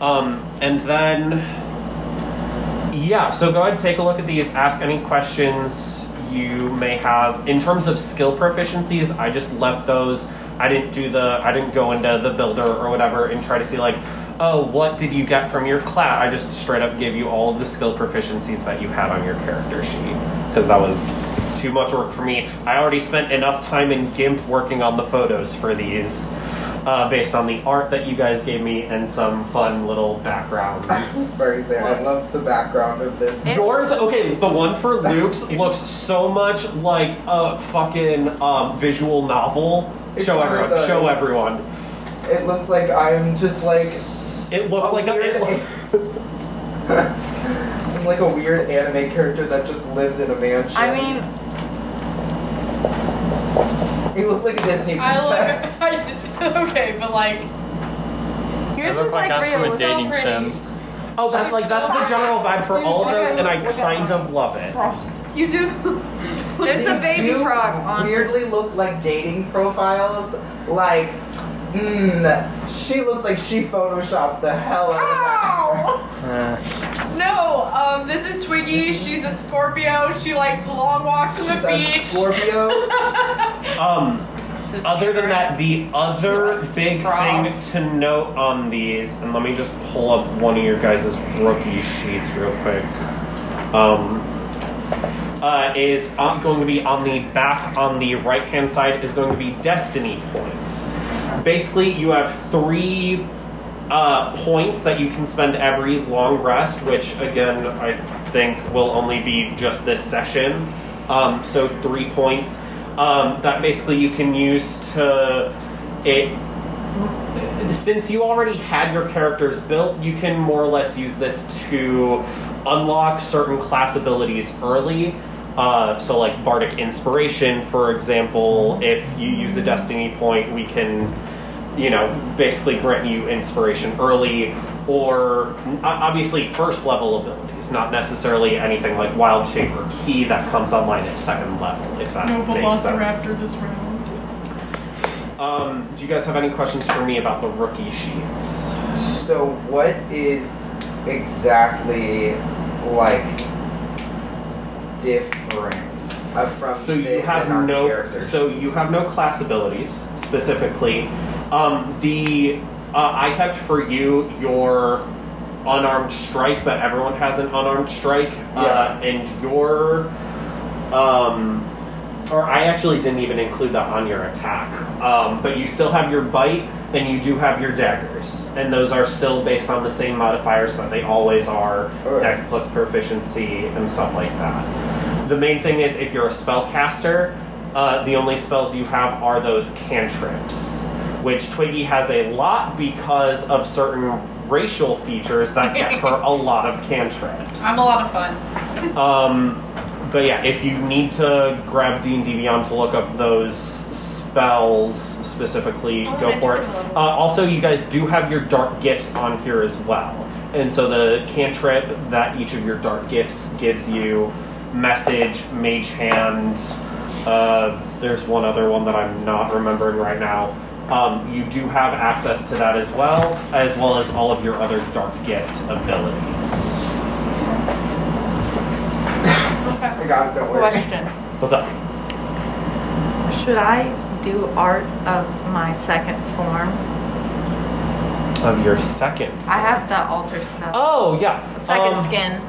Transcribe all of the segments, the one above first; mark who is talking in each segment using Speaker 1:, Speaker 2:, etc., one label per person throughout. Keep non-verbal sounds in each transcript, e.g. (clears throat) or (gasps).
Speaker 1: Um, and then, yeah, so go ahead and take a look at these. Ask any questions you may have. In terms of skill proficiencies, I just left those. I didn't do the, I didn't go into the builder or whatever and try to see, like, oh, what did you get from your class? I just straight up gave you all of the skill proficiencies that you had on your character sheet because that was too much work for me. I already spent enough time in GIMP working on the photos for these uh, based on the art that you guys gave me and some fun little
Speaker 2: (laughs)
Speaker 1: backgrounds.
Speaker 2: Sorry, Sam. I love the background of this.
Speaker 3: It-
Speaker 1: Yours, okay, the one for Luke's
Speaker 2: (laughs)
Speaker 1: looks so much like a fucking um, visual novel.
Speaker 2: It
Speaker 1: show
Speaker 2: kinda
Speaker 1: everyone. Show
Speaker 2: does.
Speaker 1: everyone.
Speaker 2: It looks like I'm just like (laughs)
Speaker 1: It looks
Speaker 2: A
Speaker 1: like a. It,
Speaker 2: weird
Speaker 1: lo-
Speaker 2: (laughs) just like a weird anime character that just lives in a mansion.
Speaker 3: I mean,
Speaker 2: you look like a Disney
Speaker 4: I
Speaker 2: princess.
Speaker 4: (laughs) look. I did. Okay, but like.
Speaker 3: yours
Speaker 5: I
Speaker 3: is
Speaker 5: look like,
Speaker 3: like
Speaker 5: I'm
Speaker 3: real.
Speaker 5: to a dating
Speaker 4: pretty.
Speaker 5: sim.
Speaker 1: oh, that's like that's the general vibe for all of those, and I kind of love it.
Speaker 4: You do.
Speaker 3: There's a
Speaker 2: These
Speaker 3: baby
Speaker 2: do
Speaker 3: frog on.
Speaker 2: Weirdly, look like dating profiles. Like, mm, she looks like she photoshopped the hell out
Speaker 4: Ah,
Speaker 2: of that.
Speaker 4: Ow! No, um, this is Twiggy. She's a Scorpio. She likes the long walks on
Speaker 2: She's
Speaker 4: the
Speaker 2: a
Speaker 4: beach.
Speaker 2: Scorpio.
Speaker 1: Um, other than that, the other big thing
Speaker 3: frogs.
Speaker 1: to note on these, and let me just pull up one of your guys' rookie sheets real quick. Um, uh, is on, going to be on the back on the right hand side is going to be destiny points. Basically, you have three uh, points that you can spend every long rest, which again I think will only be just this session. Um, so three points um, that basically you can use to it. Since you already had your characters built, you can more or less use this to unlock certain class abilities early. Uh, so, like bardic inspiration, for example, if you use a destiny point, we can you know, basically grant you inspiration early, or o- obviously first level abilities, not necessarily anything like wild shape or key that comes online at second level. If that
Speaker 4: No
Speaker 1: makes sense.
Speaker 4: Velociraptor this round.
Speaker 1: Um, do you guys have any questions for me about the rookie sheets?
Speaker 2: So what is exactly like different uh, from
Speaker 1: So you
Speaker 2: this
Speaker 1: have
Speaker 2: and our
Speaker 1: no.
Speaker 2: characters?
Speaker 1: So you have no class abilities specifically. Um, the uh, I kept for you your unarmed strike, but everyone has an unarmed strike, uh, and your um, or I actually didn't even include that on your attack. Um, but you still have your bite, and you do have your daggers, and those are still based on the same modifiers that they always are:
Speaker 2: Alright.
Speaker 1: dex plus proficiency and stuff like that. The main thing is if you're a spellcaster, uh, the only spells you have are those cantrips, which Twiggy has a lot because of certain racial features that get her a lot of cantrips.
Speaker 4: (laughs) I'm a lot of fun.
Speaker 1: Um, but yeah, if you need to grab D and D Beyond to look up those spells specifically,
Speaker 3: Oh,
Speaker 1: go
Speaker 3: I
Speaker 1: for it.
Speaker 3: took a
Speaker 1: Uh,
Speaker 3: little.
Speaker 1: also, you guys do have your dark gifts on here as well, and so the cantrip that each of your dark gifts gives you, message, mage hand. Uh, there's one other one that I'm not remembering right now. Um, you do have access to that as well, as well as all of your other dark gift abilities.
Speaker 2: I got it. Don't worry.
Speaker 3: Question:
Speaker 1: What's up?
Speaker 3: Should I do art of my second form?
Speaker 1: of your second.
Speaker 3: I have the alter self.
Speaker 1: Oh yeah.
Speaker 3: Second
Speaker 1: Um,
Speaker 3: skin.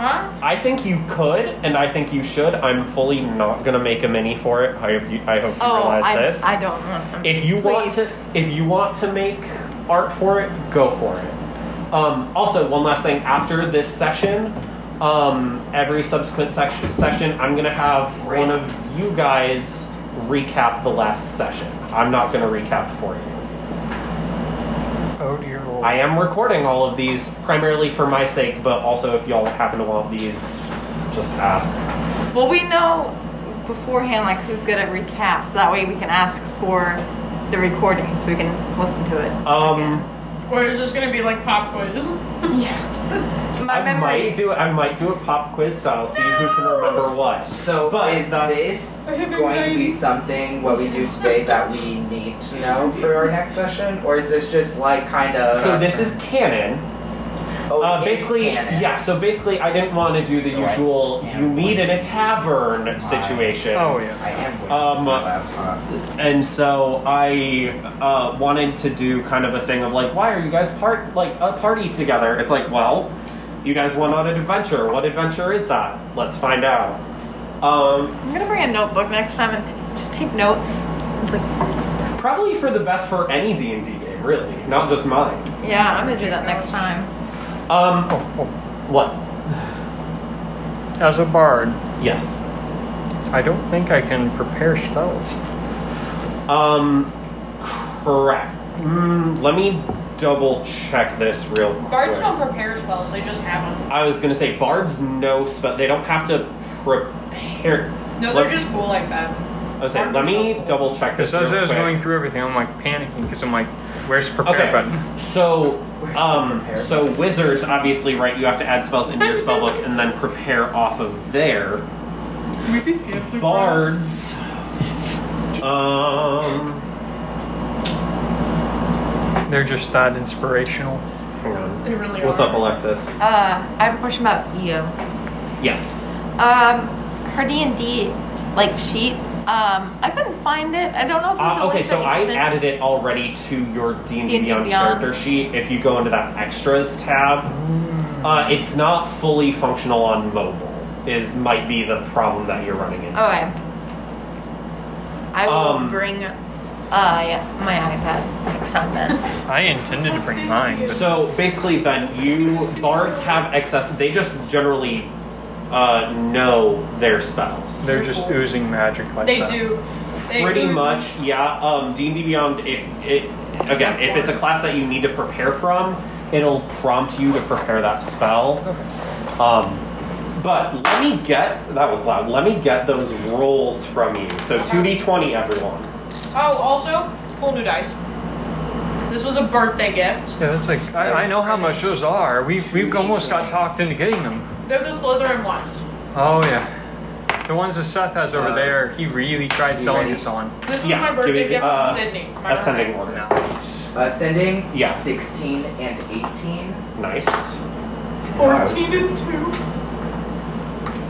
Speaker 3: Huh?
Speaker 1: I think you could, and I think you should. I'm fully not gonna make a mini for it. I hope you, I hope you
Speaker 3: Oh,
Speaker 1: realize
Speaker 3: I,
Speaker 1: this.
Speaker 3: I don't want them.
Speaker 1: if you want to, if you want to make art for it, go for it. Um, also, one last thing. After this session, um, every subsequent section, session, I'm gonna have one of you guys recap the last session. I'm not gonna recap for you.
Speaker 5: Oh dear lord.
Speaker 1: I am recording all of these primarily for my sake, but also if y'all happen to want these, just ask.
Speaker 3: Well, we know beforehand like who's good at recaps, so that way we can ask for the recording, so we can listen to it.
Speaker 1: Um,
Speaker 4: Or it's just gonna be like pop quiz.
Speaker 3: Yeah. My
Speaker 1: I
Speaker 3: memory.
Speaker 1: might do I might do a pop quiz style, see who can remember what.
Speaker 2: So
Speaker 1: but
Speaker 2: is
Speaker 1: that's,
Speaker 2: this
Speaker 4: I have
Speaker 2: going to
Speaker 4: anxiety.
Speaker 2: be something what we do today that we need to know for our next session, or is this just like kind of?
Speaker 1: so this is canon.
Speaker 2: oh,
Speaker 1: Uh,
Speaker 2: it is
Speaker 1: basically,
Speaker 2: canon.
Speaker 1: yeah. So basically, I didn't want to do the
Speaker 2: So I
Speaker 1: usual
Speaker 2: am
Speaker 1: you meet in
Speaker 2: going
Speaker 1: a
Speaker 2: to
Speaker 1: tavern
Speaker 2: use my-
Speaker 1: situation.
Speaker 5: Oh yeah.
Speaker 2: I am going to
Speaker 1: Um,
Speaker 2: use my laptop.
Speaker 1: And so I uh, wanted to do kind of a thing of like, why are you guys part like a party together? It's like, well, you guys went on an adventure. What adventure is that? Let's find out. Um,
Speaker 3: I'm gonna bring a notebook next time and t- just take notes. Like,
Speaker 1: probably for the best for any D and D game, really, not just mine.
Speaker 3: yeah, I'm gonna do that next time.
Speaker 1: Um, what?
Speaker 5: Oh, As a bard,
Speaker 1: Yes.
Speaker 5: I don't think I can prepare spells.
Speaker 1: Um, correct. Mm, let me double check this real quick.
Speaker 4: Bards don't prepare spells; they just have them.
Speaker 1: I was gonna say bards know spell. They don't have to prepare.
Speaker 4: No,
Speaker 1: Let-
Speaker 4: they're just cool like that.
Speaker 1: I was saying, let me double check this.
Speaker 5: Because as
Speaker 1: real
Speaker 5: I was
Speaker 1: quick.
Speaker 5: going through everything, I'm like panicking because I'm like, where's the prepare
Speaker 1: Okay.
Speaker 5: button?
Speaker 1: So,
Speaker 2: Where's the
Speaker 1: um,
Speaker 2: prepare?
Speaker 1: so wizards obviously, right? You have to add spells into your spell book and then prepare off of there. Bards. Um,
Speaker 5: They're just that inspirational.
Speaker 1: hang on.
Speaker 4: They really
Speaker 1: What's
Speaker 4: are.
Speaker 1: up, Alexis?
Speaker 3: Uh, I have a question about Io.
Speaker 1: Yes.
Speaker 3: Um, her D and D like sheet. Um, I couldn't find it. I don't know if it's
Speaker 1: Uh,
Speaker 3: a
Speaker 1: okay, so I
Speaker 3: 136.
Speaker 1: added it already to your D&D,
Speaker 3: D&D
Speaker 1: Beyond,
Speaker 3: Beyond.
Speaker 1: character sheet. If you go into that extras tab, uh, it's not fully functional on mobile. Is might be the problem that you're running into.
Speaker 3: Okay. I will
Speaker 1: Um,
Speaker 3: bring uh yeah, my iPad next
Speaker 1: (laughs)
Speaker 3: time then.
Speaker 5: I intended to bring mine, but
Speaker 1: So basically, then you bards have excess. They just generally uh, know their spells.
Speaker 5: they're just oozing magic like
Speaker 4: They
Speaker 5: that.
Speaker 4: do. They
Speaker 1: pretty
Speaker 4: ooze-
Speaker 1: much, yeah. Um, D and D Beyond, if it again, if it's a class that you need to prepare from, it'll prompt you to prepare that spell. Um, but let me get that was loud. Let me get those rolls from you. So two d twenty, everyone.
Speaker 4: Oh, also, whole new dice. This was a birthday gift.
Speaker 5: Yeah, that's like I, I know how much those are. We we almost got talked into getting them.
Speaker 4: They're the Slytherin ones.
Speaker 5: Oh yeah, the ones that Seth has over
Speaker 2: Uh,
Speaker 5: there. He really tried
Speaker 2: you
Speaker 5: selling
Speaker 2: ready?
Speaker 5: us on.
Speaker 4: This was
Speaker 1: Yeah,
Speaker 4: my
Speaker 1: give
Speaker 4: birthday
Speaker 1: me-
Speaker 4: gift
Speaker 1: uh,
Speaker 4: from Sydney. my
Speaker 1: Ascending
Speaker 4: birthday.
Speaker 1: order.
Speaker 5: Nice.
Speaker 2: Uh, Ascending.
Speaker 1: Yeah.
Speaker 2: Sixteen and eighteen.
Speaker 1: Nice.
Speaker 4: Fourteen and two.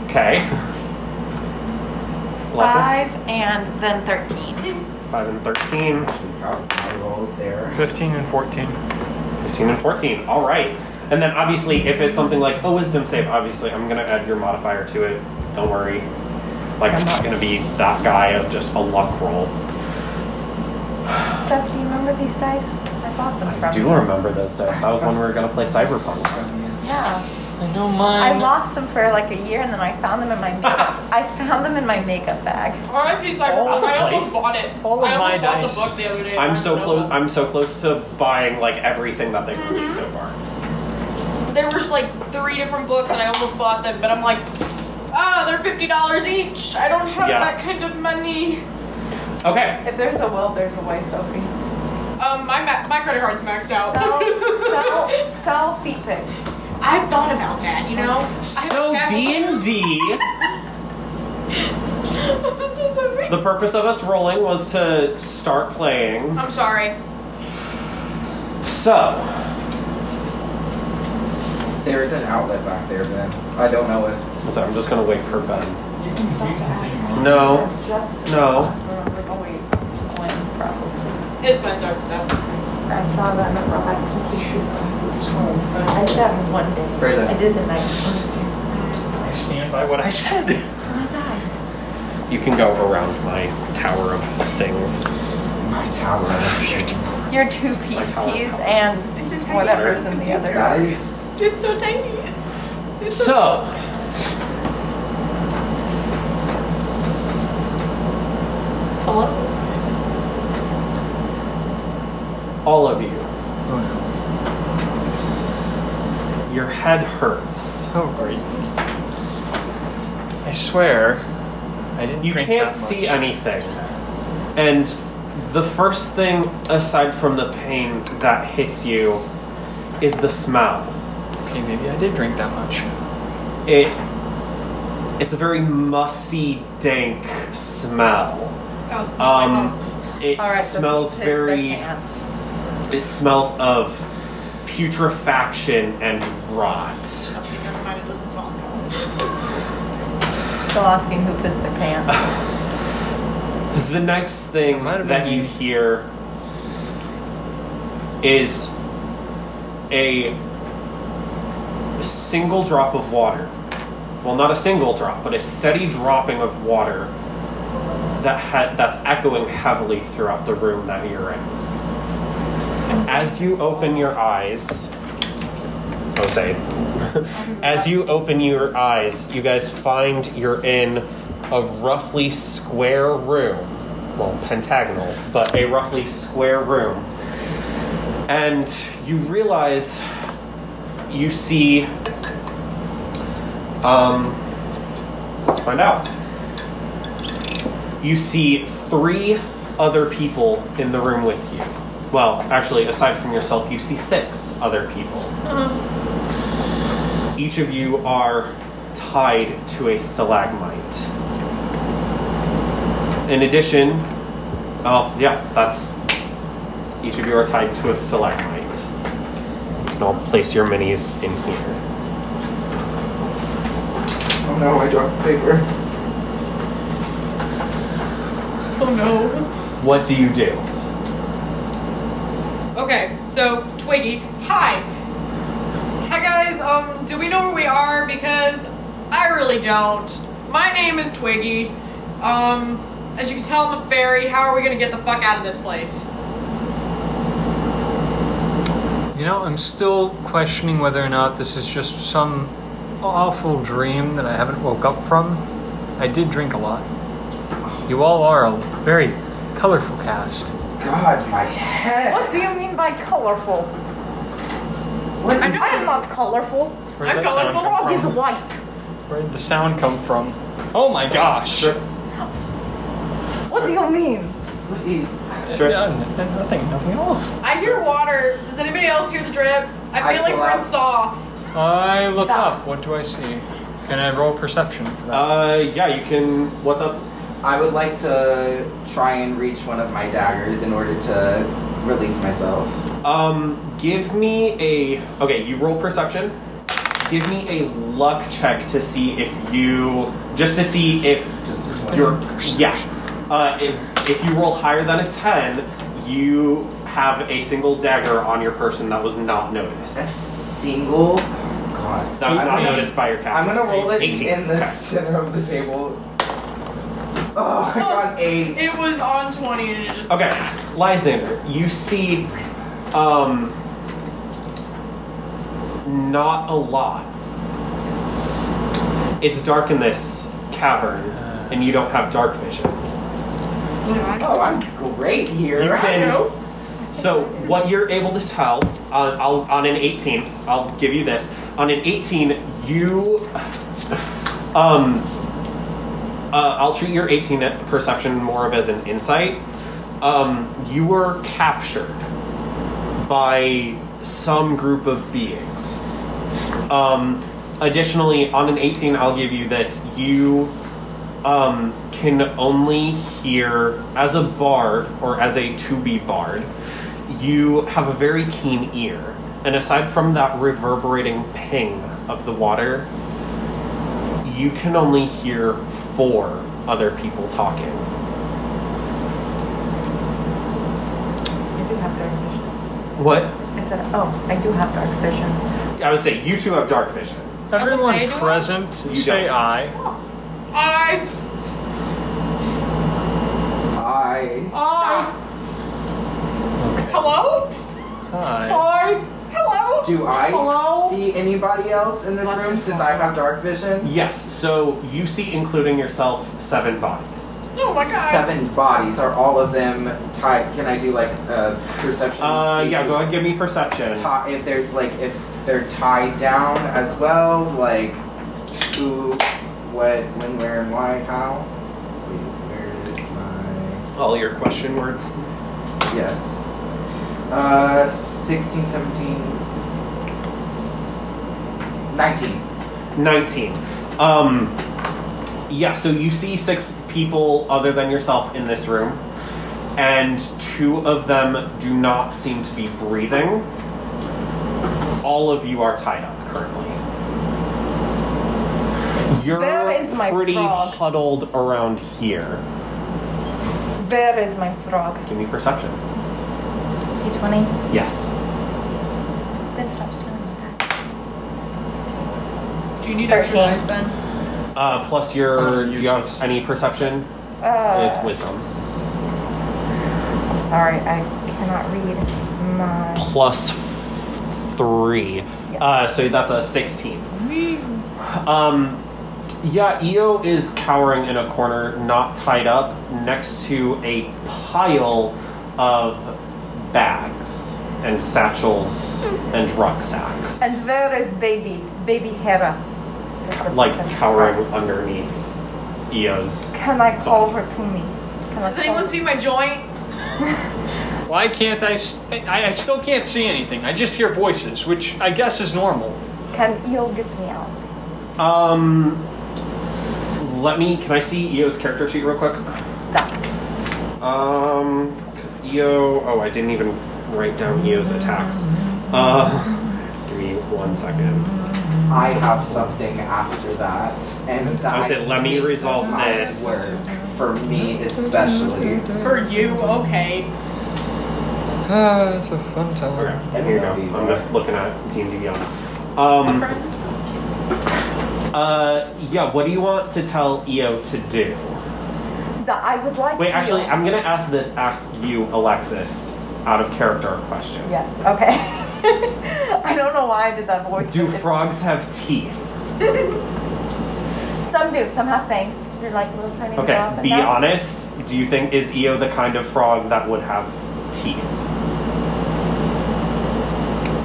Speaker 1: Okay. Alexis?
Speaker 3: Five and then thirteen.
Speaker 1: Five and thirteen.
Speaker 2: Wow, my rolls there.
Speaker 5: Fifteen and fourteen.
Speaker 1: 15 and 14. All right. And then obviously, if it's something like a wisdom save, obviously I'm going to add your modifier to it. Don't worry. Like, I'm not going to be that guy of just a luck roll.
Speaker 3: Seth, do you remember these dice? I bought them
Speaker 1: I do remember those dice. That was when we were going to play Cyberpunk.
Speaker 3: Yeah.
Speaker 5: I know mine.
Speaker 3: I lost them for like a year and then I found them
Speaker 1: (laughs)
Speaker 3: in my makeup. I found them in my makeup bag.
Speaker 4: R.I.P.
Speaker 1: All
Speaker 4: Cyberpunk.
Speaker 1: over the
Speaker 4: I almost
Speaker 1: place.
Speaker 4: bought it.
Speaker 5: All of
Speaker 4: I almost
Speaker 5: my
Speaker 4: bought
Speaker 5: dice.
Speaker 4: the book the other day.
Speaker 1: I'm so
Speaker 4: Barnes and
Speaker 1: close.
Speaker 4: Noble.
Speaker 1: I'm so close to buying like everything that they've released so far.
Speaker 4: There was like three different books, and I almost bought them, but I'm like, ah, they're fifty dollars each. I don't have
Speaker 1: Yeah.
Speaker 4: that kind of money.
Speaker 1: Okay.
Speaker 3: If there's a will, there's a way, Sophie.
Speaker 4: Um, my ma- my credit card's maxed out.
Speaker 3: Sell,
Speaker 4: (laughs)
Speaker 3: sell, sell feet pics.
Speaker 4: I thought about that, you know.
Speaker 1: So D and D.
Speaker 4: (laughs) I'm so sorry.
Speaker 1: The purpose of us rolling was to start playing.
Speaker 4: I'm sorry.
Speaker 1: So
Speaker 2: There is an outlet back there, Ben. I don't know if
Speaker 1: so I'm just gonna wait for Ben. No.
Speaker 3: Just
Speaker 1: No.
Speaker 3: remembered- oh, wait, one probably.
Speaker 4: It's been dark though.
Speaker 3: I saw that and I brought my pinky shoes on. I did that in one day.
Speaker 1: Where is it?
Speaker 3: I did the night before.
Speaker 5: I stand by what I said.
Speaker 3: I died.
Speaker 1: You can go around my tower of things.
Speaker 2: my tower.
Speaker 3: Your two piece
Speaker 1: Like how-
Speaker 3: tees and whatever's in the other.
Speaker 2: that is
Speaker 4: It's so tiny. It's so,
Speaker 1: So.
Speaker 4: hello.
Speaker 1: all of
Speaker 5: Oh,
Speaker 1: you. Your head hurts.
Speaker 5: Oh great. I swear, I didn't.
Speaker 1: You
Speaker 5: drink
Speaker 1: can't
Speaker 5: that
Speaker 1: see
Speaker 5: much.
Speaker 1: anything. And the first thing, aside from the pain that hits you, is the smell.
Speaker 6: Okay, maybe I did drink that much.
Speaker 1: It it's a very musty, dank smell.
Speaker 4: That was
Speaker 1: Um, it
Speaker 3: All right, so
Speaker 1: smells
Speaker 3: piss their
Speaker 1: very.
Speaker 3: pants.
Speaker 1: It smells of putrefaction and rot.
Speaker 4: Okay, never mind. It doesn't smell alcohol.
Speaker 3: Still asking who pissed their pants.
Speaker 1: The next thing
Speaker 5: It might have
Speaker 1: that
Speaker 5: been
Speaker 1: you
Speaker 5: me.
Speaker 1: hear is a single drop of water. Well, not a single drop, but a steady dropping of water that ha- that's echoing heavily throughout the room that you're in. As you open your eyes, I'll say, as you open your eyes, you guys find you're in a roughly square room. Well, pentagonal, but a roughly square room. And you realize you see. Um, let's find out. You see three other people in the room with you. Well, actually, aside from yourself, you see six other people. Each of you are tied to a stalagmite. In addition, oh, yeah, that's. Each of you are tied to a stalagmite. You can all place your minis in here.
Speaker 2: Oh no, I dropped the paper.
Speaker 1: What do you do?
Speaker 4: Okay, so Twiggy, hi. Hi guys. Um, do we know where we are? Because I really don't. My name is Twiggy. Um, as you can tell, I'm a fairy. How are we gonna get the fuck out of this place?
Speaker 5: You know, I'm still questioning whether or not this is just some awful dream that I haven't woke up from. I did drink a lot. You all are a very colorful cast.
Speaker 2: God, my head.
Speaker 3: what do you mean by colorful?
Speaker 2: What is
Speaker 3: I am not colorful.
Speaker 5: Where did
Speaker 4: I'm
Speaker 5: that sound
Speaker 4: colorful.
Speaker 5: come
Speaker 3: Frog is
Speaker 5: from?
Speaker 3: white.
Speaker 5: Where did the sound come from? Oh my gosh!
Speaker 3: What do you mean?
Speaker 2: What is?
Speaker 1: Sure.
Speaker 5: Yeah, n- n- nothing, nothing at all.
Speaker 4: I hear water. Does anybody else hear the drip? I
Speaker 2: I
Speaker 4: feel like
Speaker 2: pull
Speaker 4: we're in
Speaker 2: out-
Speaker 4: Saw.
Speaker 5: I look
Speaker 3: Stop.
Speaker 5: up. What do I see? Can I roll perception for that?
Speaker 1: Uh, yeah, you can. What's up?
Speaker 2: I would like to try and reach one of my daggers in order to release myself.
Speaker 1: Um, give me a. Okay, you roll perception. Give me a luck check to see if you. Just to see if
Speaker 2: Just a twenty.
Speaker 1: your. Yeah. Uh, if, if you roll higher than a 10, you have a single dagger on your person that was not
Speaker 2: a
Speaker 1: noticed.
Speaker 2: single. oh God.
Speaker 1: That was
Speaker 2: I'm
Speaker 1: not
Speaker 2: gonna-
Speaker 1: noticed by your captain.
Speaker 2: I'm gonna roll this
Speaker 1: 18.
Speaker 2: in the center of the table. Oh, I got eight.
Speaker 4: It was on 20 and it just.
Speaker 1: Okay, Lysander, you see, um, not a lot. It's dark in this cavern, and you don't have dark vision.
Speaker 2: oh, I'm great here.
Speaker 1: You
Speaker 4: know.
Speaker 1: can. So what you're able to tell on I'll, on an 18, I'll give you this. On an 18, you um uh, I'll treat your 18 perception more of as an insight. Um, you were captured by some group of beings. Um, additionally, on an 18, I'll give you this. You um, can only hear, as a bard or as a to be bard, you have a very keen ear. And aside from that reverberating ping of the water, you can only hear four other people talking.
Speaker 3: I do have dark vision.
Speaker 1: What?
Speaker 3: I said, oh, I do have dark vision.
Speaker 1: I would say you two have dark vision.
Speaker 5: Everyone
Speaker 4: Okay, do I?
Speaker 5: present,
Speaker 1: You
Speaker 5: say
Speaker 1: don't.
Speaker 5: aye.
Speaker 4: I.
Speaker 2: I.
Speaker 4: I.
Speaker 5: Okay.
Speaker 4: Hello?
Speaker 5: Hi.
Speaker 4: Hi. Hello?
Speaker 2: Do I
Speaker 4: Hello?
Speaker 2: see anybody else in this room since I have dark vision?
Speaker 1: Yes, so you see, including yourself, seven bodies.
Speaker 4: Oh my god.
Speaker 2: Seven bodies. Are all of them tied? Can I do like a perception?
Speaker 1: Uh,
Speaker 2: see
Speaker 1: yeah, go
Speaker 2: who's
Speaker 1: ahead, give me perception.
Speaker 2: ti- if there's like if they're tied down as well, like who, what, when, where, and why, how. Wait, where is my?
Speaker 1: All your question words.
Speaker 2: Yes. Uh, 16, 17. Nineteen.
Speaker 1: 19. Um, yeah, so you see six people other than yourself in this room, and two of them do not seem to be breathing. All of you are tied up currently. You're
Speaker 3: There is my
Speaker 1: pretty
Speaker 3: frog.
Speaker 1: huddled around here.
Speaker 3: Where is my frog?
Speaker 1: Give me perception.
Speaker 7: D20.
Speaker 1: Yes.
Speaker 7: That stops doing that.
Speaker 4: Do you need extra
Speaker 7: Thirteen.
Speaker 4: dice, Ben?
Speaker 1: Uh, plus your.
Speaker 5: Oh,
Speaker 1: Do you have
Speaker 5: useless.
Speaker 1: any perception?
Speaker 3: Uh,
Speaker 1: it's wisdom.
Speaker 7: I'm sorry, I cannot read my.
Speaker 1: Plus three. Uh, so that's a 16. Um, yeah, Io is cowering in a corner, not tied up, next to a pile of bags and satchels and rucksacks.
Speaker 3: and where is baby? Baby Hera.
Speaker 7: That's a,
Speaker 1: like
Speaker 7: that's a
Speaker 1: cowering underneath E Io's.
Speaker 3: Can I call her to me?
Speaker 7: Can I
Speaker 4: Does anyone see my joint?
Speaker 5: Why can't I, s- I? I still can't see anything. I just hear voices, which I guess is normal.
Speaker 3: Can Eel get me out?
Speaker 1: Um, let me. Can I see Io's character sheet real quick?
Speaker 7: No.
Speaker 1: Um, because Io. Oh, I didn't even write down Io's attacks. Uh, give me one second.
Speaker 2: I have something after that, and that
Speaker 1: I said, let me
Speaker 2: think
Speaker 1: resolve
Speaker 2: might
Speaker 1: this.
Speaker 2: Work for me especially.
Speaker 4: For you, okay.
Speaker 5: Ah, it's a fun time.
Speaker 1: Okay, here you go. I'm just looking at Team D Beyond. Um, uh, yeah. What do you want to tell Io to do?
Speaker 3: That I would like.
Speaker 1: Wait,
Speaker 3: Eel-
Speaker 1: actually, I'm gonna ask this. Ask you, Alexis, out of character question.
Speaker 3: Yes. Okay. (laughs) I don't know why I did that voice.
Speaker 1: Do
Speaker 3: but it's-
Speaker 1: frogs have teeth?
Speaker 3: Some do. Some have fangs. They're like little tiny. little
Speaker 1: Okay.
Speaker 3: up and
Speaker 1: Be
Speaker 3: down.
Speaker 1: honest. Do you think is Io the kind of frog that would have teeth?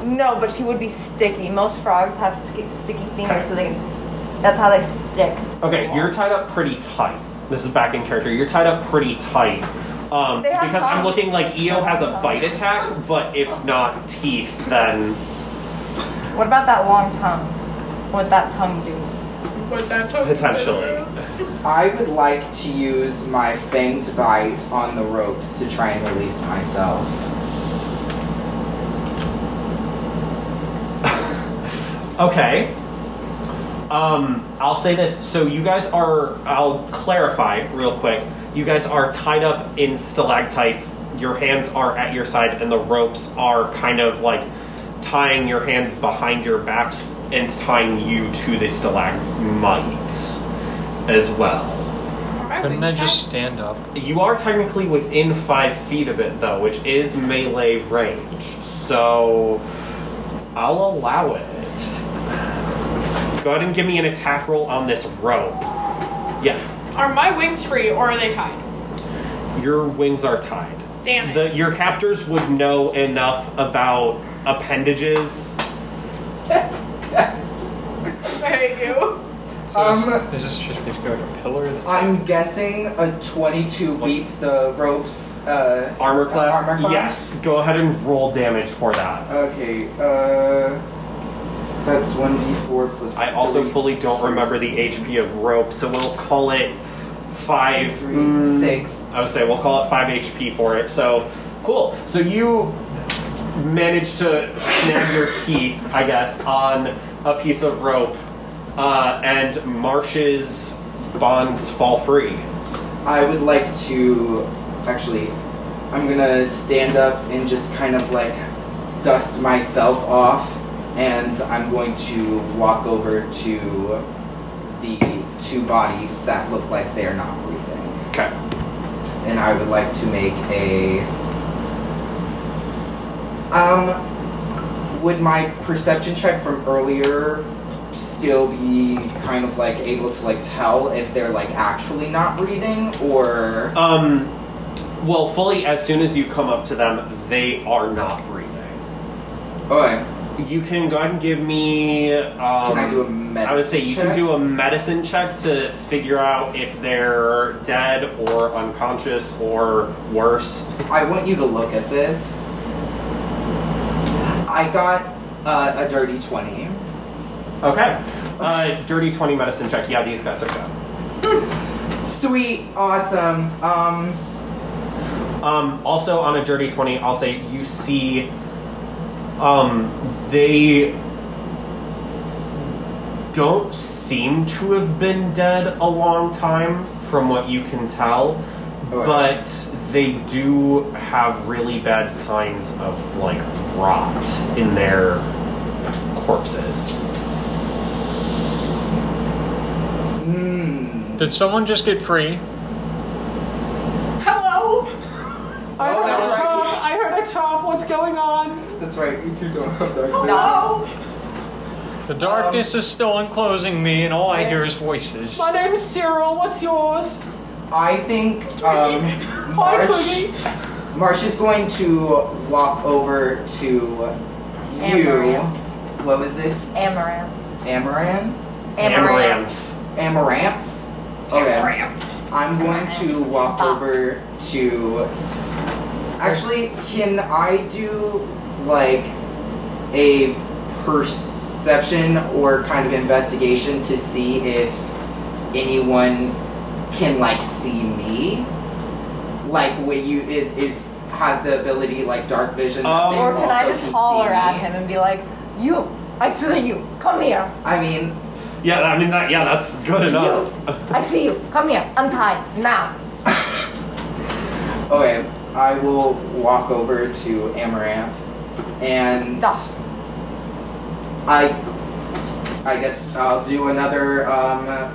Speaker 3: No, but she would be sticky. Most frogs have sk- sticky
Speaker 1: Okay.
Speaker 3: fingers, so they can. s- That's how they stick. to the
Speaker 1: Okay, you're
Speaker 3: walls.
Speaker 1: tied up pretty tight. This is back in character. You're tied up pretty tight. Um,
Speaker 3: They have
Speaker 1: because I'm
Speaker 3: tongues.
Speaker 1: looking like Eo has a
Speaker 3: Tongues.
Speaker 1: bite attack, but if not teeth, then
Speaker 3: What about that long tongue? What would that tongue do?
Speaker 4: What that took-
Speaker 1: potentially.
Speaker 2: I would like to use my fanged bite on the ropes to try and release myself.
Speaker 1: Okay. Um, I'll say this. So you guys are. I'll clarify real quick. You guys are tied up in stalactites. Your hands are at your side, and the ropes are kind of like tying your hands behind your backs and tying you to the stalagmites as well.
Speaker 4: Alright,
Speaker 5: Couldn't
Speaker 4: we
Speaker 5: I
Speaker 4: can
Speaker 5: just stand up?
Speaker 1: You are technically within five feet of it, though, which is melee range. So I'll allow it. Go ahead and give me an attack roll on this rope. Yes,
Speaker 4: try- Are my wings free or are they tied?
Speaker 1: your wings are tied.
Speaker 4: Damn it.
Speaker 1: The, your captors would know enough about appendages.
Speaker 2: Yes.
Speaker 4: I hate you.
Speaker 5: So
Speaker 2: Um,
Speaker 5: is, is this just basically like a pillar? That's
Speaker 2: I'm guessing a 22 beats the ropes. Uh,
Speaker 1: Armor class?
Speaker 2: Armor class?
Speaker 1: Yes, go ahead and roll damage for that.
Speaker 2: okay. Uh, that's 1d4 plus.
Speaker 1: I also
Speaker 2: three.
Speaker 1: fully don't remember the HP of rope, so we'll call it five.
Speaker 2: Three,
Speaker 1: mm,
Speaker 2: six.
Speaker 1: I would say we'll call it 5 HP for it. So, cool. So you managed to snap your teeth, I guess, on a piece of rope, uh, and Marsh's bonds fall free.
Speaker 2: I would like to actually I'm gonna stand up and just kind of like dust myself off and I'm going to walk over to the two bodies that look like they're not breathing.
Speaker 1: Okay.
Speaker 2: And I would like to make a um would my perception check from earlier still be kind of like able to like tell if they're like actually not breathing or
Speaker 1: Um, well, fully, as soon as you come up to them, they are not breathing. Uh,
Speaker 2: okay.
Speaker 1: You can go ahead and give me. Um,
Speaker 2: Can I do a
Speaker 1: I would say you
Speaker 2: medicine
Speaker 1: can
Speaker 2: check?
Speaker 1: do a medicine check to figure out if they're dead or unconscious or worse.
Speaker 2: I want you to look at this. I got uh, a dirty 20.
Speaker 1: Okay. Uh, dirty 20 medicine check. Yeah, these guys are good.
Speaker 2: Sweet, awesome. Um,
Speaker 1: Um, also, on a dirty 20, I'll say you see um, they don't seem to have been dead a long time, from what you can tell,
Speaker 2: Okay.
Speaker 1: but they do have really bad signs of like rot in their corpses.
Speaker 2: mm.
Speaker 5: Did someone just get free?
Speaker 4: Hello? Oh,
Speaker 2: I heard that's a right. chop,
Speaker 1: I heard a chop. What's going on?
Speaker 2: That's right. You two don't have dark vision.
Speaker 4: Hello?
Speaker 5: The darkness is still enclosing me, and all I hear is voices.
Speaker 1: name's Cyril. What's yours?
Speaker 2: I think um, Marsh, Marsh is going to walk over to you.
Speaker 3: Amaranth.
Speaker 2: What was it?
Speaker 3: Amaranth.
Speaker 2: Amaran?
Speaker 1: Amaranth.
Speaker 2: Amaranth? Okay.
Speaker 4: Crap.
Speaker 2: I'm going to walk
Speaker 3: Bop.
Speaker 2: over to. Actually, can I do like a perception or kind of investigation to see if anyone can like see me? Like, when you it is has the ability like dark vision. that
Speaker 1: Um,
Speaker 2: they
Speaker 3: Or can I
Speaker 2: also
Speaker 3: just
Speaker 2: see
Speaker 3: holler at
Speaker 2: me?
Speaker 3: him and be like, you, I see you, come here.
Speaker 2: I mean,
Speaker 1: Yeah, I mean that. Yeah, that's good enough.
Speaker 3: I see you, come here, untie, now.
Speaker 2: Okay, I will walk over to Amaranth and
Speaker 3: Duh.
Speaker 2: I I guess I'll do another um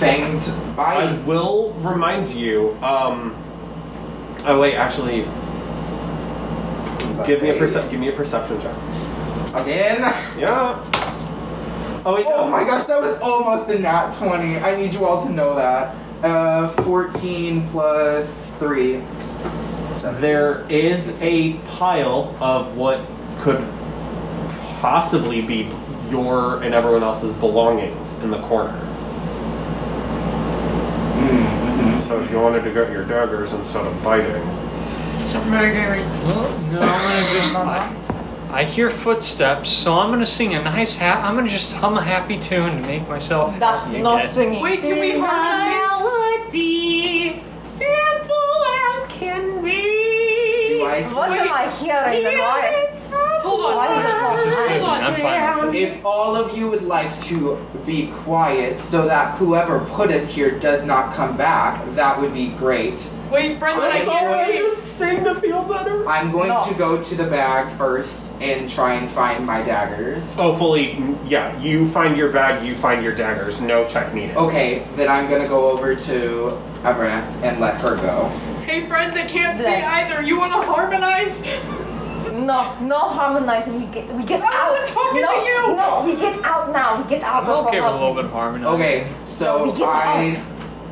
Speaker 2: fanged
Speaker 1: (laughs) I
Speaker 2: bite.
Speaker 1: will remind you. Um, oh wait, actually, give me a percep- Give me a perception check.
Speaker 2: again.
Speaker 1: Yeah. Oh wait.
Speaker 2: Oh
Speaker 1: no.
Speaker 2: my gosh, that was almost a nat 20. I need you all to know that. Uh 14 plus 3. Seven.
Speaker 1: There is a pile of what could possibly be your and everyone else's belongings in the corner.
Speaker 2: Mm, mhm.
Speaker 8: So if you wanted to get your daggers instead of biting,
Speaker 5: Well, no, I'm gonna just. I, I hear footsteps, so I'm gonna sing a nice ha- I'm gonna just hum a happy tune to make myself.
Speaker 3: That
Speaker 5: happy
Speaker 3: no
Speaker 5: again.
Speaker 3: singing.
Speaker 4: Wait, can we harmonize?
Speaker 2: Do I see
Speaker 3: What am I hearing and why?
Speaker 4: Hold on.
Speaker 3: Why is this all
Speaker 5: This is
Speaker 3: nice?
Speaker 5: Susan. I'm fine. with
Speaker 2: If all of you would like to be quiet so that whoever put us here does not come back, that would be great.
Speaker 4: Wait, friend that I
Speaker 2: I'm
Speaker 4: can't
Speaker 2: sorry.
Speaker 4: see.
Speaker 1: just sing to feel better.
Speaker 2: I'm going
Speaker 3: No.
Speaker 2: to go to the bag first and try and find my daggers.
Speaker 1: Oh, fully. Yeah, you find your bag. You find your daggers. No check needed.
Speaker 2: Okay, then I'm gonna go over to Amaranth and let her go.
Speaker 4: Hey, friend that can't see
Speaker 3: Bless.
Speaker 4: either. You want to harmonize?
Speaker 3: No, no harmonizing. We get, we get
Speaker 4: I
Speaker 3: out.
Speaker 4: wasn't talking
Speaker 3: no,
Speaker 4: to you.
Speaker 3: No, we get out now. We get out.
Speaker 5: I'm okay
Speaker 3: of
Speaker 5: with a little bit of
Speaker 2: Okay,
Speaker 3: We
Speaker 2: so
Speaker 3: get
Speaker 2: I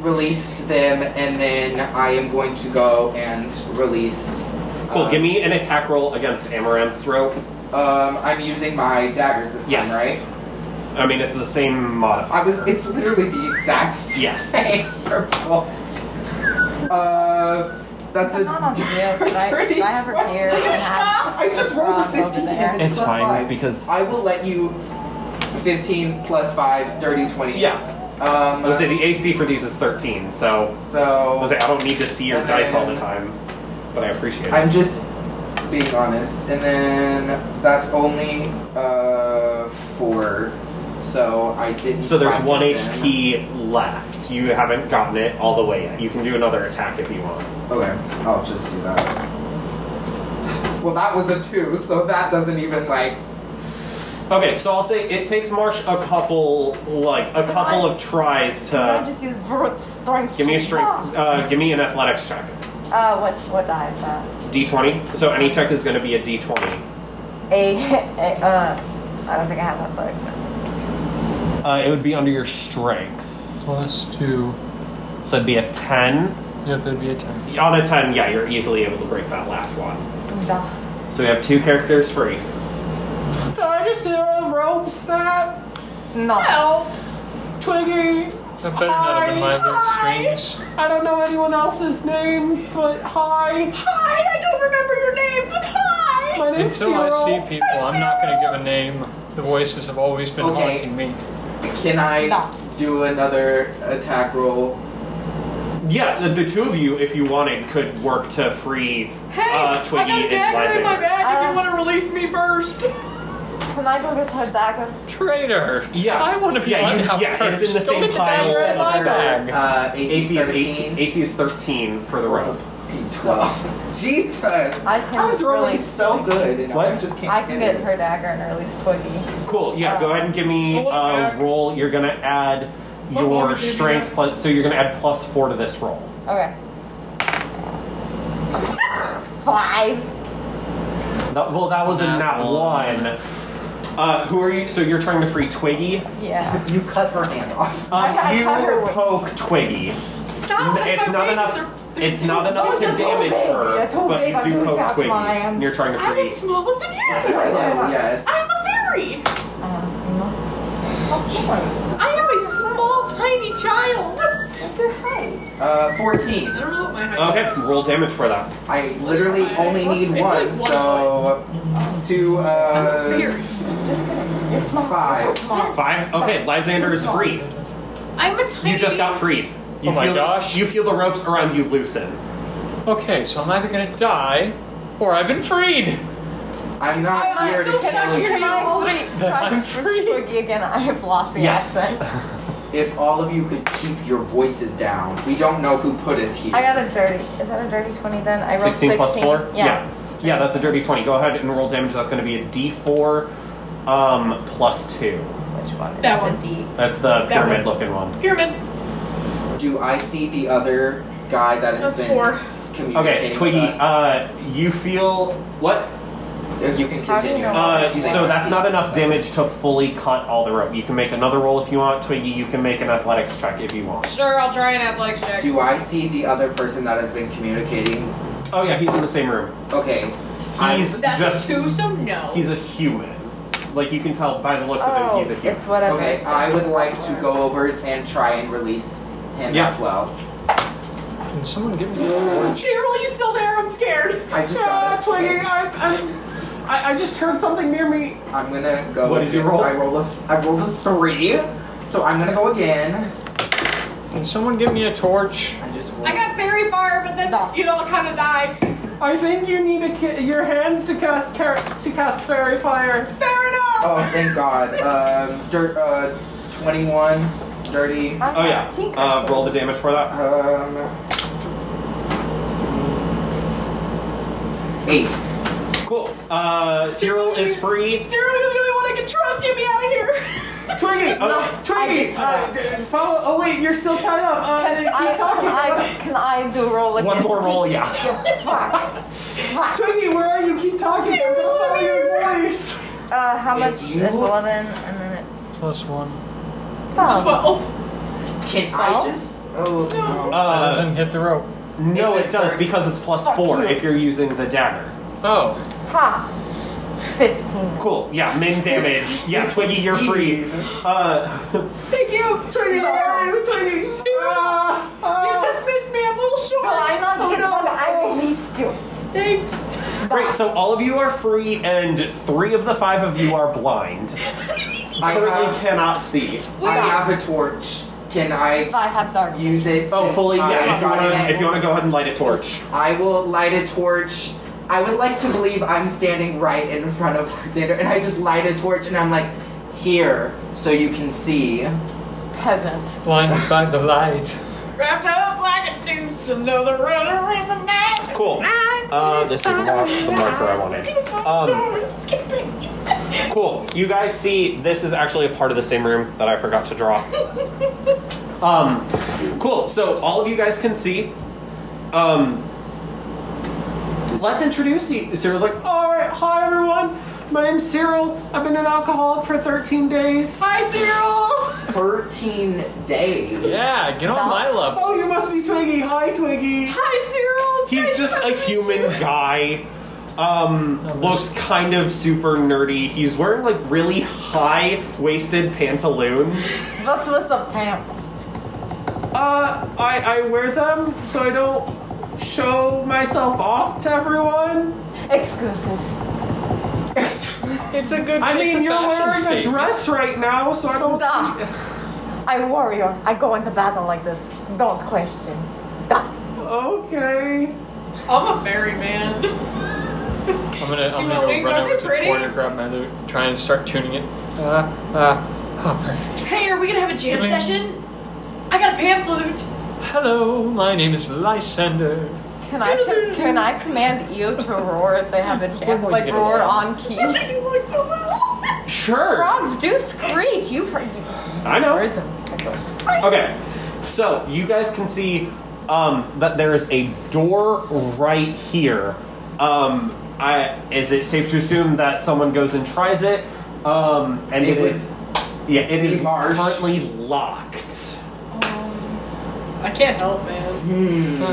Speaker 2: released them and then I am going to go and release.
Speaker 1: Cool.
Speaker 2: um,
Speaker 1: give me an attack roll against Amaranth's rope.
Speaker 2: Um, I'm using my daggers this
Speaker 1: Yes.
Speaker 2: time,
Speaker 1: I
Speaker 2: right?
Speaker 1: mean, it's the same modifier.
Speaker 2: I was. It's literally the exact same. (laughs)
Speaker 1: Yes.
Speaker 2: Purple. Uh, that's a.
Speaker 3: I'm not on (laughs) the deal. Should I,
Speaker 2: dirty
Speaker 3: should I have her
Speaker 2: 20.
Speaker 3: here? and
Speaker 2: (laughs)
Speaker 3: have-
Speaker 2: I just rolled a
Speaker 3: Rob over
Speaker 2: 15.
Speaker 3: there?
Speaker 2: and
Speaker 1: It's
Speaker 2: plus
Speaker 1: fine,
Speaker 2: five.
Speaker 1: because-
Speaker 2: I will let you. 15 plus five, dirty 20.
Speaker 1: Yeah.
Speaker 2: Um.
Speaker 1: I would say the AC for these is 13, so I would
Speaker 2: so
Speaker 1: say I don't need to see your
Speaker 2: And
Speaker 1: dice all the
Speaker 2: then-
Speaker 1: time, but I appreciate it.
Speaker 2: I'm just being honest, and then that's only uh four. So I didn't.
Speaker 1: so there's
Speaker 2: whack
Speaker 1: one
Speaker 2: it then.
Speaker 1: HP left. You haven't gotten it all the way yet. You can do another attack if you want.
Speaker 2: Okay, I'll just do that. Well, that was a two, so that doesn't even like.
Speaker 1: Okay, so I'll say it takes Marsh a couple, like a
Speaker 3: Can
Speaker 1: couple
Speaker 3: I-
Speaker 1: of tries
Speaker 3: Can I
Speaker 1: to
Speaker 3: just use brute
Speaker 1: uh,
Speaker 3: strength?
Speaker 1: give me a
Speaker 3: to
Speaker 1: strength.
Speaker 3: stop?
Speaker 1: Uh, give me an athletics check.
Speaker 3: Uh, what what die is that?
Speaker 1: D20. So any check is going to be a D20.
Speaker 3: A, (laughs) a uh, I don't think I have athletics. now.
Speaker 1: Uh, it would be under your strength,
Speaker 5: Plus two.
Speaker 1: so it'd be a 10.
Speaker 5: Yep, that'd be a ten.
Speaker 1: On a 10, yeah, you're easily able to break that last one.
Speaker 3: Duh.
Speaker 1: So we have two characters free. I just do a rope snap,
Speaker 3: No.
Speaker 4: Help.
Speaker 1: Twiggy.
Speaker 5: That better not have been my little strings.
Speaker 1: I don't know anyone else's name, but hi.
Speaker 4: Hi, I don't remember your name, but hi.
Speaker 1: My name's
Speaker 5: Until I
Speaker 1: Cyril.
Speaker 5: see people, I'm not gonna give a name. The voices have always been
Speaker 2: Okay.
Speaker 5: haunting me.
Speaker 2: Can I
Speaker 9: No.
Speaker 2: do another attack roll?
Speaker 1: Yeah, the, the two of you, if you wanted, could work to free
Speaker 4: Hey,
Speaker 1: uh,
Speaker 4: I
Speaker 1: Twiggy
Speaker 4: got a
Speaker 1: and
Speaker 4: dagger in my
Speaker 1: Lysander.
Speaker 4: back. if
Speaker 9: Uh,
Speaker 4: you want to release me first,
Speaker 3: Can I go get her dagger?
Speaker 5: Traitor!
Speaker 1: Yeah.
Speaker 5: I want to be
Speaker 1: Yeah,
Speaker 5: on
Speaker 1: you-
Speaker 5: that
Speaker 1: yeah,
Speaker 5: first.
Speaker 1: it's in the
Speaker 5: Don't
Speaker 1: same
Speaker 5: get the
Speaker 1: pile
Speaker 5: dagger in
Speaker 1: of
Speaker 5: my
Speaker 1: her-
Speaker 5: bag.
Speaker 2: Uh,
Speaker 1: AC
Speaker 2: AC
Speaker 1: is
Speaker 2: 17.
Speaker 1: 18. AC is 13 for the round.
Speaker 2: P12. (laughs) Jesus! I
Speaker 3: I can
Speaker 2: was rolling
Speaker 3: release
Speaker 2: so good, and I
Speaker 1: What?
Speaker 2: just can't.
Speaker 3: I can
Speaker 2: get
Speaker 3: get
Speaker 2: it.
Speaker 3: her dagger and release Twiggy.
Speaker 1: Cool. Yeah, go ahead and give me
Speaker 4: Roll it
Speaker 1: uh,
Speaker 4: back.
Speaker 1: roll. You're gonna add
Speaker 4: What roll
Speaker 1: your
Speaker 4: did you
Speaker 1: strength
Speaker 4: have?
Speaker 1: plus. So you're gonna add plus four to this roll.
Speaker 3: Okay. Five.
Speaker 1: That, well, that was a
Speaker 5: Nat
Speaker 1: nat
Speaker 5: one.
Speaker 1: one. Uh, who are you? So you're trying to free Twiggy.
Speaker 3: Yeah.
Speaker 2: You cut her hand
Speaker 1: (laughs)
Speaker 2: off.
Speaker 1: Uh,
Speaker 3: I
Speaker 1: you
Speaker 3: cut her with-
Speaker 1: poke Twiggy.
Speaker 4: stop. That's
Speaker 1: it's
Speaker 4: my
Speaker 1: not
Speaker 4: wings.
Speaker 1: enough.
Speaker 4: They're, they're
Speaker 1: it's
Speaker 4: too
Speaker 1: not enough
Speaker 4: large.
Speaker 1: to
Speaker 3: They're too
Speaker 1: damage
Speaker 3: big.
Speaker 1: her,
Speaker 3: They're too
Speaker 1: but
Speaker 3: big.
Speaker 1: you
Speaker 3: I'm
Speaker 1: do
Speaker 3: too
Speaker 1: poke
Speaker 3: fast,
Speaker 1: Twiggy,
Speaker 3: ma'am.
Speaker 1: and you're trying to
Speaker 4: I am
Speaker 1: free.
Speaker 4: smaller than you.
Speaker 2: So, yes.
Speaker 4: I'm a fairy.
Speaker 3: Um, no.
Speaker 4: I am a small, tiny child. What's your height?
Speaker 2: Uh, 14.
Speaker 4: I don't know what my height
Speaker 1: Okay,
Speaker 4: is.
Speaker 1: roll damage for that.
Speaker 2: I literally only need
Speaker 4: It's like
Speaker 2: one,
Speaker 4: one
Speaker 2: so two,
Speaker 4: I'm a
Speaker 2: uh,
Speaker 4: fairy.
Speaker 3: You're small.
Speaker 2: Five.
Speaker 3: You're small.
Speaker 4: Yes.
Speaker 1: Five. Okay, Lysander is free.
Speaker 4: I'm a tiny.
Speaker 1: You just got freed. You
Speaker 5: Oh my
Speaker 1: feel,
Speaker 5: gosh.
Speaker 1: You feel the ropes around you loosen.
Speaker 5: Okay, so I'm either gonna die or I've been freed.
Speaker 2: I'm not
Speaker 4: I'm
Speaker 2: here
Speaker 4: still
Speaker 2: to
Speaker 4: stuck
Speaker 2: kill
Speaker 4: here.
Speaker 2: you.
Speaker 3: Can I free, try to
Speaker 5: I'm
Speaker 3: free
Speaker 5: free.
Speaker 3: Twiggy again? I have lost the
Speaker 1: Yes.
Speaker 3: accent.
Speaker 2: If all of you could keep your voices down, we don't know who put us here.
Speaker 3: I got a dirty. Is that a dirty 20 then? I
Speaker 1: (laughs)
Speaker 3: rolled
Speaker 1: 16
Speaker 3: 16.
Speaker 1: plus 4?
Speaker 3: Yeah.
Speaker 1: yeah. Yeah, that's a dirty 20. Go ahead and roll damage. That's going to be a d4 um, plus 2.
Speaker 3: Which one?
Speaker 4: That
Speaker 3: is
Speaker 4: one.
Speaker 3: The D.
Speaker 1: That's the
Speaker 4: That
Speaker 1: pyramid looking one.
Speaker 4: Pyramid.
Speaker 2: Do I see the other guy that has
Speaker 4: That's
Speaker 2: been
Speaker 4: four.
Speaker 1: Okay,
Speaker 2: communicating
Speaker 1: Twiggy,
Speaker 2: with us?
Speaker 1: uh, you feel. What?
Speaker 2: If you can
Speaker 3: How do you
Speaker 2: continue.
Speaker 3: know?
Speaker 1: Uh,
Speaker 2: He's
Speaker 1: so
Speaker 2: like-
Speaker 1: that's not enough damage to fully cut all the rope. You can make another roll if you want. Twiggy, you can make an athletics check if you want.
Speaker 4: Sure, I'll try an athletics check.
Speaker 2: Do I see the other person that has been communicating?
Speaker 1: Oh, yeah, he's in the same room.
Speaker 2: Okay. I'm-
Speaker 1: He's
Speaker 4: That's
Speaker 1: just.
Speaker 4: a two, so no.
Speaker 1: He's a human. Like, you can tell by the looks
Speaker 3: Oh,
Speaker 1: of him, he's a human.
Speaker 3: it's whatever.
Speaker 2: okay,
Speaker 3: it's
Speaker 2: I would
Speaker 3: basically
Speaker 2: like
Speaker 3: what
Speaker 2: to
Speaker 3: it
Speaker 2: go
Speaker 3: was.
Speaker 2: over and try and release him
Speaker 1: Yeah.
Speaker 2: as well.
Speaker 5: Can someone give me a
Speaker 4: Cheryl, you still there? I'm scared.
Speaker 2: I just got it.
Speaker 4: I'm, I'm,
Speaker 1: I, I just heard something near me.
Speaker 2: I'm gonna go.
Speaker 1: What did you
Speaker 2: again.
Speaker 1: roll?
Speaker 2: I rolled a, I rolled a three, so I'm gonna go again.
Speaker 5: Can someone give me a torch?
Speaker 2: I just rolled.
Speaker 4: I got fairy fire, but then
Speaker 3: No.
Speaker 4: you know I kind of die.
Speaker 1: I think you need your hands to cast to cast fairy fire.
Speaker 4: Fair enough.
Speaker 2: oh, thank God. Um, dirt. Uh, twenty-one. Dirty.
Speaker 3: I'm
Speaker 1: Oh yeah.
Speaker 3: not Tinker
Speaker 1: Uh, roll the
Speaker 3: Toys.
Speaker 1: damage for that.
Speaker 2: Um. Eight.
Speaker 1: Cool. Uh, Cyril is free.
Speaker 4: Cyril, you're the only one I can trust. Get me out of here. (laughs)
Speaker 1: Twiggy,
Speaker 3: No, I get tied
Speaker 1: uh, follow. Oh wait, you're still tied up. Uh,
Speaker 3: Can I, can, I, can I do roll again?
Speaker 1: One more roll, yeah.
Speaker 3: Fuck. Fuck.
Speaker 1: Twiggy, where are you? Keep talking. I'm gonna follow your voice.
Speaker 3: Uh, how
Speaker 2: If
Speaker 3: much? It's
Speaker 2: you-
Speaker 3: 11, and then it's.
Speaker 5: Plus one.
Speaker 3: Oh.
Speaker 4: Twelve.
Speaker 2: Can I
Speaker 3: Twelve?
Speaker 2: just? Oh no.
Speaker 5: that
Speaker 1: Uh,
Speaker 5: doesn't hit the rope.
Speaker 1: no,
Speaker 2: It's a
Speaker 1: it does
Speaker 2: third.
Speaker 1: because it's plus
Speaker 3: Fuck
Speaker 1: four
Speaker 3: you.
Speaker 1: if you're using the dagger.
Speaker 5: Oh.
Speaker 3: Ha. 15. then.
Speaker 1: Cool. Yeah, min damage. Yeah, Twiggy, you're free. Uh, (laughs)
Speaker 4: Thank you. Twiggy, where are (laughs) you, Twiggy? Cyril, you just missed me. I'm a little short.
Speaker 3: Uh, No, I'm not
Speaker 4: Oh,
Speaker 3: hit
Speaker 4: no.
Speaker 3: one. I released you.
Speaker 4: Thanks.
Speaker 1: great. So all of you are free, and three of the five of you are blind.
Speaker 2: I
Speaker 1: Currently
Speaker 2: have.
Speaker 1: cannot see.
Speaker 2: I
Speaker 4: Wait.
Speaker 2: have a torch. Can
Speaker 3: If
Speaker 2: I
Speaker 3: I have dark.
Speaker 2: use it?
Speaker 1: Oh,
Speaker 2: since
Speaker 1: fully. Yeah. If
Speaker 2: I've
Speaker 1: you
Speaker 2: gotten
Speaker 1: want
Speaker 2: it?
Speaker 1: to, if you want to go ahead and light a torch.
Speaker 2: I will light a torch. I would like to believe I'm standing right in front of (laughs) Lysander, and I just light a torch, and I'm like, here, so you can see.
Speaker 3: Peasant.
Speaker 5: Blinded by the light.
Speaker 4: Wrapped up like a noose, another runner in the night.
Speaker 1: Cool. Uh, this is not the marker I wanted. Um, cool. You guys see, this is actually a part of the same room that I forgot to draw. Um, cool. So all of you guys can see. Um, let's introduce you. Cyril's like, all right, hi everyone. My name's Cyril. I've been an alcoholic for 13 days.
Speaker 4: Bye, Cyril.
Speaker 2: 13 days.
Speaker 5: Yeah, get on my level.
Speaker 1: Oh, you must be Twiggy. Hi, Twiggy.
Speaker 4: Hi, Cyril.
Speaker 1: He's
Speaker 4: Nice
Speaker 1: just
Speaker 4: to
Speaker 1: a
Speaker 4: meet
Speaker 1: human
Speaker 4: you.
Speaker 1: guy. Um, looks kind of super nerdy. He's wearing like really high waisted pantaloons.
Speaker 3: What's with the pants?
Speaker 1: Uh, I, I wear them so I don't show myself off to everyone.
Speaker 3: Excuses.
Speaker 2: Yes.
Speaker 5: It's a good.
Speaker 1: I
Speaker 5: it's
Speaker 1: mean,
Speaker 5: a
Speaker 1: you're
Speaker 5: fashion
Speaker 1: wearing
Speaker 5: statement.
Speaker 1: a dress right now, so I don't.
Speaker 3: Da. I warrior. I go into battle like this. Don't question. Da.
Speaker 1: (laughs) Okay.
Speaker 4: I'm a fairy man.
Speaker 5: I'm gonna,
Speaker 4: See
Speaker 5: I'm
Speaker 4: my
Speaker 5: gonna go
Speaker 4: wings?
Speaker 5: run
Speaker 4: Aren't
Speaker 5: over
Speaker 4: they
Speaker 5: to
Speaker 4: pretty?
Speaker 5: the corner, grab my loot, try and start tuning it. Uh, uh, oh, perfect.
Speaker 4: hey, are we gonna have a jam
Speaker 5: Really?
Speaker 4: session? I got a pan flute.
Speaker 5: Hello, my name is Lysander.
Speaker 3: Can I can, I command Io to roar if they have a
Speaker 5: Where
Speaker 3: jam?
Speaker 5: will you
Speaker 3: Like
Speaker 5: get
Speaker 3: roar
Speaker 5: along?
Speaker 3: on (laughs) key.
Speaker 4: You look so well.
Speaker 1: Sure.
Speaker 3: Frogs do screech. You've heard, you, have
Speaker 1: I know.
Speaker 3: heard them.
Speaker 1: Okay, so you guys can see um, that there is a door right here. Um, I, is it safe to assume that someone goes and tries it? Um, and
Speaker 2: It
Speaker 1: it
Speaker 2: would
Speaker 1: is, yeah, it
Speaker 2: be
Speaker 1: is
Speaker 2: marsh.
Speaker 1: currently locked.
Speaker 4: I can't help, man.
Speaker 2: Hmm.
Speaker 5: Uh,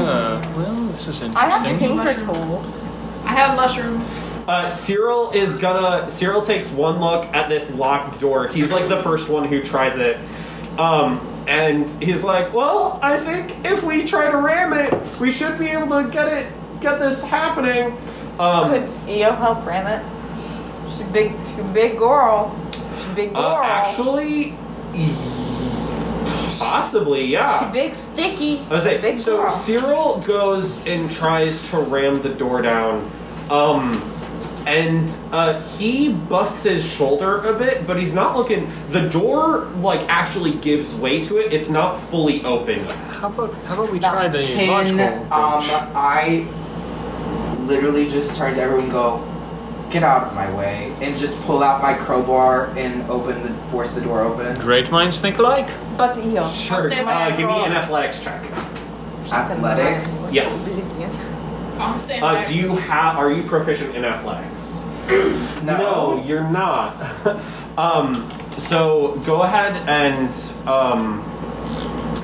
Speaker 5: well, this is interesting.
Speaker 3: I have tinker
Speaker 4: Mushroom.
Speaker 3: tools.
Speaker 4: I have mushrooms.
Speaker 1: Uh, Cyril is gonna. Cyril takes one look at this locked door. He's like the first one who tries it. Um, and he's like, well, I think if we try to ram it, we should be able to get it, get this happening. Um,
Speaker 3: Could Io help ram it? She big, she big girl. She big girl.
Speaker 1: Uh, actually, e- possibly,
Speaker 3: she
Speaker 1: yeah.
Speaker 3: big sticky.
Speaker 1: I was saying,
Speaker 3: big
Speaker 1: so
Speaker 3: girl.
Speaker 1: Cyril goes and tries to ram the door down, um, and uh, he busts his shoulder a bit, but he's not looking. The door like actually gives way to it. It's not fully open.
Speaker 5: How about how about we
Speaker 3: That
Speaker 5: try the
Speaker 2: Can
Speaker 5: logical
Speaker 2: um
Speaker 5: approach?
Speaker 2: I literally just turned to everyone and go, get out of my way, and just pull out my crowbar and open the force the door open.
Speaker 5: Great minds think alike.
Speaker 3: But E Io.
Speaker 1: Sure.
Speaker 4: stand by
Speaker 1: Uh,
Speaker 4: and
Speaker 1: give me
Speaker 3: roll.
Speaker 1: an athletics check.
Speaker 2: Athletics.
Speaker 1: Yes.
Speaker 3: Oblivion.
Speaker 4: I'll stand
Speaker 1: Uh,
Speaker 4: back.
Speaker 1: do you have? Are you proficient in athletics? No, you're not. (laughs) um, so go ahead and um,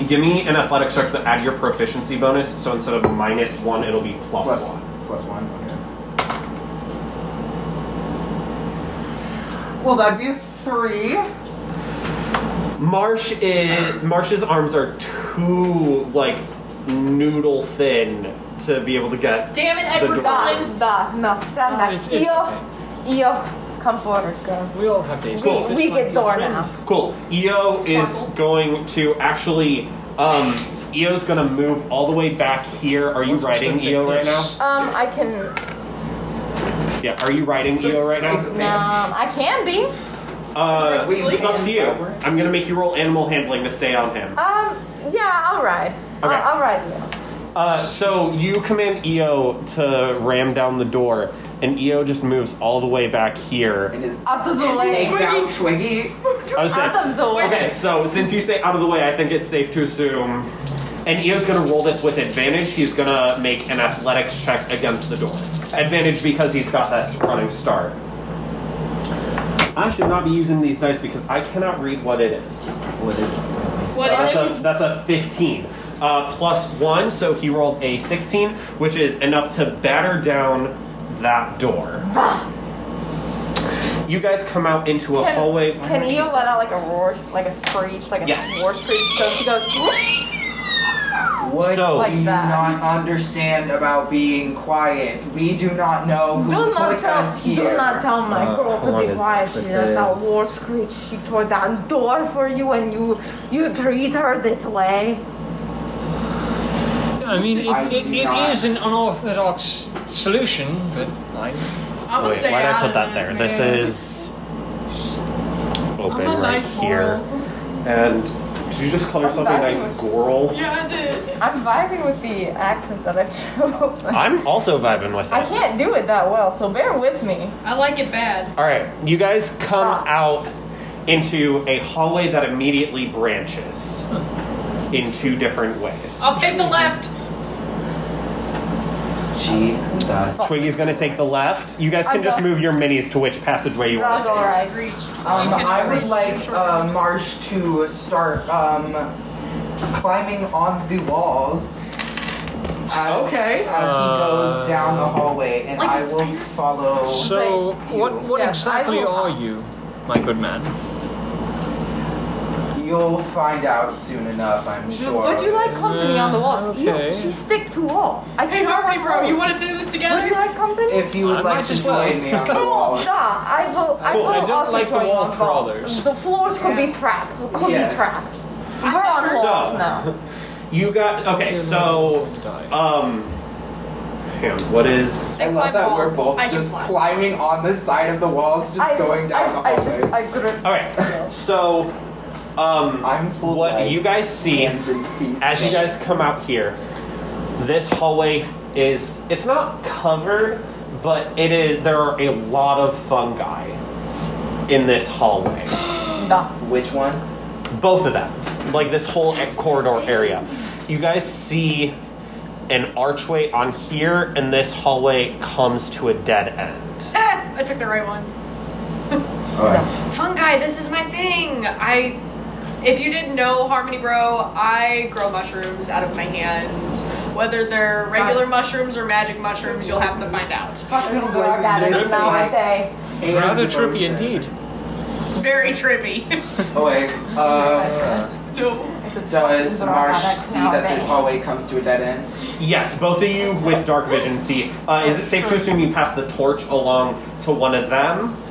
Speaker 1: give me an athletics check to add your proficiency bonus. So instead of minus one, it'll be plus,
Speaker 2: Plus
Speaker 1: one.
Speaker 2: Plus one. Okay. Well, that'd be a three.
Speaker 1: Marsh is Marsh's arms are too like noodle thin to be able to get.
Speaker 4: Damn it, Edward
Speaker 1: door.
Speaker 4: Cullen.
Speaker 3: Da, no, stand back. E
Speaker 5: It's- it's
Speaker 3: Io, Io, come forward, girl.
Speaker 5: We all have days.
Speaker 3: We, we get door now.
Speaker 1: Cool. Io is
Speaker 4: Sparkle.
Speaker 1: going to actually. Um, Io's gonna move all the way back here. Are you riding Io right now?
Speaker 3: Um, I can.
Speaker 1: Yeah. Are you riding Io right now?
Speaker 3: Um, I can be.
Speaker 1: Uh,
Speaker 2: Wait,
Speaker 1: it's up to you.
Speaker 2: wait.
Speaker 1: I'm gonna make you roll animal handling to stay on him.
Speaker 3: Um, yeah, I'll ride.
Speaker 1: Okay.
Speaker 3: I'll, I'll ride you.
Speaker 1: Uh, so you command Io to ram down the door, and Io just moves all the way back here.
Speaker 2: It is
Speaker 3: Out of the
Speaker 2: takes
Speaker 3: way.
Speaker 2: out Twiggy.
Speaker 1: I was saying-
Speaker 3: Out of the way.
Speaker 1: okay, so since you say out of the way, I think it's safe to assume. And Io's gonna roll this with advantage. He's gonna make an athletics check against the door. Advantage because he's got that running start. I should not be using these dice because I cannot read what it is.
Speaker 4: What
Speaker 1: That's
Speaker 4: it is?
Speaker 1: a, that's a 15. Uh, plus one, so he rolled a 16, which is enough to batter down that door. You guys come out into a
Speaker 3: Can-
Speaker 1: hallway.
Speaker 3: Can Io let out like a roar, like a screech, like a
Speaker 1: Yes.
Speaker 3: roar screech? So she goes.
Speaker 2: What
Speaker 1: So-
Speaker 2: do
Speaker 3: Like
Speaker 2: you
Speaker 3: that.
Speaker 2: not understand about being quiet? We do not know who
Speaker 3: Do not
Speaker 2: put
Speaker 3: tell,
Speaker 2: us here.
Speaker 3: do not tell my
Speaker 10: Uh,
Speaker 3: girl
Speaker 10: how
Speaker 3: to
Speaker 10: long
Speaker 3: be
Speaker 10: is
Speaker 3: quiet.
Speaker 10: this?
Speaker 3: She
Speaker 10: This
Speaker 3: lets out
Speaker 10: is-
Speaker 3: war screech. She tore down door for you, and you you treat her this way.
Speaker 5: I mean,
Speaker 2: I
Speaker 5: it, it,
Speaker 2: do
Speaker 5: it
Speaker 2: not.
Speaker 5: is an unorthodox solution, but
Speaker 1: Oh,
Speaker 5: I
Speaker 4: I'm gonna
Speaker 10: Wait,
Speaker 4: stay
Speaker 10: why'd
Speaker 4: out
Speaker 10: I put
Speaker 4: of
Speaker 10: that there? This
Speaker 4: man.
Speaker 10: is
Speaker 4: I'm
Speaker 10: open
Speaker 4: a
Speaker 10: right
Speaker 4: nice
Speaker 10: here.
Speaker 4: girl.
Speaker 1: And did you just call yourself a
Speaker 3: back.
Speaker 1: nice girl?
Speaker 4: Yeah, I did.
Speaker 3: I'm vibing with the accent (laughs) that I've chosen.
Speaker 10: I'm also vibing with
Speaker 3: I
Speaker 10: it.
Speaker 3: can't do it that well, so bear with me.
Speaker 4: I like it bad.
Speaker 1: All right, you guys come
Speaker 3: Ah.
Speaker 1: out into a hallway that immediately branches in two different ways.
Speaker 4: I'll take the left.
Speaker 2: Jesus.
Speaker 1: Twiggy's gonna take the left. You guys can
Speaker 3: I'll
Speaker 1: just
Speaker 3: go.
Speaker 1: move your minis to which passageway you want.
Speaker 3: That's all right.
Speaker 4: Reach.
Speaker 2: Um,
Speaker 4: You can
Speaker 2: I would
Speaker 4: reach
Speaker 2: like
Speaker 4: short
Speaker 2: uh,
Speaker 4: arms.
Speaker 2: Marsh to start um, climbing on the walls. As,
Speaker 1: Okay.
Speaker 2: As he goes down the hallway, and
Speaker 4: Like a
Speaker 2: I will follow.
Speaker 5: Uh, So,
Speaker 3: Thank you.
Speaker 5: what, what
Speaker 3: Yes, I
Speaker 5: exactly
Speaker 3: will-
Speaker 5: are you, my good man?
Speaker 2: you You'll find out soon enough, I'm sure.
Speaker 11: Would you like company on the walls?
Speaker 5: Okay.
Speaker 11: You, she stick to wall. I
Speaker 1: Hey,
Speaker 11: do not
Speaker 1: Harmony
Speaker 11: want
Speaker 1: Bro, you
Speaker 11: wall.
Speaker 1: want to do this
Speaker 11: Would you
Speaker 1: together?
Speaker 11: like company?
Speaker 2: If you would
Speaker 5: I
Speaker 2: like
Speaker 5: might
Speaker 2: to
Speaker 5: as well. (laughs)
Speaker 2: join me on the
Speaker 5: Cool.
Speaker 2: wall.
Speaker 11: Duh, I will. I
Speaker 5: Cool.
Speaker 11: will
Speaker 5: I don't
Speaker 11: also
Speaker 5: like the
Speaker 11: join
Speaker 5: wall
Speaker 11: on
Speaker 5: crawlers.
Speaker 11: The floors could be
Speaker 1: Yeah.
Speaker 11: trap. Could
Speaker 2: Yes.
Speaker 11: be trap. We're on walls now.
Speaker 8: You got okay. So,
Speaker 5: uh,
Speaker 8: um, hang on, what is?
Speaker 1: I
Speaker 2: I love
Speaker 1: climb
Speaker 2: that
Speaker 1: walls.
Speaker 2: we're both
Speaker 1: I can
Speaker 2: just
Speaker 1: climb.
Speaker 2: climbing on the side of the walls, just
Speaker 11: I,
Speaker 2: going down the
Speaker 11: I,
Speaker 2: hallway.
Speaker 11: I just I grip.
Speaker 8: All right. So, um,
Speaker 2: I'm full
Speaker 8: what
Speaker 2: like,
Speaker 8: you guys see
Speaker 2: hands and feet.
Speaker 8: as you guys come out here, this hallway is it's not covered, but it is there are a lot of fungi in this hallway.
Speaker 11: Duh.
Speaker 2: Which one?
Speaker 8: both of them, like this whole e-, corridor area. You guys see an archway on here, and this hallway comes to a dead end.
Speaker 1: Eh, I took the right one.
Speaker 2: Alright.
Speaker 1: Fungi, this is my thing. I, if you didn't know, Harmony Bro, I grow mushrooms out of my hands. Whether they're regular mushrooms or magic mushrooms, you'll have to find out.
Speaker 11: Fucking good. That
Speaker 2: This
Speaker 11: is
Speaker 2: is
Speaker 11: not
Speaker 2: like-
Speaker 11: a day.
Speaker 2: And
Speaker 5: Rather trippy
Speaker 2: devotion.
Speaker 5: indeed.
Speaker 1: Very trippy. (laughs)
Speaker 2: Oh wait. Uh,
Speaker 1: no.
Speaker 2: does Marsh
Speaker 11: That's
Speaker 2: see
Speaker 11: not
Speaker 2: that
Speaker 11: bad.
Speaker 2: this hallway comes to a dead end?
Speaker 8: Yes, both of you with dark vision see. Uh, is it safe to assume you pass the torch along to one of them?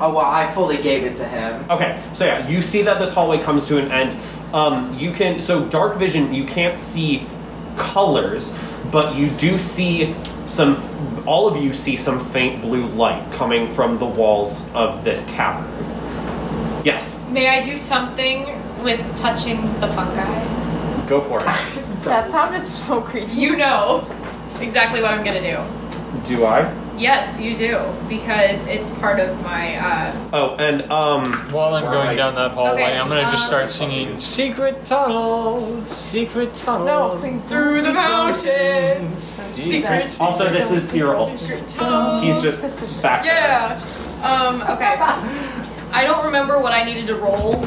Speaker 2: Oh well, I fully gave it to him.
Speaker 8: Okay, so yeah, you see that this hallway comes to an end. Um, you can so dark vision. You can't see colors, but you do see some. All of you see some faint blue light coming from the walls of this cavern. Yes,
Speaker 4: May I do something with touching the fungi?
Speaker 8: go for it.
Speaker 11: That sounded so
Speaker 4: (laughs)
Speaker 11: creepy.
Speaker 4: You know exactly what I'm gonna do.
Speaker 8: Do I?
Speaker 4: Yes, you do, because it's part of my. Uh,
Speaker 8: Oh, and um,
Speaker 5: While I'm
Speaker 8: Right.
Speaker 5: going down that hallway,
Speaker 4: Okay,
Speaker 5: I'm gonna just
Speaker 4: um,
Speaker 5: start singing "Secret Tunnel, Secret Tunnel."
Speaker 11: No, sing
Speaker 1: Through the mountain.
Speaker 5: Secret.
Speaker 1: Secret.
Speaker 8: also this is Cyril.
Speaker 1: Secret tunnel.
Speaker 8: He's just back. there.
Speaker 1: Yeah. Um,
Speaker 11: (laughs)
Speaker 1: okay.
Speaker 4: I don't remember what I needed to roll,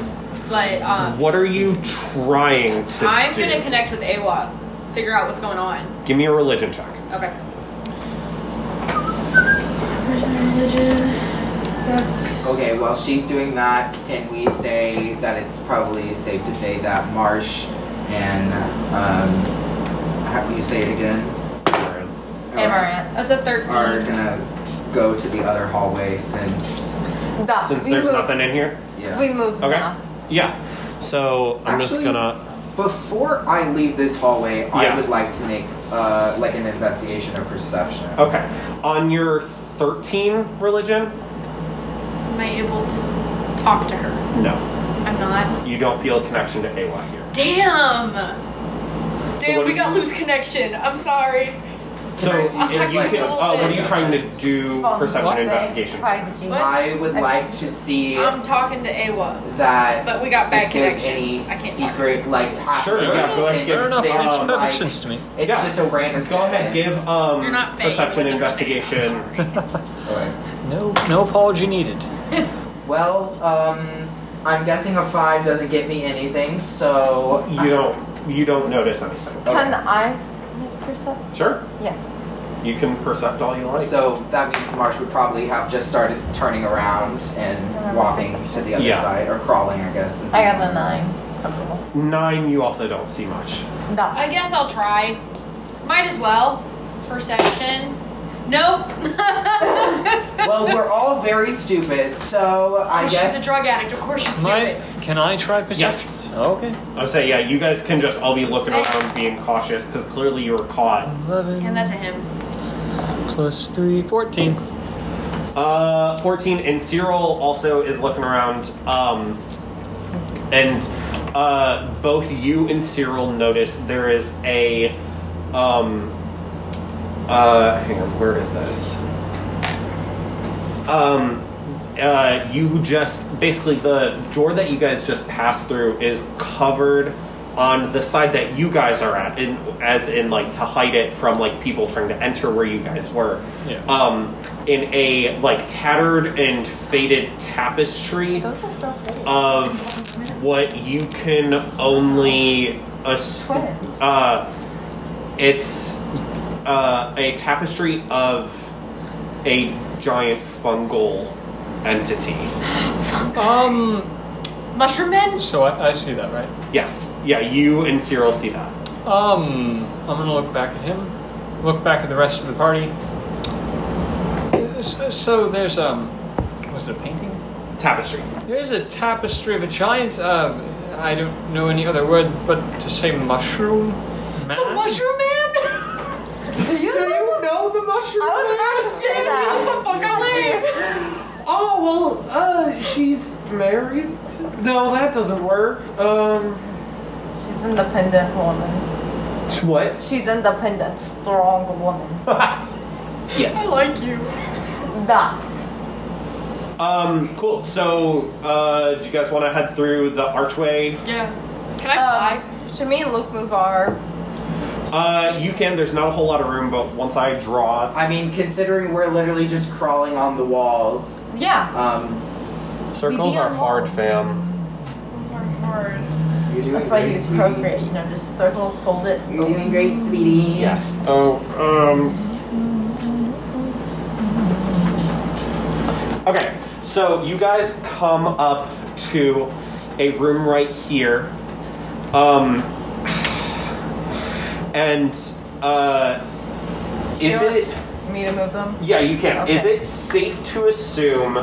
Speaker 4: but um,
Speaker 8: What are you trying to
Speaker 4: I'm
Speaker 8: do?
Speaker 4: gonna connect with AWA, figure out what's going on.
Speaker 8: Give me a religion check.
Speaker 4: Okay.
Speaker 2: Okay, while she's doing that, can we say that it's probably safe to say that Marsh and um, how do you say it again?
Speaker 11: Amaranth.
Speaker 4: That's a 13.
Speaker 2: Are gonna go to the other hallway since
Speaker 11: Duh.
Speaker 8: Since
Speaker 11: we
Speaker 8: there's
Speaker 11: move.
Speaker 8: nothing in here.
Speaker 2: yeah.
Speaker 11: We move
Speaker 8: Okay.
Speaker 11: now.
Speaker 8: Yeah. So I'm just
Speaker 2: Actually-
Speaker 8: gonna.
Speaker 2: Before I leave this hallway,
Speaker 8: Yeah.
Speaker 2: I would like to make uh, like an investigation or perception.
Speaker 8: Okay. On your 13 religion?
Speaker 4: Am I able to talk to her?
Speaker 8: No.
Speaker 4: I'm not.
Speaker 8: You don't feel a connection to Awa here.
Speaker 4: Damn!
Speaker 1: Damn,
Speaker 8: what
Speaker 1: we
Speaker 8: do
Speaker 1: got
Speaker 8: you-
Speaker 1: loose connection. I'm sorry.
Speaker 8: So
Speaker 2: I
Speaker 8: if
Speaker 2: do
Speaker 1: just,
Speaker 8: you
Speaker 1: like,
Speaker 8: can,
Speaker 1: roll
Speaker 8: oh, what are you
Speaker 2: this?
Speaker 8: trying to
Speaker 3: Um,
Speaker 8: do?
Speaker 11: Fun
Speaker 8: Perception
Speaker 11: Wednesday,
Speaker 8: investigation.
Speaker 11: private G.
Speaker 1: What?
Speaker 2: I would like to see
Speaker 1: I'm talking to Awa,
Speaker 2: that
Speaker 1: but we got bad
Speaker 2: if there's
Speaker 1: connection.
Speaker 2: any
Speaker 1: I can't talk.
Speaker 2: secret like
Speaker 8: Sure, yeah, go ahead,
Speaker 2: since
Speaker 8: give-
Speaker 5: Fair enough.
Speaker 2: they
Speaker 5: It makes
Speaker 2: are,
Speaker 8: um,
Speaker 5: perfect
Speaker 2: like-
Speaker 5: sense to me. (laughs)
Speaker 2: It's
Speaker 8: Yeah.
Speaker 2: just a random.
Speaker 8: Go ahead,
Speaker 2: sentence.
Speaker 8: give um,
Speaker 4: You're not vague,
Speaker 8: perception
Speaker 4: you understand.
Speaker 8: investigation.
Speaker 2: Alright.
Speaker 5: No, no apology needed.
Speaker 2: Well, um, I'm guessing a five doesn't get me anything, so
Speaker 8: You don't you don't notice anything.
Speaker 2: Okay.
Speaker 11: Can I make percept?
Speaker 8: Sure.
Speaker 11: Yes.
Speaker 8: You can percept all you like.
Speaker 2: So that means Marsh would probably have just started turning around and walking to the other
Speaker 8: Yeah.
Speaker 2: side, or crawling, I guess. since
Speaker 11: I
Speaker 2: it's-
Speaker 11: got a nine. Approval.
Speaker 8: Nine, you also don't see much.
Speaker 11: Duh.
Speaker 4: I guess I'll try. Might as well. Perception. Nope.
Speaker 2: Well, we're all very stupid, so I guess.
Speaker 4: Oh, She's a drug addict. Of course she's
Speaker 5: My,
Speaker 4: stupid.
Speaker 5: can I try perception?
Speaker 8: Yes.
Speaker 5: Okay.
Speaker 8: I would say yeah. You guys can just all be looking around, being cautious, because clearly you were caught.
Speaker 5: Eleven
Speaker 4: Hand that to him.
Speaker 5: plus three, fourteen.
Speaker 8: Uh, 14, and Cyril also is looking around. Um, and uh, both you and Cyril notice there is a. Um, uh, hang on, where is this? Um, uh, you just. Basically, the door that you guys just passed through is covered on the side that you guys are at, in, as in, like, to hide it from, like, people trying to enter where you guys were
Speaker 5: Yeah.
Speaker 8: um, in a like tattered and faded tapestry
Speaker 11: Those are so pretty.
Speaker 8: Uh, of what you can only ass-
Speaker 11: Twins.
Speaker 8: uh it's uh, a tapestry of a giant fungal entity
Speaker 5: Um,
Speaker 4: Mushroom men?
Speaker 5: So I, I see that, right?
Speaker 8: Yes. Yeah, you and Cyril see that.
Speaker 5: Um, I'm gonna look back at him. Look back at the rest of the party. So, so there's um, was it a painting?
Speaker 8: Tapestry.
Speaker 5: There's a tapestry of a giant. Uh, I don't know any other word, but to say mushroom.
Speaker 1: The mushroom man?
Speaker 4: (laughs)
Speaker 3: Do you know?
Speaker 2: know the mushroom?
Speaker 3: I was about to say that.
Speaker 1: the fuck out
Speaker 8: Oh well, uh, she's married. No, that doesn't work. Um,
Speaker 3: She's independent woman.
Speaker 8: what? (laughs)
Speaker 3: She's independent, strong woman.
Speaker 1: I
Speaker 8: yes.
Speaker 1: like you.
Speaker 3: Da.
Speaker 8: Um, cool. So, uh, do you guys want to head through the archway?
Speaker 1: Yeah. Can I
Speaker 3: Um,
Speaker 1: fly?
Speaker 3: should me and Luke move our?
Speaker 8: Uh, you can. There's not a whole lot of room, but once I draw,
Speaker 2: I mean, considering we're literally just crawling on the walls,
Speaker 3: Yeah.
Speaker 2: um,
Speaker 12: Circles
Speaker 3: We be
Speaker 12: are
Speaker 3: on
Speaker 12: hard,
Speaker 3: walls.
Speaker 12: fam.
Speaker 1: Those are hard.
Speaker 2: you're doing
Speaker 3: That's why
Speaker 2: great,
Speaker 3: you use
Speaker 2: sweetie.
Speaker 3: procreate. You know, just circle, fold it.
Speaker 2: You're doing great, sweetie.
Speaker 12: Yes.
Speaker 13: Oh, um,
Speaker 8: okay. So you guys come up to a room right here, um, (sighs) and uh, is
Speaker 3: Sure.
Speaker 8: it?
Speaker 3: Me to move them.
Speaker 8: Yeah, you can. Is
Speaker 3: Okay.
Speaker 8: it safe to assume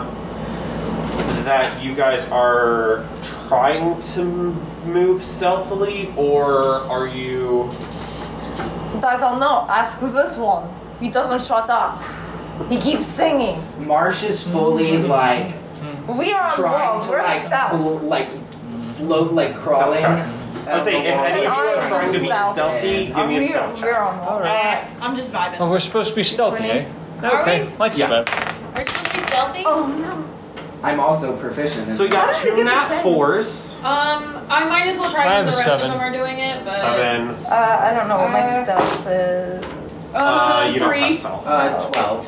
Speaker 8: that you guys are trying to m- move stealthily, or are you?
Speaker 3: I don't know. Ask this one. He doesn't shut up. He keeps singing.
Speaker 2: Marsh is fully like
Speaker 3: We are on
Speaker 2: trying
Speaker 3: Oh, walls.
Speaker 2: to
Speaker 3: We're
Speaker 2: like
Speaker 3: stealth.
Speaker 2: bl- like slow like crawling.
Speaker 8: Stealth
Speaker 2: out
Speaker 8: I was saying,
Speaker 2: the
Speaker 8: if
Speaker 2: walls.
Speaker 8: any of you are
Speaker 3: I'm
Speaker 8: trying to be
Speaker 3: stealth.
Speaker 8: stealthy, give me
Speaker 3: Uh,
Speaker 8: a
Speaker 3: we're,
Speaker 8: stealth
Speaker 3: we're
Speaker 8: check.
Speaker 3: on walls.
Speaker 5: All right.
Speaker 4: Uh, I'm just vibing.
Speaker 5: Oh, we're supposed to be stealthy, eh? okay.
Speaker 4: Are
Speaker 5: Like
Speaker 8: Yeah.
Speaker 5: that.
Speaker 4: Are we supposed to be stealthy?
Speaker 3: Oh no.
Speaker 2: I'm also proficient. In
Speaker 8: So you got
Speaker 3: How did we
Speaker 8: two
Speaker 3: get the
Speaker 8: nat
Speaker 3: same?
Speaker 8: fours,
Speaker 4: Um, I might as well try
Speaker 5: I have
Speaker 4: because the
Speaker 5: a
Speaker 4: rest
Speaker 5: seven.
Speaker 4: of them are doing it, but.
Speaker 8: sevens.
Speaker 3: Uh, I don't know what my
Speaker 4: Uh,
Speaker 3: stealth is.
Speaker 1: Uh,
Speaker 8: Uh, you don't
Speaker 1: three.
Speaker 8: have stealth.
Speaker 2: uh, twelve.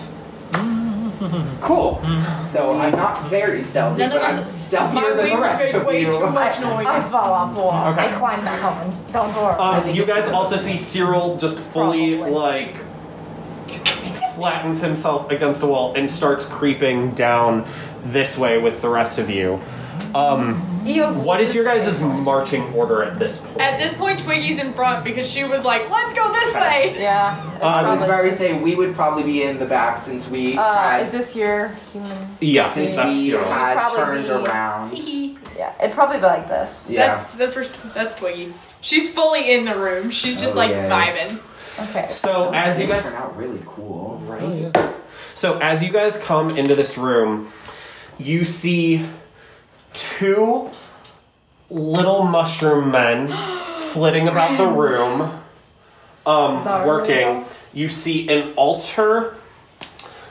Speaker 8: Cool.
Speaker 2: So I'm not very stealthy,
Speaker 4: None of
Speaker 2: but I'm
Speaker 4: us-
Speaker 2: stealthier
Speaker 1: My
Speaker 2: than the
Speaker 1: wings
Speaker 2: rest
Speaker 1: make
Speaker 2: of
Speaker 1: way
Speaker 2: (laughs)
Speaker 1: too
Speaker 2: you.
Speaker 1: much
Speaker 3: I, I
Speaker 1: noise.
Speaker 3: fall off wall.
Speaker 8: Okay.
Speaker 3: I climb back on. Don't worry.
Speaker 2: I
Speaker 8: Um,
Speaker 2: think
Speaker 8: you
Speaker 2: it's
Speaker 8: guys
Speaker 2: because
Speaker 8: also
Speaker 2: of
Speaker 8: see Cyril just fully
Speaker 3: Probably.
Speaker 8: like flattens himself against a wall and starts creeping down this way with the rest of you. Um,
Speaker 3: You-
Speaker 8: what is your guys'
Speaker 3: just-
Speaker 8: marching order at this point?
Speaker 1: At this point, Twiggy's in front because she was like, let's go this way.
Speaker 3: Yeah. it's
Speaker 8: Um,
Speaker 2: I was
Speaker 3: probably-
Speaker 2: about to say we would probably be in the back since we
Speaker 3: uh,
Speaker 2: had
Speaker 3: is this your human?
Speaker 8: yeah,
Speaker 2: since
Speaker 8: that's
Speaker 2: we
Speaker 8: Cyril.
Speaker 3: uh,
Speaker 2: had
Speaker 3: Probably
Speaker 2: turned
Speaker 3: be- (laughs)
Speaker 2: around.
Speaker 3: Yeah, it'd probably be like this.
Speaker 2: Yeah.
Speaker 1: That's that's where, that's Twiggy. She's fully in the room. She's just
Speaker 2: Oh,
Speaker 1: like
Speaker 2: yeah.
Speaker 1: vibing.
Speaker 3: Okay.
Speaker 8: so as you
Speaker 2: They
Speaker 8: guys
Speaker 2: turn out really cool.
Speaker 8: Right. So as you guys come into this room, you see two little mushroom
Speaker 3: (gasps)
Speaker 8: men flitting about the room, um,
Speaker 3: Darling.
Speaker 8: working. You see an altar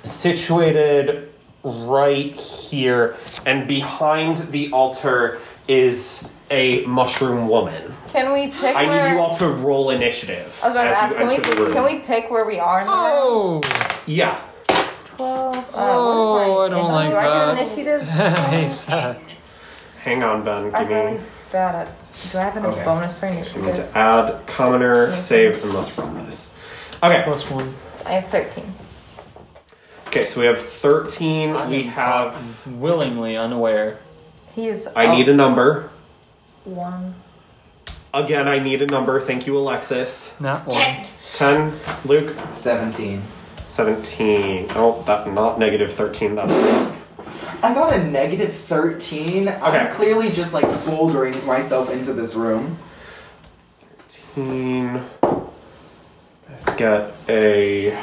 Speaker 8: situated right here, and behind the altar is a mushroom woman.
Speaker 3: Can we pick
Speaker 8: I
Speaker 3: where?
Speaker 8: need you all to roll initiative
Speaker 3: I was about to
Speaker 8: as
Speaker 3: ask.
Speaker 8: you
Speaker 3: Can we,
Speaker 8: enter the room.
Speaker 3: can we pick where we are in the room?
Speaker 5: Oh,
Speaker 8: Yeah.
Speaker 3: Twelve. Uh, what is
Speaker 5: Oh,
Speaker 3: my-
Speaker 5: I don't like
Speaker 3: do I have
Speaker 5: that.
Speaker 3: initiative?
Speaker 5: (laughs) hey, Seth.
Speaker 8: Hang on, Ben.
Speaker 3: I'm
Speaker 8: Give me.
Speaker 3: really bad at. Do I have any
Speaker 2: Okay.
Speaker 3: bonus for
Speaker 8: I need
Speaker 3: initiative?
Speaker 8: to add commoner, save, and let's run this. Okay.
Speaker 5: Plus one.
Speaker 3: I have thirteen.
Speaker 8: Okay, so we have 13. We have.
Speaker 5: Willingly unaware.
Speaker 3: He is.
Speaker 8: I need a number.
Speaker 3: one.
Speaker 8: Again, I need a number. Thank you, Alexis.
Speaker 5: Not one.
Speaker 4: Ten.
Speaker 8: 10, Luke,
Speaker 2: Seventeen.
Speaker 8: 17. Oh, that not negative 13. That's.
Speaker 2: I got a negative 13.
Speaker 8: Okay.
Speaker 2: I'm clearly just like bouldering myself into this room.
Speaker 8: 13. Let's get a.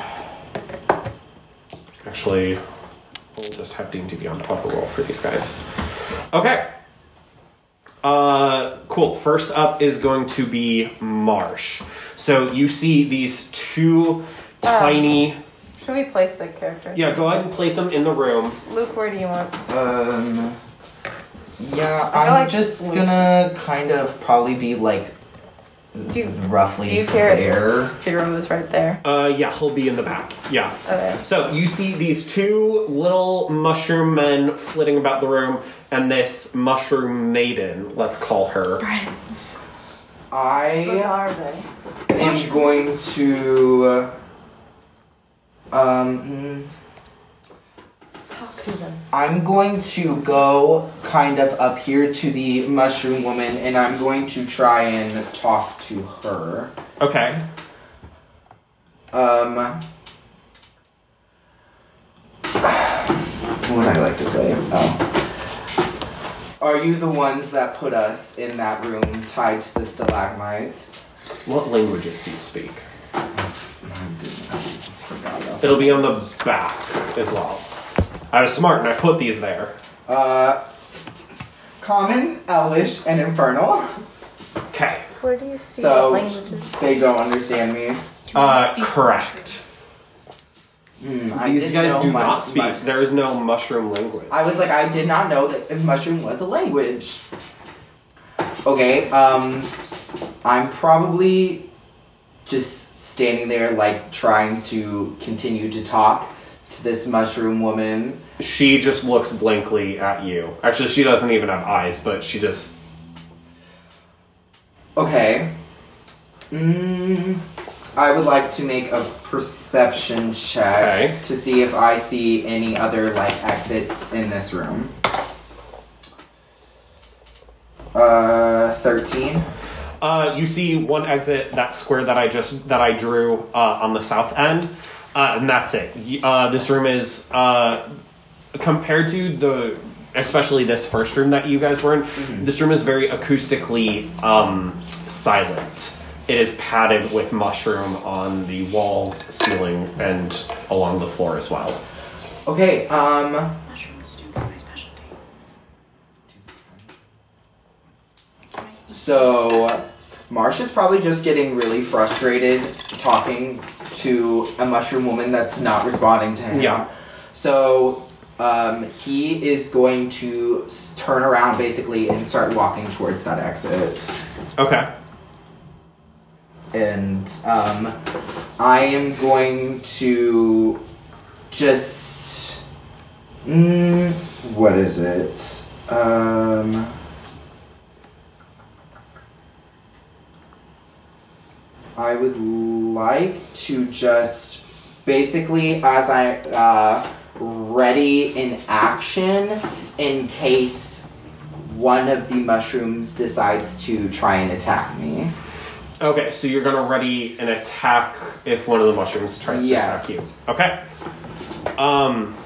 Speaker 8: Actually, we'll just have D&D Beyond auto roll for these guys. Okay. Uh, cool. First up is going to be Marsh. So you see these two tiny.
Speaker 3: Should we place the character?
Speaker 8: Yeah, go ahead and place them in the room.
Speaker 3: Luke, where do you want?
Speaker 2: Um. Yeah,
Speaker 3: I
Speaker 2: I'm
Speaker 3: feel like-
Speaker 2: just gonna kind of probably be like
Speaker 3: Do you,
Speaker 2: roughly
Speaker 3: do you care
Speaker 2: there.
Speaker 3: if Cyril is right there?
Speaker 8: Uh, yeah, he'll be in the back. Yeah.
Speaker 3: Okay.
Speaker 8: So you see these two little mushroom men flitting about the room, and this mushroom maiden, let's call her.
Speaker 1: Friends.
Speaker 3: Where
Speaker 2: I
Speaker 3: are they?
Speaker 2: am going uh, to. Um. mm,
Speaker 11: to them.
Speaker 2: hmm. I'm going to go kind of up here to the mushroom woman and I'm going to try and talk to her.
Speaker 8: Okay.
Speaker 2: Um (sighs) What would I like to say? Oh. Are you the ones that put us in that room tied to the stalagmites?
Speaker 8: What languages do you speak?
Speaker 2: Forgot about
Speaker 8: It'll be on the back as well. I was smart and I put these there.
Speaker 2: Uh, common, Elvish, and Infernal.
Speaker 8: Okay.
Speaker 11: Where do you see
Speaker 2: So-
Speaker 11: what languages?
Speaker 2: They don't understand me.
Speaker 8: Uh, correct.
Speaker 2: Hmm, I
Speaker 8: These
Speaker 2: didn't
Speaker 8: guys
Speaker 2: know
Speaker 8: do
Speaker 2: mu-
Speaker 8: not speak.
Speaker 2: much.
Speaker 8: There is no mushroom language.
Speaker 2: I was like, I did not know that mushroom was a language. Okay, um, I'm probably just standing there, like, trying to continue to talk to this mushroom woman.
Speaker 8: She just looks blankly at you. Actually, she doesn't even have eyes, but she just.
Speaker 2: Okay. Mm, I would like to make a perception check
Speaker 8: Okay.
Speaker 2: to see if I see any other like exits in this room. Uh, thirteen.
Speaker 8: Uh, you see one exit, that square that I just that I drew uh, on the south end, uh, and that's it. You- Uh, this room is uh, compared to the, especially this first room that you guys were in. This room is very acoustically um, silent. It is padded with mushroom on the walls, ceiling, and along the floor as well.
Speaker 2: Okay. Um.
Speaker 4: Mushroom stew, my specialty.
Speaker 2: So, Marsh is probably just getting really frustrated talking to a mushroom woman that's not responding to him.
Speaker 8: Yeah.
Speaker 2: So, um, he is going to s- turn around basically and start walking towards that exit.
Speaker 8: Okay.
Speaker 2: And um, I am going to just. Mm, what is it? Um. I would like to just basically, as I uh, ready in action, in case one of the mushrooms decides to try and attack me.
Speaker 8: Okay, so you're gonna ready an attack if one of the mushrooms tries
Speaker 2: Yes.
Speaker 8: to attack you. Okay. Um.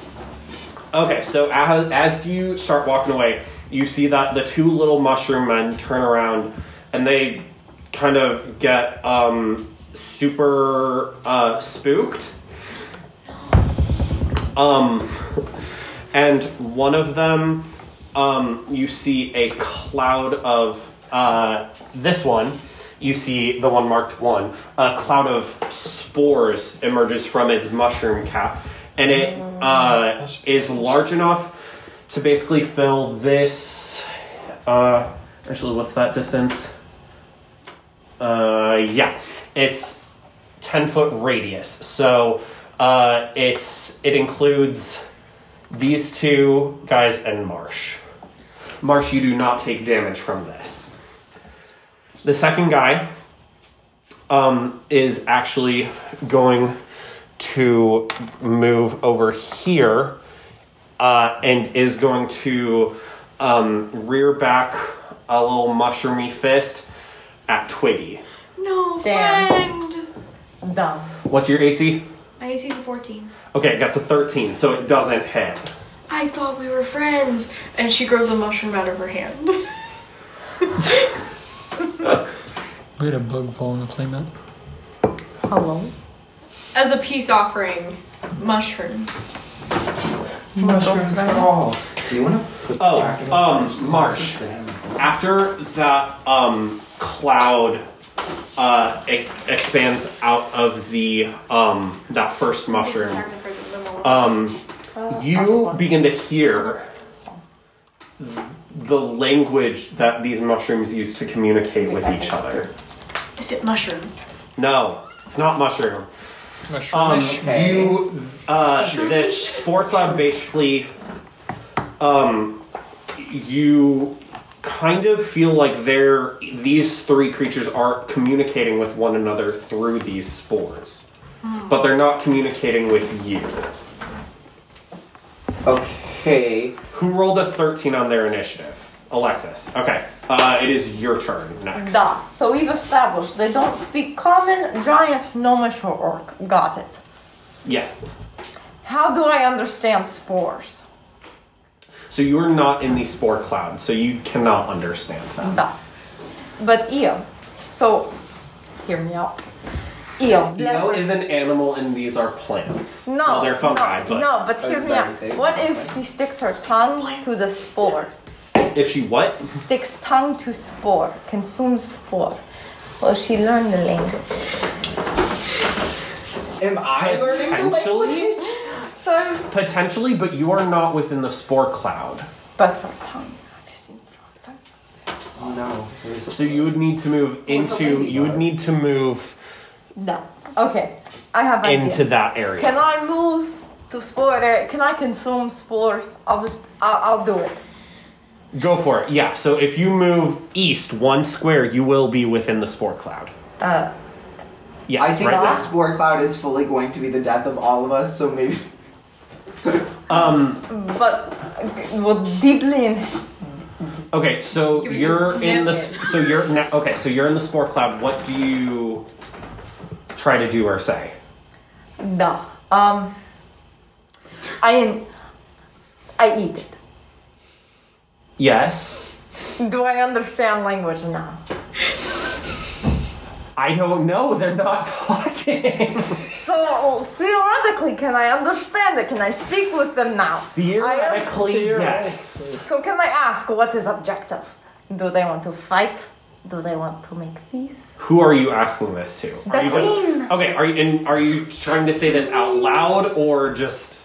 Speaker 8: Okay, so as, as you start walking away, you see that the two little mushroom men turn around, and they kind of get um super uh, spooked. Um, and one of them, um, you see a cloud of uh, this one. You see the one marked one. A cloud of spores emerges from its mushroom cap, and it uh, is large enough to basically fill this. Uh, actually, what's that distance? Uh, yeah, it's 10 foot radius. So uh, it's it includes these two guys and Marsh. Marsh, you do not take damage from this. The second guy um, is actually going to move over here uh, and is going to um, rear back a little mushroomy fist at Twiggy.
Speaker 4: No,
Speaker 11: Damn.
Speaker 4: friend.
Speaker 11: I'm done.
Speaker 8: What's your AC?
Speaker 4: My AC's a 14.
Speaker 8: Okay, it gets a 13, so it doesn't hit.
Speaker 1: I thought we were friends. And she grows a mushroom out of her hand. (laughs)
Speaker 5: We had a bug ball in the playmat.
Speaker 11: Hello.
Speaker 1: As a peace offering, mushroom.
Speaker 2: Mushrooms at all. Do you want to?
Speaker 8: Oh, um, Marsh. After that um, cloud uh, e- expands out of the um, that first mushroom, um,
Speaker 3: Uh,
Speaker 8: you begin to hear the language that these mushrooms use to communicate with each other.
Speaker 1: Is it mushroom?
Speaker 8: No, it's not mushroom.
Speaker 5: Mushroom.
Speaker 8: Um,
Speaker 2: Okay.
Speaker 8: You, uh, this spore club basically, um, you kind of feel like they're these three creatures are communicating with one another through these spores, but they're not communicating with you.
Speaker 2: Okay. Okay.
Speaker 8: Who rolled a 13 on their initiative? Alexis. Okay. Uh, it is your turn next.
Speaker 3: Da. So we've established they don't speak common, giant, gnomish, or orc. Got it.
Speaker 8: Yes.
Speaker 3: How do I understand spores?
Speaker 8: So you are not in the spore cloud, so you cannot understand that.
Speaker 3: Da. But eel. So, hear me out. Eel. bless
Speaker 8: Eel
Speaker 3: me.
Speaker 8: is an animal and these are plants.
Speaker 3: No,
Speaker 8: Well, they're fungi,
Speaker 3: no,
Speaker 8: but
Speaker 3: no, but
Speaker 2: Oh,
Speaker 3: hear
Speaker 2: it's
Speaker 3: me
Speaker 2: very
Speaker 3: out.
Speaker 2: safe.
Speaker 3: What if she sticks her tongue to the spore?
Speaker 8: if she what?
Speaker 3: Sticks tongue to spore, consumes spore. Will she learn the language?
Speaker 2: Am I learning the
Speaker 8: Potentially?
Speaker 2: language?
Speaker 3: So,
Speaker 8: Potentially, but you are not within the spore cloud.
Speaker 3: but her tongue. Have you seen frog tongue?
Speaker 2: Oh no. There's a-
Speaker 8: So you would need to move into you would need to move
Speaker 3: No. Okay, I have idea.
Speaker 8: into that area.
Speaker 3: Can I move to spore? area? Can I consume spores? I'll just, I'll, I'll do it.
Speaker 8: Go for it. Yeah. So if you move east one square, you will be within the spore cloud.
Speaker 3: Uh,
Speaker 8: Yes,
Speaker 2: I think
Speaker 8: right
Speaker 2: the
Speaker 8: there.
Speaker 2: spore cloud is fully going to be the death of all of us, so maybe.
Speaker 8: Um,
Speaker 3: but well, deeply in.
Speaker 8: okay, so
Speaker 1: Give it a
Speaker 8: you're in the
Speaker 1: sniff
Speaker 8: so you're na- okay, so you're in the spore cloud. What do you try to do or say?
Speaker 3: No. Um. I. I eat it.
Speaker 8: Yes.
Speaker 3: Do I understand language now?
Speaker 8: I don't know. They're not (laughs) talking.
Speaker 3: So theoretically, can I understand it? Can I speak with them now? I
Speaker 8: Theoretically, yes.
Speaker 3: am, so can I ask what is objective? Do they want to fight? Do they want to make peace?
Speaker 8: Who are you asking this to?
Speaker 3: The
Speaker 8: are you just-
Speaker 3: queen.
Speaker 8: okay. Are you and are you trying to say this out loud or just?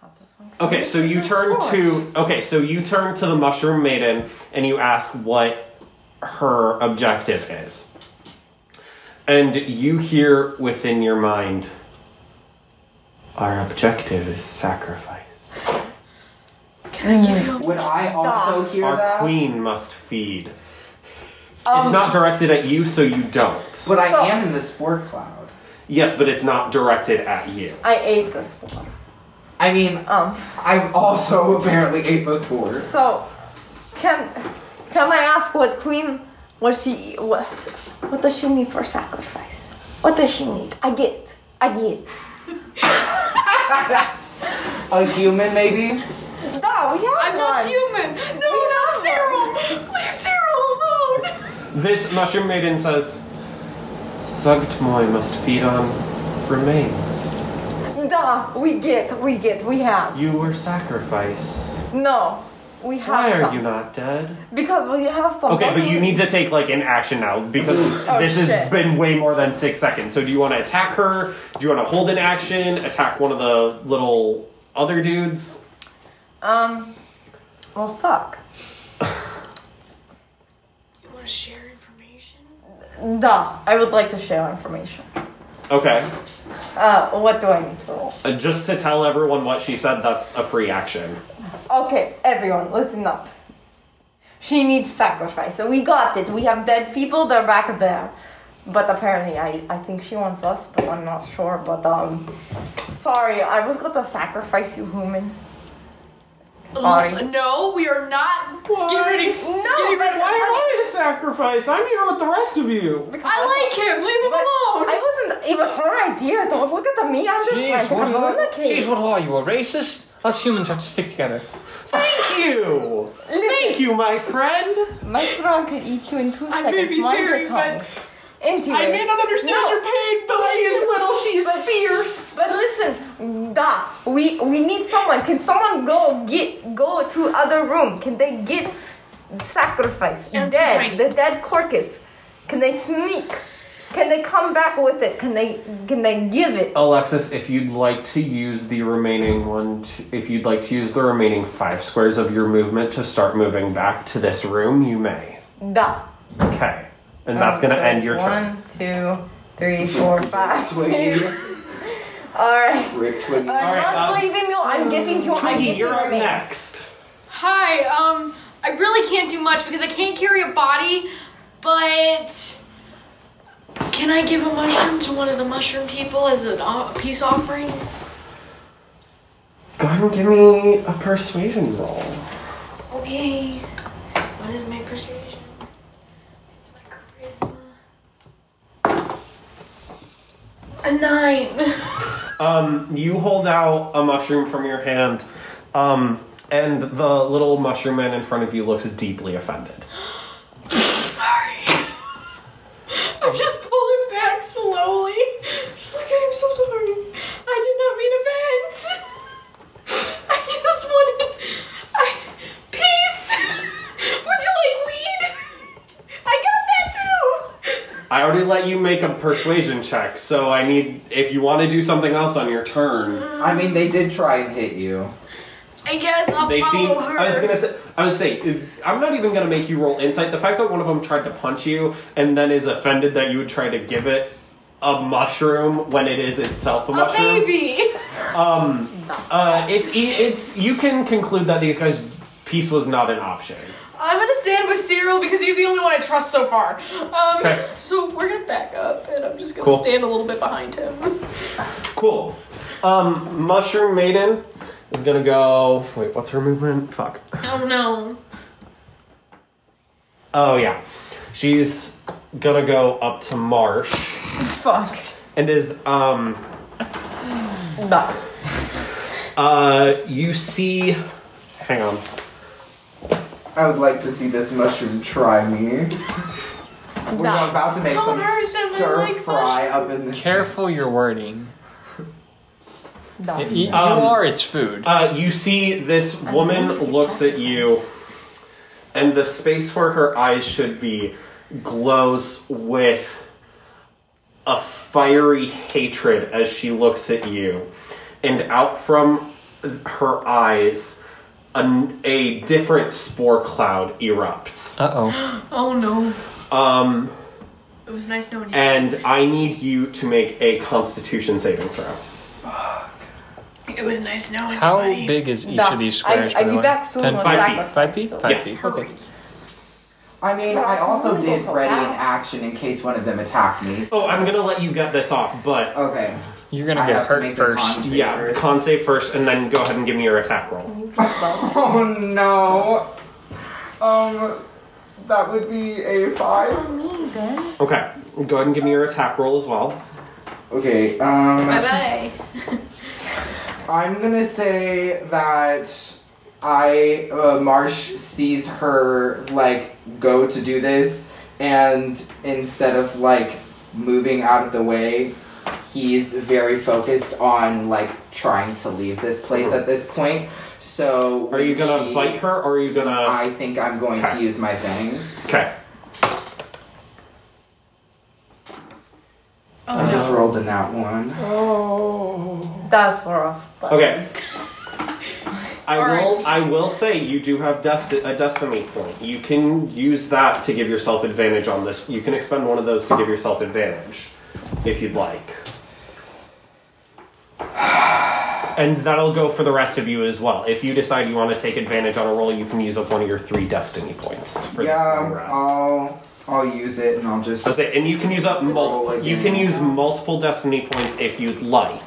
Speaker 3: How does one
Speaker 8: Okay, so you turn to okay, so you turn to the mushroom maiden and you ask what her objective is. And you hear within your mind our objective is sacrifice.
Speaker 2: Would I also hear
Speaker 8: Our
Speaker 2: that? Um,
Speaker 8: queen must feed. it's not directed at you, so you don't.
Speaker 2: But I
Speaker 3: So-
Speaker 2: am in the spore cloud.
Speaker 8: yes, but it's not directed at you.
Speaker 3: I ate this one.
Speaker 2: I mean,
Speaker 3: Um.
Speaker 2: I also (laughs) apparently ate the spore.
Speaker 3: So, can can I ask what queen was she? What what does she need for sacrifice? What does she need? I get it. I get it.
Speaker 2: A human, maybe?
Speaker 3: Da, we have
Speaker 1: I'm not human. No, not Cyril. Leave Cyril alone.
Speaker 8: This mushroom maiden says Sugtmoy must feed on remains.
Speaker 3: human. Da, we get. We get. We have.
Speaker 8: You were sacrificed.
Speaker 3: No, we have
Speaker 8: Why are
Speaker 3: some.
Speaker 8: you not dead?
Speaker 3: Because we have some.
Speaker 8: Okay,
Speaker 3: Don't
Speaker 8: but you need to take like an action now because
Speaker 2: Oh,
Speaker 8: this has
Speaker 3: shit.
Speaker 8: been way more than six seconds. So do you want to attack her? Do you want to hold an action? Attack one of the little other dudes?
Speaker 3: Um. Well, fuck.
Speaker 4: You want to share information?
Speaker 3: Da, I would like to share information.
Speaker 8: Okay,
Speaker 3: Uh, what do I need to roll?
Speaker 8: uh, just to tell everyone what she said. That's a free action.
Speaker 3: Okay, everyone, listen up. She needs sacrifice. So we got it. We have dead people, they're back there. But apparently I, I think she wants us, but I'm not sure. But um sorry, I was gonna sacrifice you human. Sorry.
Speaker 1: Uh, No, we are not
Speaker 8: Why?
Speaker 1: getting rid of.
Speaker 3: No,
Speaker 1: getting rid of
Speaker 3: but
Speaker 1: Cyril.
Speaker 8: I to sacrifice? I'm here with the rest of you.
Speaker 3: Because
Speaker 1: I like him. Leave him
Speaker 3: but
Speaker 1: alone.
Speaker 3: I wasn't it was her idea, don't look at me, I'm just trying
Speaker 5: Jeez, what,
Speaker 3: to
Speaker 5: are,
Speaker 3: communicate.
Speaker 5: jeez, what are you, a racist? Us humans have to stick together.
Speaker 8: Thank you, thank you, my friend.
Speaker 3: My frog could eat you in two
Speaker 1: I may
Speaker 3: seconds.
Speaker 1: be
Speaker 3: Mind
Speaker 1: very,
Speaker 3: your tongue. Anyways,
Speaker 1: I may not understand
Speaker 3: no.
Speaker 1: your pain, but
Speaker 8: She
Speaker 1: I
Speaker 8: is little. She is fierce.
Speaker 3: But listen, da, we we need someone. Can someone go get go to other room? Can they get sacrifice
Speaker 1: I'm too tiny.
Speaker 3: dead the dead carcass? Can they sneak? Can they come back with it? Can they can they give it?
Speaker 8: Alexis, if you'd like to use the remaining one, t if you'd like to use the remaining five squares of your movement to start moving back to this room, you may.
Speaker 3: Da.
Speaker 8: Okay. And that's going to
Speaker 3: Um, So,
Speaker 8: end your turn.
Speaker 3: One, two, three, four, five.
Speaker 2: Twiggy.
Speaker 3: (laughs) All right.
Speaker 2: Rip Twiggy.
Speaker 3: (laughs) I'm
Speaker 8: right,
Speaker 3: not
Speaker 8: uh,
Speaker 3: leaving you. I'm getting you. I'm
Speaker 8: Twiggy,
Speaker 3: getting
Speaker 8: you're
Speaker 3: your
Speaker 8: up
Speaker 3: remains.
Speaker 8: next.
Speaker 4: Hi, um, I really can't do much because I can't carry a body, but uh, can I give a mushroom to one of the mushroom people as a piece offering?
Speaker 8: Go ahead and give me a persuasion roll.
Speaker 4: Okay. What is my persuasion? It's my charisma. A nine. (laughs)
Speaker 8: Um, you hold out a mushroom from your hand, um, and the little mushroom man in front of you looks deeply offended.
Speaker 1: I'm sorry. I just pulled it back slowly. Just like, I'm so sorry. I did not mean offense. I just wanted. I. Peace! Would you like weed? I got that too!
Speaker 8: I already let you make a persuasion check, so I need if you want to do something else on your turn.
Speaker 2: I mean, they did try and hit you.
Speaker 4: I guess I'll
Speaker 8: They seem.
Speaker 4: follow Oh, her.
Speaker 8: I was gonna say. I was saying. I'm not even gonna make you roll insight. The fact that one of them tried to punch you and then is offended that you would try to give it a mushroom when it is itself a,
Speaker 4: a
Speaker 8: mushroom.
Speaker 4: baby.
Speaker 8: Um, uh, it's e- it's you can conclude that these guys' peace was not an option.
Speaker 1: I'm gonna stand with Cyril because he's the only one I trust so far. Um,
Speaker 8: Okay.
Speaker 1: So we're gonna back up and I'm just gonna
Speaker 8: Cool.
Speaker 1: stand a little bit behind him.
Speaker 8: Cool. Um, Mushroom Maiden is gonna go. Wait, what's her movement? Fuck.
Speaker 4: Oh no.
Speaker 8: Oh yeah, she's gonna go up to Marsh
Speaker 3: Fucked.
Speaker 8: and is um
Speaker 3: No.
Speaker 8: uh you see. Hang on.
Speaker 2: I would like to see this mushroom try me. We're
Speaker 3: Nah.
Speaker 2: about to make
Speaker 1: Don't
Speaker 2: some
Speaker 1: hurt them, I
Speaker 2: stir
Speaker 1: like
Speaker 2: fry up in this.
Speaker 5: Careful your wording.
Speaker 3: No.
Speaker 5: Y- y- You
Speaker 8: Um,
Speaker 5: are its food.
Speaker 8: Uh, you see this woman looks at you, and the space where her eyes should be glows with a fiery hatred as she looks at you. And out from her eyes, an, a different spore cloud erupts.
Speaker 5: Uh oh.
Speaker 1: Oh no.
Speaker 8: Um,
Speaker 4: It was nice knowing you.
Speaker 8: and I need you to make a constitution saving throw.
Speaker 1: It was nice knowing you,
Speaker 5: How
Speaker 1: buddy.
Speaker 5: big is each
Speaker 3: Nah.
Speaker 5: of these squares?
Speaker 3: I,
Speaker 5: by
Speaker 3: I'll
Speaker 5: the
Speaker 3: be
Speaker 5: way?
Speaker 3: back soon
Speaker 5: Ten-
Speaker 3: with
Speaker 8: five feet.
Speaker 3: sacrifice.
Speaker 5: Five feet?
Speaker 3: so-
Speaker 5: Five
Speaker 8: Yeah.
Speaker 5: feet. Okay.
Speaker 2: I mean,
Speaker 3: Yeah,
Speaker 2: I
Speaker 3: it's
Speaker 2: also
Speaker 3: really
Speaker 2: did
Speaker 3: so
Speaker 2: ready an
Speaker 3: fast.
Speaker 2: action in case one of them attacked me.
Speaker 8: Oh, I'm gonna let you get this off, but
Speaker 2: Okay.
Speaker 5: You're gonna
Speaker 2: I
Speaker 5: get
Speaker 2: have to
Speaker 5: hurt
Speaker 2: make a con
Speaker 5: first.
Speaker 2: save
Speaker 8: yeah,
Speaker 2: first.
Speaker 8: con save first, and then go ahead and give me your attack roll.
Speaker 2: (laughs) Oh no. Um, that would be a five.
Speaker 8: Okay, go ahead and give me your attack roll as well.
Speaker 2: Okay. Um,
Speaker 4: Bye bye.
Speaker 2: I'm gonna say that I uh, Marsh sees her like go to do this, and instead of like moving out of the way, he's very focused on like trying to leave this place at this point. So
Speaker 8: Are you
Speaker 2: when
Speaker 8: gonna
Speaker 2: she-
Speaker 8: bite her or are you gonna.
Speaker 2: I think I'm going
Speaker 8: Okay.
Speaker 2: to use my fangs.
Speaker 8: Okay.
Speaker 2: I just rolled in that one.
Speaker 3: That's rough. But
Speaker 8: Okay. I
Speaker 1: Alright.
Speaker 8: will. I will say you do have desti- a destiny point. You can use that to give yourself advantage on this. You can expend one of those to give yourself advantage, if you'd like. (sighs) And that'll go for the rest of you as well. If you decide you want to take advantage on a roll, you can use up one of your three destiny points for this long
Speaker 2: Yeah, um,
Speaker 8: rest.
Speaker 2: I'll I'll use it and I'll just
Speaker 8: So say, and you can use up multiple.
Speaker 2: roll
Speaker 8: You can
Speaker 2: again.
Speaker 8: use multiple destiny points if you'd like.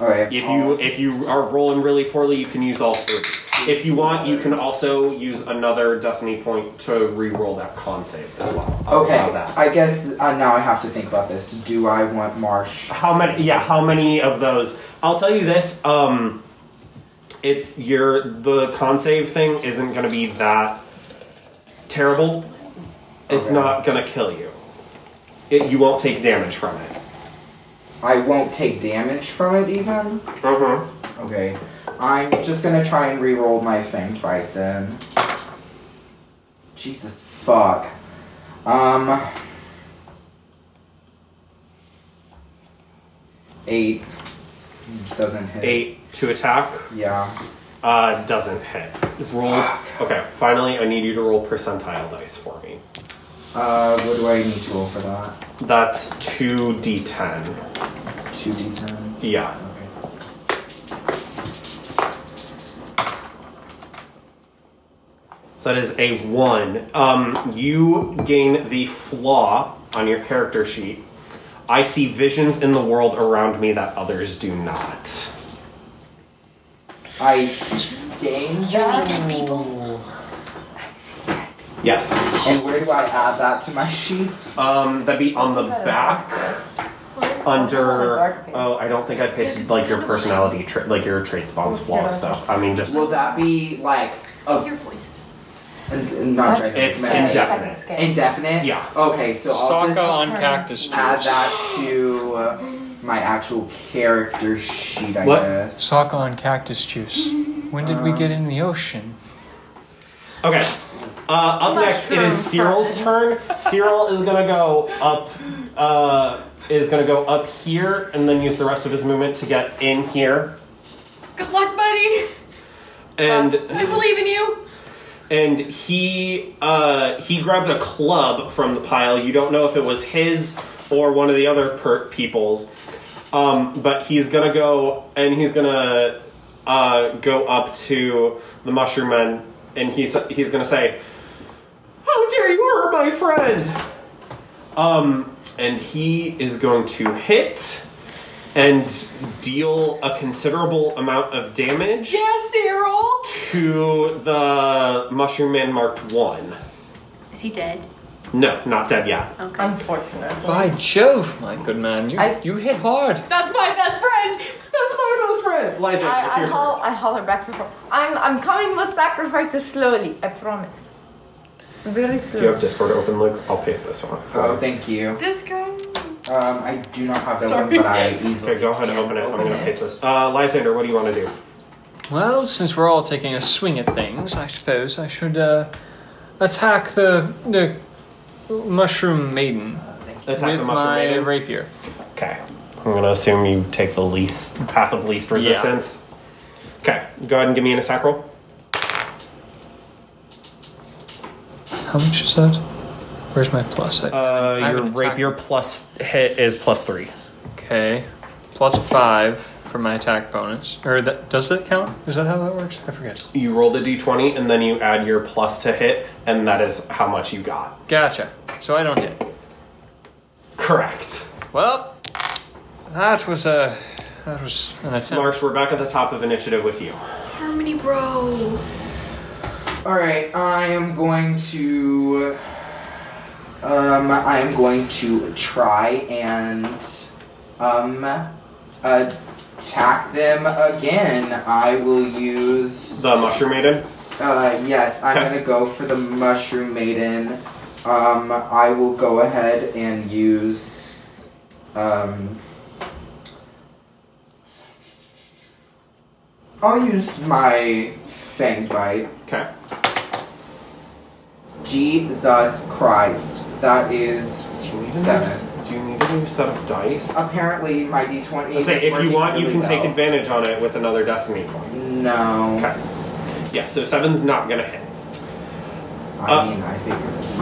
Speaker 2: alright.
Speaker 8: If
Speaker 2: I'll-
Speaker 8: you if you are rolling really poorly, you can use all three. If you want, you can also use another destiny point to re-roll that con save as well. I'll
Speaker 2: Okay,
Speaker 8: allow that.
Speaker 2: I guess uh, now I have to think about this. Do I want Marsh?
Speaker 8: How many? Yeah, how many of those? I'll tell you this. Um, it's your the con save thing isn't going to be that terrible. It's
Speaker 2: Okay.
Speaker 8: not going to kill you. It, you won't take damage from it.
Speaker 2: I won't take damage from it even.
Speaker 8: Mm-hmm.
Speaker 2: Okay, I'm just gonna try and re-roll my fang fight then. Jesus fuck. Um. Eight doesn't hit.
Speaker 8: Eight to attack.
Speaker 2: Yeah.
Speaker 8: Uh, doesn't hit. Roll. Okay, finally, I need you to roll percentile dice for me.
Speaker 2: Uh, what do I need to roll for that?
Speaker 8: That's 2d10.
Speaker 2: Two d10.
Speaker 8: Yeah.
Speaker 2: Okay.
Speaker 8: So that is a 1. Um, you gain the flaw on your character sheet. I see visions in the world around me that others do not.
Speaker 2: I gain that.
Speaker 8: Yes.
Speaker 2: And where do I add that to my sheet?
Speaker 8: Um, that'd be on the back. Under. Oh, I don't think I pasted like your personality, tra- like your traits, bonds, flaws stuff. I mean, just
Speaker 2: Will that be like a,
Speaker 4: Your voices.
Speaker 2: and, and not trying to
Speaker 8: it's
Speaker 2: make my-
Speaker 8: indefinite.
Speaker 3: Second scale.
Speaker 2: Indefinite?
Speaker 8: Yeah.
Speaker 2: Okay, so I'll
Speaker 5: Sokka
Speaker 2: just
Speaker 5: on cactus juice.
Speaker 2: add that to uh, my actual character sheet, I
Speaker 8: What?
Speaker 2: guess.
Speaker 5: Sokka on cactus juice. When did we get in the ocean?
Speaker 8: Okay. Uh, up next, it is Cyril's turn. Cyril is gonna go up. Uh, is gonna go up here and then use the rest of his movement to get in here.
Speaker 1: Good luck, buddy.
Speaker 8: And
Speaker 1: I believe in you.
Speaker 8: and he uh, he grabbed a club from the pile. You don't know if it was his or one of the other per- people's, um, but he's gonna go and he's gonna uh, go up to the mushroom man, and he's he's gonna say, "How dare you hurt my friend!" Um, and he is going to hit and deal a considerable amount of damage
Speaker 1: Yes, Cyril.
Speaker 8: to the mushroom man marked one.
Speaker 4: Is he dead?
Speaker 8: No, not dead yet.
Speaker 4: Okay.
Speaker 1: Um,
Speaker 3: Unfortunate.
Speaker 5: By Jove, my good man, you
Speaker 3: I-
Speaker 5: you hit hard.
Speaker 1: That's my best friend.
Speaker 8: That's my best friend, Liza. it's (laughs)
Speaker 3: I, I,
Speaker 8: your turn.
Speaker 3: haul, I holler back to her. I'm, I'm coming with sacrifices slowly, I promise. Very
Speaker 8: Do you have
Speaker 3: slowly.
Speaker 8: Discord open, Luke? I'll paste this one.
Speaker 2: Oh, thank you.
Speaker 1: Disco.
Speaker 2: Um, I do not have that one,
Speaker 1: Sorry.
Speaker 2: but I easily.
Speaker 8: Okay, go ahead and
Speaker 2: can
Speaker 8: open it. I'm gonna paste this. Uh, Lysander, what do you want to do?
Speaker 5: Well, since we're all taking a swing at things, I suppose I should uh, attack the the mushroom maiden
Speaker 8: Attack
Speaker 5: with
Speaker 8: the mushroom
Speaker 5: my
Speaker 8: maiden?
Speaker 5: rapier.
Speaker 8: Okay. I'm gonna assume you take the least path of least resistance. Okay, go ahead and give me an attack roll.
Speaker 5: How much is that? Where's my plus? I-
Speaker 8: Uh,
Speaker 5: I have
Speaker 8: your
Speaker 5: an attack.
Speaker 8: rapier plus hit is plus three.
Speaker 5: Okay, plus five for my attack bonus. Or that does that count? Is that how that works? I forget.
Speaker 8: You roll the d20 and then you add your plus to hit, and that is how much you got.
Speaker 5: Gotcha. So I don't hit.
Speaker 8: Correct.
Speaker 5: Well, that was a that was an attempt.
Speaker 8: Marks, we're back at the top of initiative with you.
Speaker 4: Harmony, bro.
Speaker 2: Alright, I am going to. Um, I am going to try and. Um, attack them again. I will use.
Speaker 8: The Mushroom Maiden.
Speaker 2: Uh, yes, I'm
Speaker 8: Okay.
Speaker 2: gonna go for the Mushroom Maiden. Um, I will go ahead and use. Um, I'll use my Fang Bite.
Speaker 8: Okay.
Speaker 2: Jesus Christ. That is
Speaker 8: Do you need a
Speaker 2: seven.
Speaker 8: new, do you need a new set of dice?
Speaker 2: Apparently, my D20
Speaker 8: I'll
Speaker 2: is.
Speaker 8: say, if you
Speaker 2: working
Speaker 8: want, you
Speaker 2: really
Speaker 8: can take
Speaker 2: well.
Speaker 8: advantage on it with another destiny point.
Speaker 2: No.
Speaker 8: Okay. Yeah, so seven's not gonna hit.
Speaker 2: I
Speaker 8: Uh,
Speaker 2: mean, I figured
Speaker 8: (laughs)
Speaker 2: as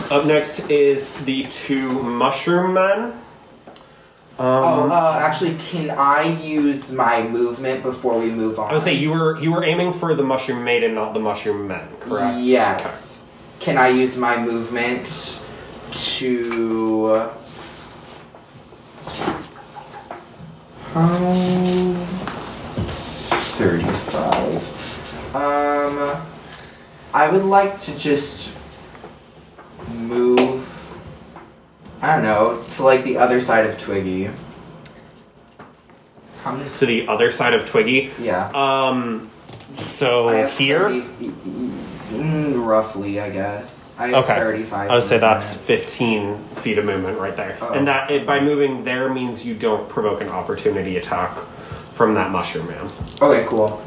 Speaker 2: much.
Speaker 8: Up next is the two mushroom men. Um,
Speaker 2: oh, uh, actually, can I use my movement before we move on?
Speaker 8: I would say you were you were aiming for the mushroom maiden, not the mushroom men, correct?
Speaker 2: Yes. Can I use my movement to? Um, thirty-five. Um, I would like to just move. I don't know to like the other side of Twiggy. How many?
Speaker 8: Okay. To the other side of Twiggy.
Speaker 2: Yeah.
Speaker 8: Um,
Speaker 2: I
Speaker 8: so
Speaker 2: have
Speaker 8: here,
Speaker 2: 30 mm, roughly, I guess. I have
Speaker 8: Okay.
Speaker 2: 35.
Speaker 8: I would say that's
Speaker 2: movement.
Speaker 8: 15 feet of movement right there.
Speaker 2: Oh.
Speaker 8: And that it, by moving there means you don't provoke an opportunity attack from that mushroom man.
Speaker 2: Okay, cool.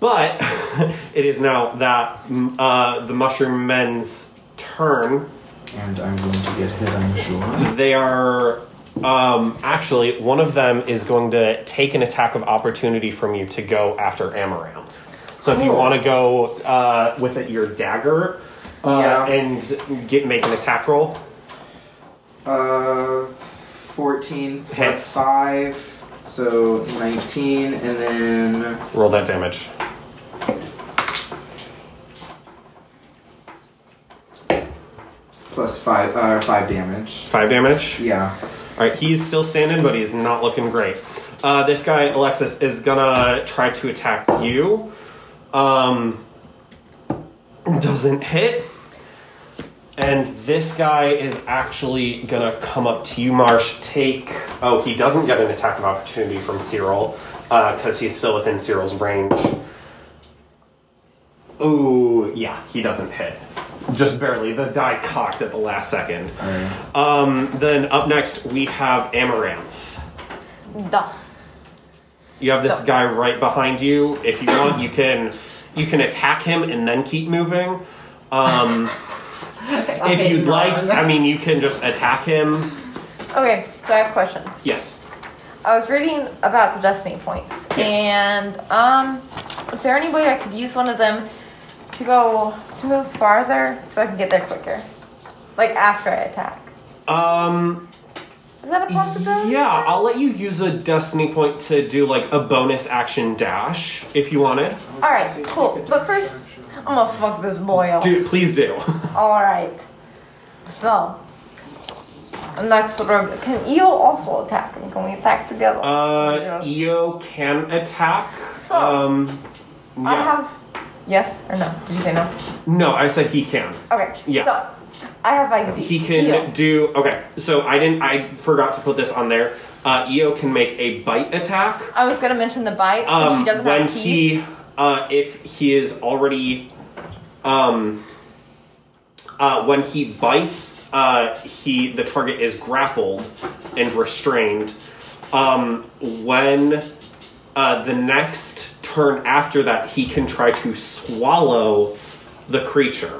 Speaker 8: But (laughs) it is now that mm, uh, the mushroom men's turn.
Speaker 2: And I'm going to get hit, I'm sure.
Speaker 8: They are um, actually one of them is going to take an attack of opportunity from you to go after Amaranth. So if you
Speaker 2: Cool.
Speaker 8: want to go uh, with it, your dagger uh,
Speaker 2: Yeah.
Speaker 8: and get make an attack roll.
Speaker 2: Uh, 14 plus
Speaker 8: Hits.
Speaker 2: 5, so 19, and then
Speaker 8: Roll that damage.
Speaker 2: 5, uh, 5 damage.
Speaker 8: Five damage.
Speaker 2: Yeah.
Speaker 8: All right, he's still standing, but he's not looking great. Uh, this guy, Alexis, is gonna try to attack you. Um, doesn't hit. And this guy is actually gonna come up to you, Marsh. Take. Oh, he doesn't get an attack of opportunity from Cyril, because he's still within Cyril's range. Ooh, yeah, he doesn't hit. Just barely. The die cocked at the last second. Um, then up next, we have Amaranth.
Speaker 3: Duh.
Speaker 8: You have this
Speaker 3: So-
Speaker 8: guy right behind you. If you want, you can you can attack him and then keep moving.
Speaker 3: (laughs)
Speaker 8: Um, if you'd like, I mean, you can just attack him.
Speaker 3: Okay, so I have questions.
Speaker 8: Yes.
Speaker 3: I was reading about the destiny points, and um, is there any way I could use one of them to go to move farther so I can get there quicker, like after I attack?
Speaker 8: Um,
Speaker 3: Is that a possibility?
Speaker 8: yeah, I'll let you use a destiny point to do like a bonus action dash if you wanted.
Speaker 3: All right, cool. But first, I'm gonna fuck this boy up.
Speaker 8: Do please do. (laughs)
Speaker 3: All right. So next round, can Eo also attack? And can we attack together?
Speaker 8: Uh, Eo can attack.
Speaker 3: So,
Speaker 8: um, yeah.
Speaker 3: I have yes or no? Did you say no?
Speaker 8: No, I said he can.
Speaker 3: Okay.
Speaker 8: Yeah.
Speaker 3: So I have like
Speaker 8: He can do okay. So I didn't. I forgot to put this on there. Uh, Eo can make a bite attack.
Speaker 3: I was gonna mention the bite, so
Speaker 8: Um,
Speaker 3: she doesn't
Speaker 8: when
Speaker 3: have key.
Speaker 8: he, uh, if he is already, um, uh, when he bites, uh, he the target is grappled and restrained. Um, when uh, the next turn after that, he can try to swallow the creature.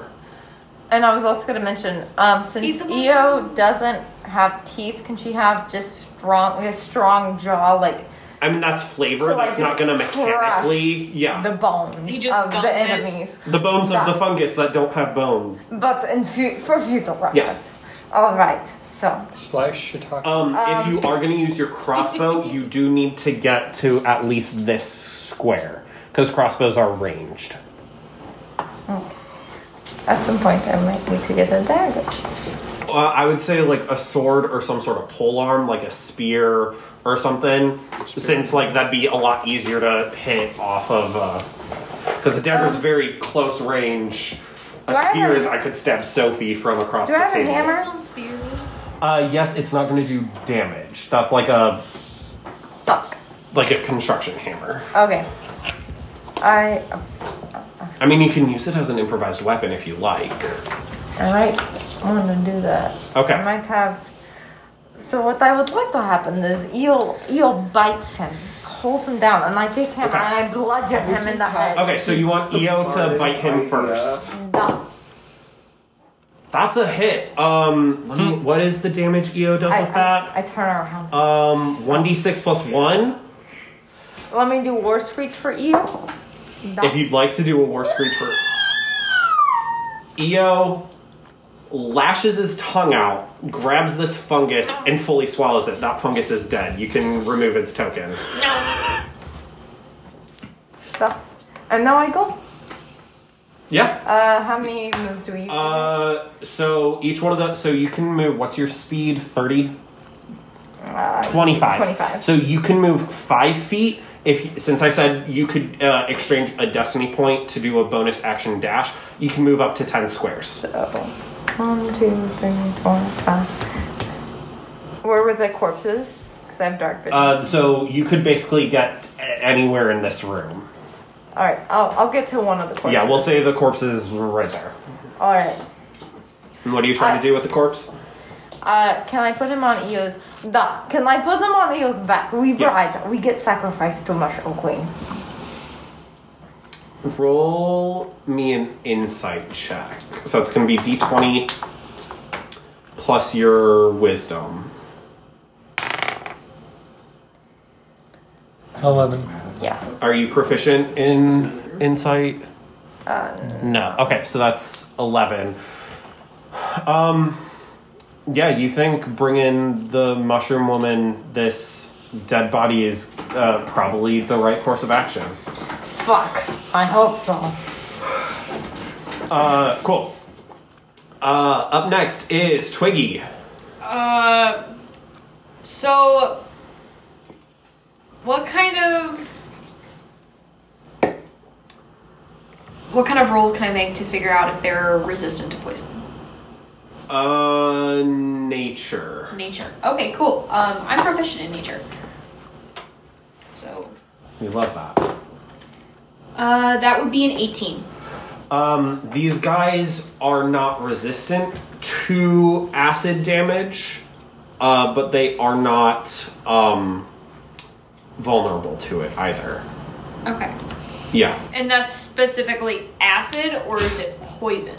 Speaker 3: and I was also gonna mention, um, since Eo doesn't have teeth, can she have just strong, like a strong jaw, like
Speaker 8: I mean, that's flavor.
Speaker 3: So, like,
Speaker 8: that's not
Speaker 3: just
Speaker 8: going to
Speaker 3: crush
Speaker 8: mechanically. Yeah.
Speaker 3: the bones
Speaker 4: He just
Speaker 3: of
Speaker 4: gums
Speaker 3: the
Speaker 4: it.
Speaker 3: enemies?
Speaker 8: The, bones of the
Speaker 3: Yeah.
Speaker 8: fungus that don't have bones.
Speaker 3: But in fu- for future reference.
Speaker 8: Yes.
Speaker 3: All right. So
Speaker 5: Slash shiitake.
Speaker 8: Um, if
Speaker 3: Um,
Speaker 8: you are going to use your
Speaker 3: (laughs)
Speaker 8: crossbow, you do need to get to at least this square because crossbows are ranged.
Speaker 3: at some point, I might need to get a dagger.
Speaker 8: Uh, I would say like a sword or some sort of polearm, like a spear or something, since like that'd be a lot easier to hit off of. Because the dagger's very close range.
Speaker 3: Um,
Speaker 8: A
Speaker 3: do I have
Speaker 8: spear
Speaker 3: a-
Speaker 8: is I could stab Sophie from across
Speaker 3: Do
Speaker 8: the
Speaker 3: I have a
Speaker 8: table.
Speaker 3: hammer?
Speaker 4: Sounds spear.
Speaker 8: Uh, yes, it's not going to do damage. That's like a
Speaker 3: Fuck.
Speaker 8: like a construction hammer.
Speaker 3: Okay. I.
Speaker 8: I mean, you can use it as an improvised weapon if you like.
Speaker 3: All right. I'm gonna do that.
Speaker 8: Okay.
Speaker 3: I might have. So what I would like to happen is eel eel bites him, holds him down, and I take him
Speaker 8: Okay.
Speaker 3: and I bludgeon him in the head. uh,
Speaker 8: Okay, so you want Eo to
Speaker 2: Surprise
Speaker 8: bite him
Speaker 2: idea.
Speaker 8: first.
Speaker 3: Duh.
Speaker 8: That's a hit. Um, let me- what is the damage Eo does
Speaker 3: I,
Speaker 8: with that?
Speaker 3: I, I turn around.
Speaker 8: Um, one d six plus one.
Speaker 3: Let me do war screech for eel. Duh.
Speaker 8: If you'd like to do a war screech for Eo, lashes his tongue out, grabs this fungus, and fully swallows it. That fungus is dead. You can remove its token.
Speaker 3: Duh. And now I go.
Speaker 8: Yeah.
Speaker 3: Uh, how many moves do we?
Speaker 8: Uh, so each one of the so you can move. What's your speed? Thirty.
Speaker 3: uh,
Speaker 8: 25.
Speaker 3: 25.
Speaker 8: So you can move five feet. If since I said you could uh, exchange a destiny point to do a bonus action dash, you can move up to ten squares.
Speaker 3: So, one, two, three, four, five. Where were the corpses? Because I have dark vision.
Speaker 8: Uh, so you could basically get a- anywhere in this room.
Speaker 3: All right, I'll, I'll get to one of the corpses.
Speaker 8: Yeah, we'll say the corpse is right there.
Speaker 3: All right.
Speaker 8: And what are you trying to do with the corpse?
Speaker 3: Uh, can I put him on Eo's? Duh. Can I put him on Eo's back? We
Speaker 8: Yes.
Speaker 3: bride. We get sacrificed to Mushroom Queen.
Speaker 8: Roll me an insight check. So it's going to be d20 plus your wisdom.
Speaker 5: 11.
Speaker 3: Yeah.
Speaker 8: Are you proficient in insight?
Speaker 3: Uh,
Speaker 8: No. Okay, so that's 11. Um yeah, you think bringing the mushroom woman this dead body is uh, probably the right course of action.
Speaker 3: fuck. I hope so.
Speaker 8: Uh cool. Uh up next is
Speaker 4: Uh,
Speaker 8: Twiggy.
Speaker 1: Uh, so
Speaker 4: What kind of what kind of roll can I make to figure out if they're resistant to poison?
Speaker 8: Uh, nature.
Speaker 4: Nature. Okay, cool. Um, I'm proficient in nature. So
Speaker 8: We love that.
Speaker 4: uh, that would be an 18.
Speaker 8: Um, these guys are not resistant to acid damage, uh, but they are not um, vulnerable to it either.
Speaker 4: Okay.
Speaker 8: Yeah,
Speaker 4: And that's specifically acid or is it poison?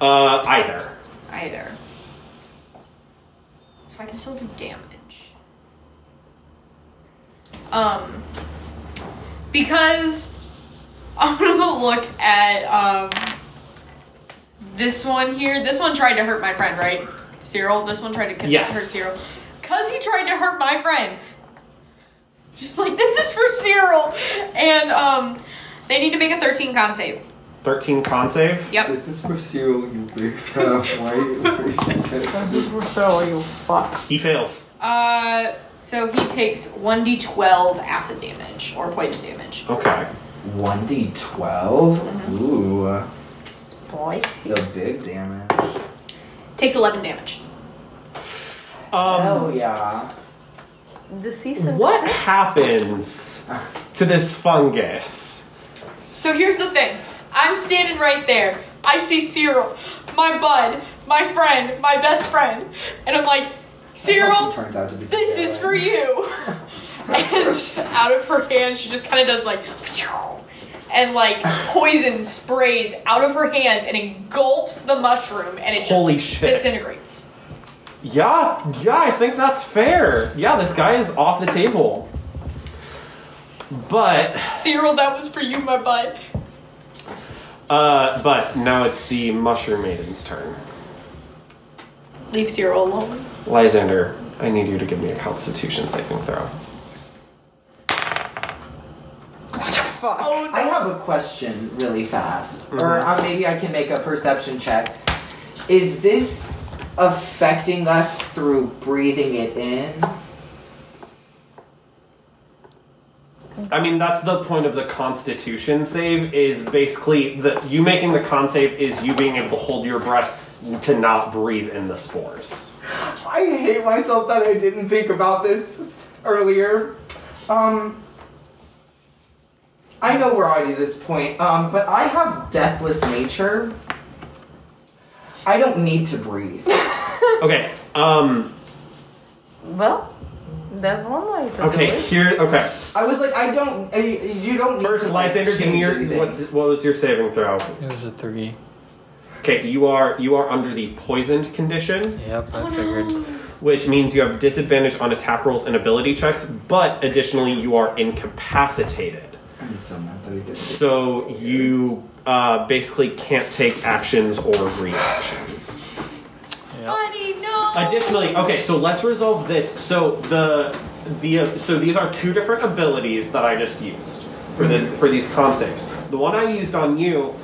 Speaker 8: uh, either.
Speaker 4: Either. So I can still do damage. Um because I'm gonna look at um this one here. This one tried to hurt my friend, right? Cyril? This one tried to con-
Speaker 8: Yes.
Speaker 4: hurt Cyril. Cause he tried to hurt my friend. She's like, this is for Cyril. And um they need to make a 13 con save.
Speaker 8: 13 con save.
Speaker 4: Yep.
Speaker 2: This is for Cyril, you weird (laughs) Why?
Speaker 11: This is for sure, you fuck.
Speaker 8: He fails.
Speaker 4: Uh, so he takes 1d12 acid damage or poison damage.
Speaker 8: Okay.
Speaker 2: 1d12? Ooh,
Speaker 3: Spicy.
Speaker 2: the big damage.
Speaker 4: Takes 11 damage.
Speaker 8: Um,
Speaker 2: Hell yeah.
Speaker 3: Deceased (laughs) and
Speaker 8: what
Speaker 3: desist?
Speaker 8: happens to this fungus?
Speaker 1: So here's the thing. I'm standing right there. I see Cyril, my bud, my friend, my best friend, and I'm like,
Speaker 2: I hope
Speaker 1: Cyril,
Speaker 2: he turns out to be
Speaker 1: this is for
Speaker 8: (laughs)
Speaker 1: you. and out of her hand, she just kind of does like, and like poison sprays out of her hands and engulfs the mushroom, and it just
Speaker 8: Holy shit.
Speaker 1: disintegrates.
Speaker 8: Yeah, yeah, I think that's fair. Yeah, this guy is off the table. But,
Speaker 1: Cyril, that was for you, my bud.
Speaker 8: uh, but now it's the mushroom maiden's turn.
Speaker 1: Leave Cyril alone.
Speaker 8: Lysander, I need you to give me a Constitution saving throw.
Speaker 1: Oh
Speaker 2: I have a question really fast. Or uh, maybe I can make a perception check. Is this affecting us through breathing it in?
Speaker 8: I mean, that's the point of the Constitution save. Is basically the you making the con save is you being able to hold your breath to not breathe in the spores.
Speaker 2: I hate myself that I didn't think about this earlier. Um, I know we're already at this point, um, but I have deathless nature. I don't need to breathe.
Speaker 8: Okay. Um.
Speaker 3: Well, there's one way to do
Speaker 8: Okay.
Speaker 3: it.
Speaker 8: Here. Okay.
Speaker 2: I was like, I don't. uh, You don't. Need
Speaker 8: First,
Speaker 2: to, like,
Speaker 8: Lysander, give me
Speaker 2: change
Speaker 8: your
Speaker 2: anything.
Speaker 8: what's, what was your saving throw?
Speaker 5: It was a three.
Speaker 8: Okay, you are you are under the poisoned condition,
Speaker 5: Yep, I figured.
Speaker 8: which means you have disadvantage on attack rolls and ability checks, but additionally you are incapacitated.
Speaker 2: I'm so mad that I did. it.
Speaker 8: So you uh, basically can't take actions or reactions.
Speaker 1: Buddy, no.
Speaker 8: Additionally, okay, so let's resolve this. So the the uh, so these are two different abilities that I just used for the for these concepts. The one I used on you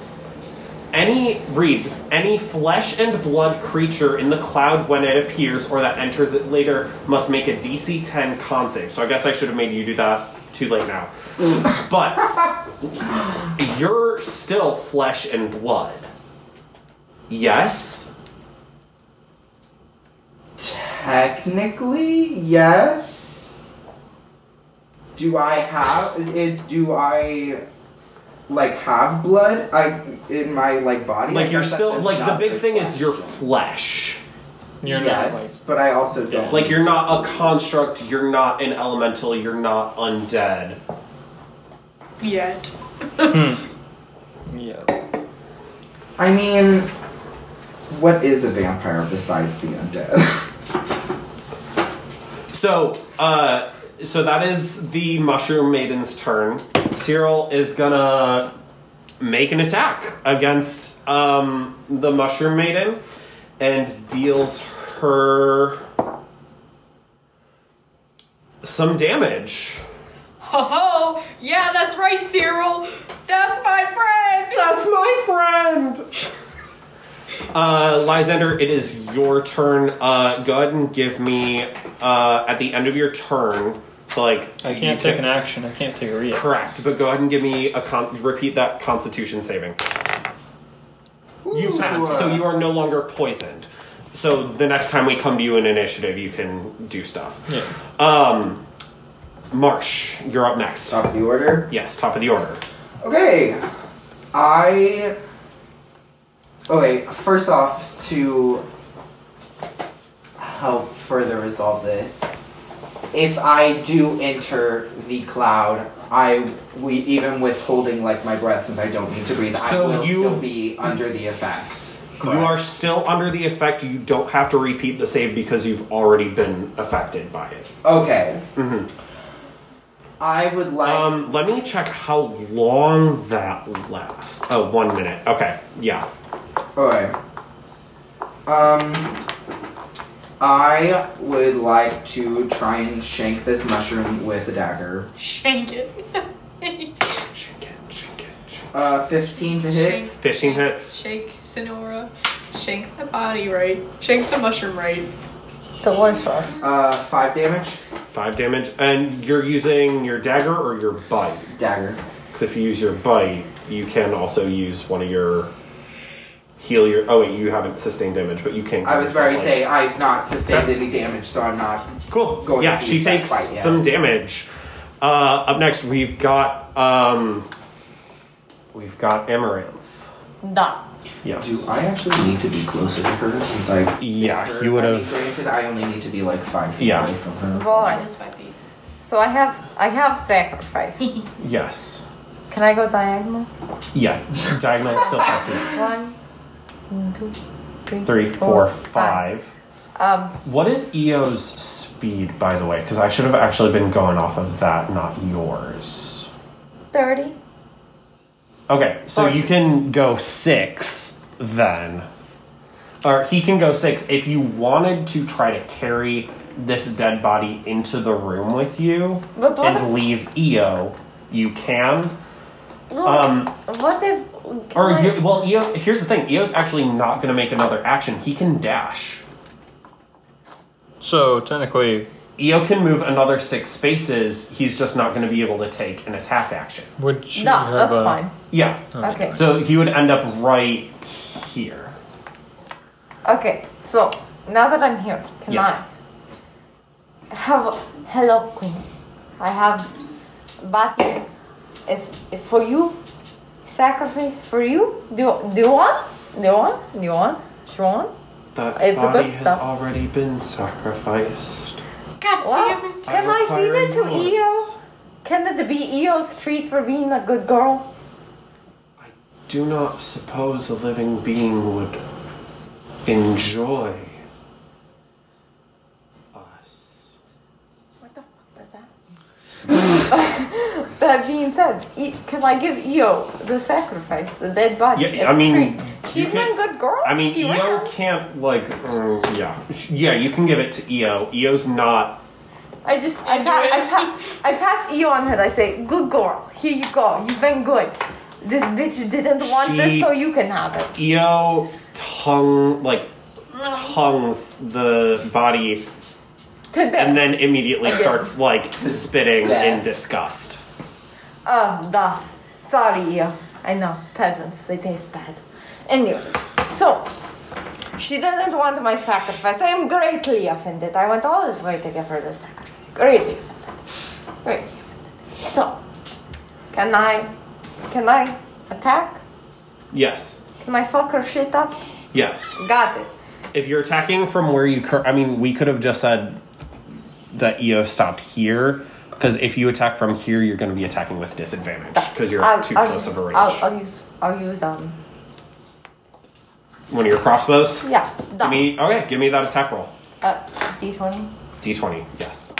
Speaker 8: any reads any flesh and blood creature in the cloud when it appears or that enters it later must make a DC 10 con save. So I guess I should have made you do that. Too late now. but you're still flesh and blood. Yes.
Speaker 2: Technically, yes. Do I have it? Do I like have blood? I in my like body. I
Speaker 8: like you're
Speaker 2: guess that's
Speaker 8: still like the
Speaker 2: another
Speaker 8: big thing is your
Speaker 2: question.
Speaker 8: flesh
Speaker 5: You're
Speaker 2: yes, but I also don't
Speaker 8: like you're not a construct you're not an elemental you're not undead
Speaker 1: Yet.
Speaker 5: Hmm. not like. Yeah.
Speaker 2: I mean, what is a vampire besides the undead? (laughs)
Speaker 8: so uh so that is the mushroom maiden's turn cyril is gonna make an attack against um the mushroom maiden and deals her some damage
Speaker 1: Ho ho! Yeah, that's right, Cyril. That's my friend.
Speaker 8: That's my friend. Uh, Lysander, it is your turn. Uh, go ahead and give me uh, at the end of your turn So like
Speaker 5: I can't
Speaker 8: you
Speaker 5: take an action. I can't take a reaction.
Speaker 8: Correct, but go ahead and give me a con- repeat that Constitution saving. You passed, so you are no longer poisoned. So the next time we come to you in initiative, you can do stuff.
Speaker 5: Yeah.
Speaker 8: Um, Marsh, you're up next.
Speaker 2: Top of the order.
Speaker 8: Yes, top of the order.
Speaker 2: Okay. I. Okay, first off, to help further resolve this, if I do enter the cloud, I we even withholding like my breath since I don't need to breathe,
Speaker 8: So
Speaker 2: I will
Speaker 8: you-
Speaker 2: still be under the effect.
Speaker 8: You are still under the effect. You don't have to repeat the save because you've already been affected by it.
Speaker 2: Okay. Mm-hmm. I would like.
Speaker 8: Um, let me check how long that lasts. Oh, one minute. Okay, yeah.
Speaker 2: Alright. Um, I would like to try and shank this mushroom with a dagger.
Speaker 1: (laughs)
Speaker 4: Shank it.
Speaker 8: Shake it, shake it, shake
Speaker 2: Uh, 15 to hit.
Speaker 4: Shake,
Speaker 8: it. 15 hits.
Speaker 4: shake, Sonora. Shake the body right. Shake the mushroom right.
Speaker 3: Delicious.
Speaker 2: Uh, 5 damage.
Speaker 8: 5 damage. And you're using your dagger or your bite?
Speaker 2: Dagger.
Speaker 8: Because if you use your bite, you can also use one of your heal your. Oh wait, you haven't sustained damage, but you can.
Speaker 2: I was very
Speaker 8: safe.
Speaker 2: say I've not sustained any damage, so I'm not.
Speaker 8: Cool.
Speaker 2: going
Speaker 8: yeah,
Speaker 2: to
Speaker 8: she
Speaker 2: use that
Speaker 8: takes
Speaker 2: bite, yeah.
Speaker 8: some damage. Uh, up next, we've got um, we've got Amaranth.
Speaker 3: Da.
Speaker 8: Yes.
Speaker 2: Do I actually need to be closer to her since I?
Speaker 8: yeah,
Speaker 2: her-
Speaker 8: you would
Speaker 2: I mean,
Speaker 8: have.
Speaker 2: Granted, I only need to be like five feet
Speaker 8: Yeah.
Speaker 2: away from her.
Speaker 4: Mine
Speaker 3: Boy.
Speaker 4: is five feet.
Speaker 3: So I have I have (laughs) sacrifice.
Speaker 8: Yes.
Speaker 3: Can I go diagonal?
Speaker 8: Yeah. Diagonal is still five
Speaker 3: One, two, three,
Speaker 8: feet. Three, four, five.
Speaker 3: Um,
Speaker 8: What is Eo's speed, by the way? Because I should have actually been going off of that, not yours.
Speaker 3: thirty.
Speaker 8: Okay, so
Speaker 3: Sorry.
Speaker 8: you can go six then. Or he can go six. If you wanted to try to carry this dead body into the room with you
Speaker 3: But what
Speaker 8: and
Speaker 3: if-
Speaker 8: leave EO, you can.
Speaker 3: Well,
Speaker 8: Um,
Speaker 3: what if? can
Speaker 8: or,
Speaker 3: I-
Speaker 8: you, well, EO, here's the thing EO's actually not going to make another action. He can dash.
Speaker 5: So technically,
Speaker 8: EO can move another six spaces. He's just not going to be able to take an attack action.
Speaker 5: would she
Speaker 3: no,
Speaker 5: have
Speaker 3: that's
Speaker 5: a-
Speaker 3: fine.
Speaker 8: Yeah.
Speaker 3: Okay.
Speaker 8: So he would end up right here.
Speaker 3: Okay. So now that I'm here, can
Speaker 8: Yes.
Speaker 3: I have hello queen? I have body. If, if for you, sacrifice for you. Do do one, do one, do one, do one.
Speaker 8: That
Speaker 3: It's a
Speaker 8: body
Speaker 3: good
Speaker 8: has
Speaker 3: stuff.
Speaker 8: already been sacrificed.
Speaker 4: God
Speaker 3: Well,
Speaker 4: damn it.
Speaker 3: can I feed it to
Speaker 8: require yours.
Speaker 3: EO? Can it be EO's treat for being a good girl?
Speaker 8: I do not suppose a living being would enjoy us.
Speaker 3: What the fuck does (laughs) that? that being said, e- can I give EO the sacrifice, the dead body?
Speaker 8: Yeah,
Speaker 3: as
Speaker 8: I mean,
Speaker 3: treat?
Speaker 8: you
Speaker 3: she's been
Speaker 8: can-
Speaker 3: a good girl.
Speaker 8: I mean,
Speaker 3: she
Speaker 8: EO
Speaker 3: ran.
Speaker 8: can't like, mm, yeah, Sh- yeah. You can give it to EO. EO's not.
Speaker 3: I just, I pat, I pat, I pat EO on the head. I say, "Good girl. Here you go. You've been good. This bitch didn't want
Speaker 8: She-
Speaker 3: this, so you can have it."
Speaker 8: EO tongue like tongues the body
Speaker 3: Today.
Speaker 8: and then immediately starts like spitting in
Speaker 2: Dead.
Speaker 8: disgust.
Speaker 3: Oh, da. Sorry, yeah. I know. Peasants, they taste bad. Anyways, so she doesn't want my sacrifice. I am greatly offended. I went all this way to give her the sacrifice. Greatly offended. Greatly offended. So, can I, can I attack?
Speaker 8: Yes,
Speaker 3: Can I fuck her shit up?
Speaker 8: yes.
Speaker 3: Got it.
Speaker 8: If you're attacking from where you, cur- I mean, we could have just said that EO stopped here. Because if you attack from here, you're going to be attacking with disadvantage because you're
Speaker 3: I'll,
Speaker 8: too
Speaker 3: I'll use-
Speaker 8: close of a range.
Speaker 3: I'll, I'll use, I'll use, um,
Speaker 8: One of your crossbows.
Speaker 3: yeah,
Speaker 8: Give
Speaker 3: da.
Speaker 8: me okay. Give me that attack roll.
Speaker 3: Uh, D20.
Speaker 8: D20. Yes.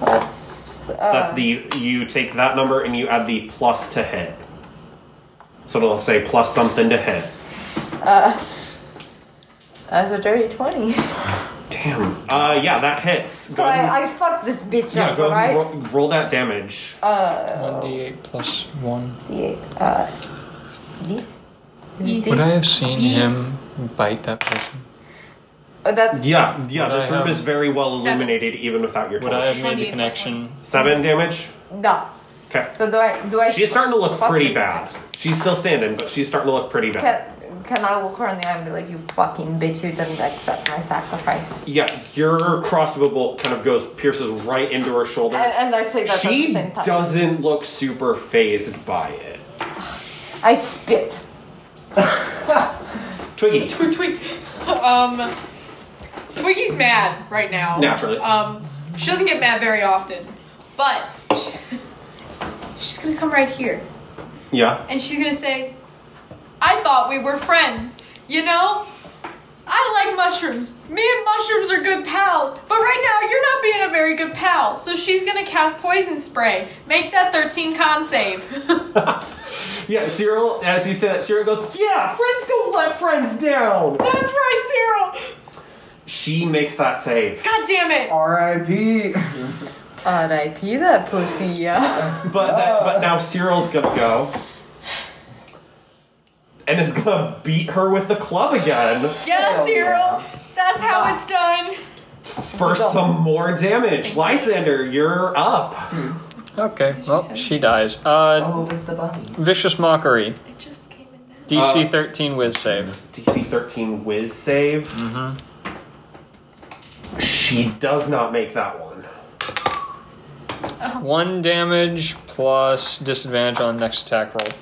Speaker 3: That's, uh,
Speaker 8: That's the you take that number and you add the plus to hit. So it'll say plus something to hit.
Speaker 3: That's a dirty (laughs) 20.
Speaker 8: Damn. Uh, yeah, that hits.
Speaker 3: So I, I fucked this bitch
Speaker 8: yeah,
Speaker 3: up,
Speaker 8: go ahead
Speaker 3: right?
Speaker 8: and roll, roll that damage.
Speaker 5: One d eight plus one.
Speaker 3: D8. Uh, this? Is it
Speaker 5: Would I
Speaker 3: this?
Speaker 1: (laughs)
Speaker 5: have seen him bite that person?
Speaker 3: Oh, that's
Speaker 8: Yeah, yeah.
Speaker 5: Would
Speaker 8: this
Speaker 5: I
Speaker 8: room
Speaker 5: have-
Speaker 8: is very well
Speaker 4: Seven.
Speaker 8: illuminated, even without your
Speaker 5: Would I
Speaker 8: torch.
Speaker 5: have made
Speaker 4: 28
Speaker 5: the
Speaker 4: plus
Speaker 5: connection?
Speaker 8: Seven damage.
Speaker 3: da.
Speaker 8: Okay.
Speaker 3: So do I? Do I?
Speaker 8: She's starting to look
Speaker 3: Fuck
Speaker 8: pretty
Speaker 3: this
Speaker 8: bad. She's still standing, but she's starting to look pretty bad.
Speaker 3: Can, can I walk her in the eye and be like, "You fucking bitch! You didn't accept my sacrifice."
Speaker 8: Yeah, your crossbow bolt kind of goes pierces right into her shoulder.
Speaker 3: And, and I say that at the
Speaker 8: she
Speaker 3: same time.
Speaker 8: doesn't look super phased by it.
Speaker 3: I spit.
Speaker 8: Twiggy,
Speaker 1: Tw- Twig- um, Twiggy's mad right now.
Speaker 8: Naturally.
Speaker 1: Um, she doesn't get mad very often, but (laughs) she- she's gonna come right here
Speaker 8: yeah,
Speaker 1: and she's gonna say, "I thought we were friends. You know, I like mushrooms. Me and mushrooms are good pals. But right now, you're not being a very good pal. So she's gonna cast poison spray. Make that 13 con save. (laughs)
Speaker 8: (laughs) yeah. Cyril, as you say that, Cyril goes, "Yeah, friends don't let friends down."
Speaker 1: That's right, Cyril.
Speaker 8: She makes that save,
Speaker 1: God damn it.
Speaker 2: R.I.P.
Speaker 3: R.I.P. that pussy. Yeah.
Speaker 8: but that, but now Cyril's gonna go. And is gonna beat her with the club again
Speaker 1: Yeah,
Speaker 2: Hell
Speaker 1: Cyril. That's how it's done.
Speaker 8: for some more damage. Lysander, you're up.
Speaker 5: Okay, well, she dies. Uh,
Speaker 2: Oh, it was the bunny.
Speaker 5: Vicious Mockery.
Speaker 1: It just came in now.
Speaker 5: DC
Speaker 8: Uh,
Speaker 5: 13 whiz save.
Speaker 8: DC 13 whiz save. She does not make that one.
Speaker 5: One damage plus disadvantage on next attack roll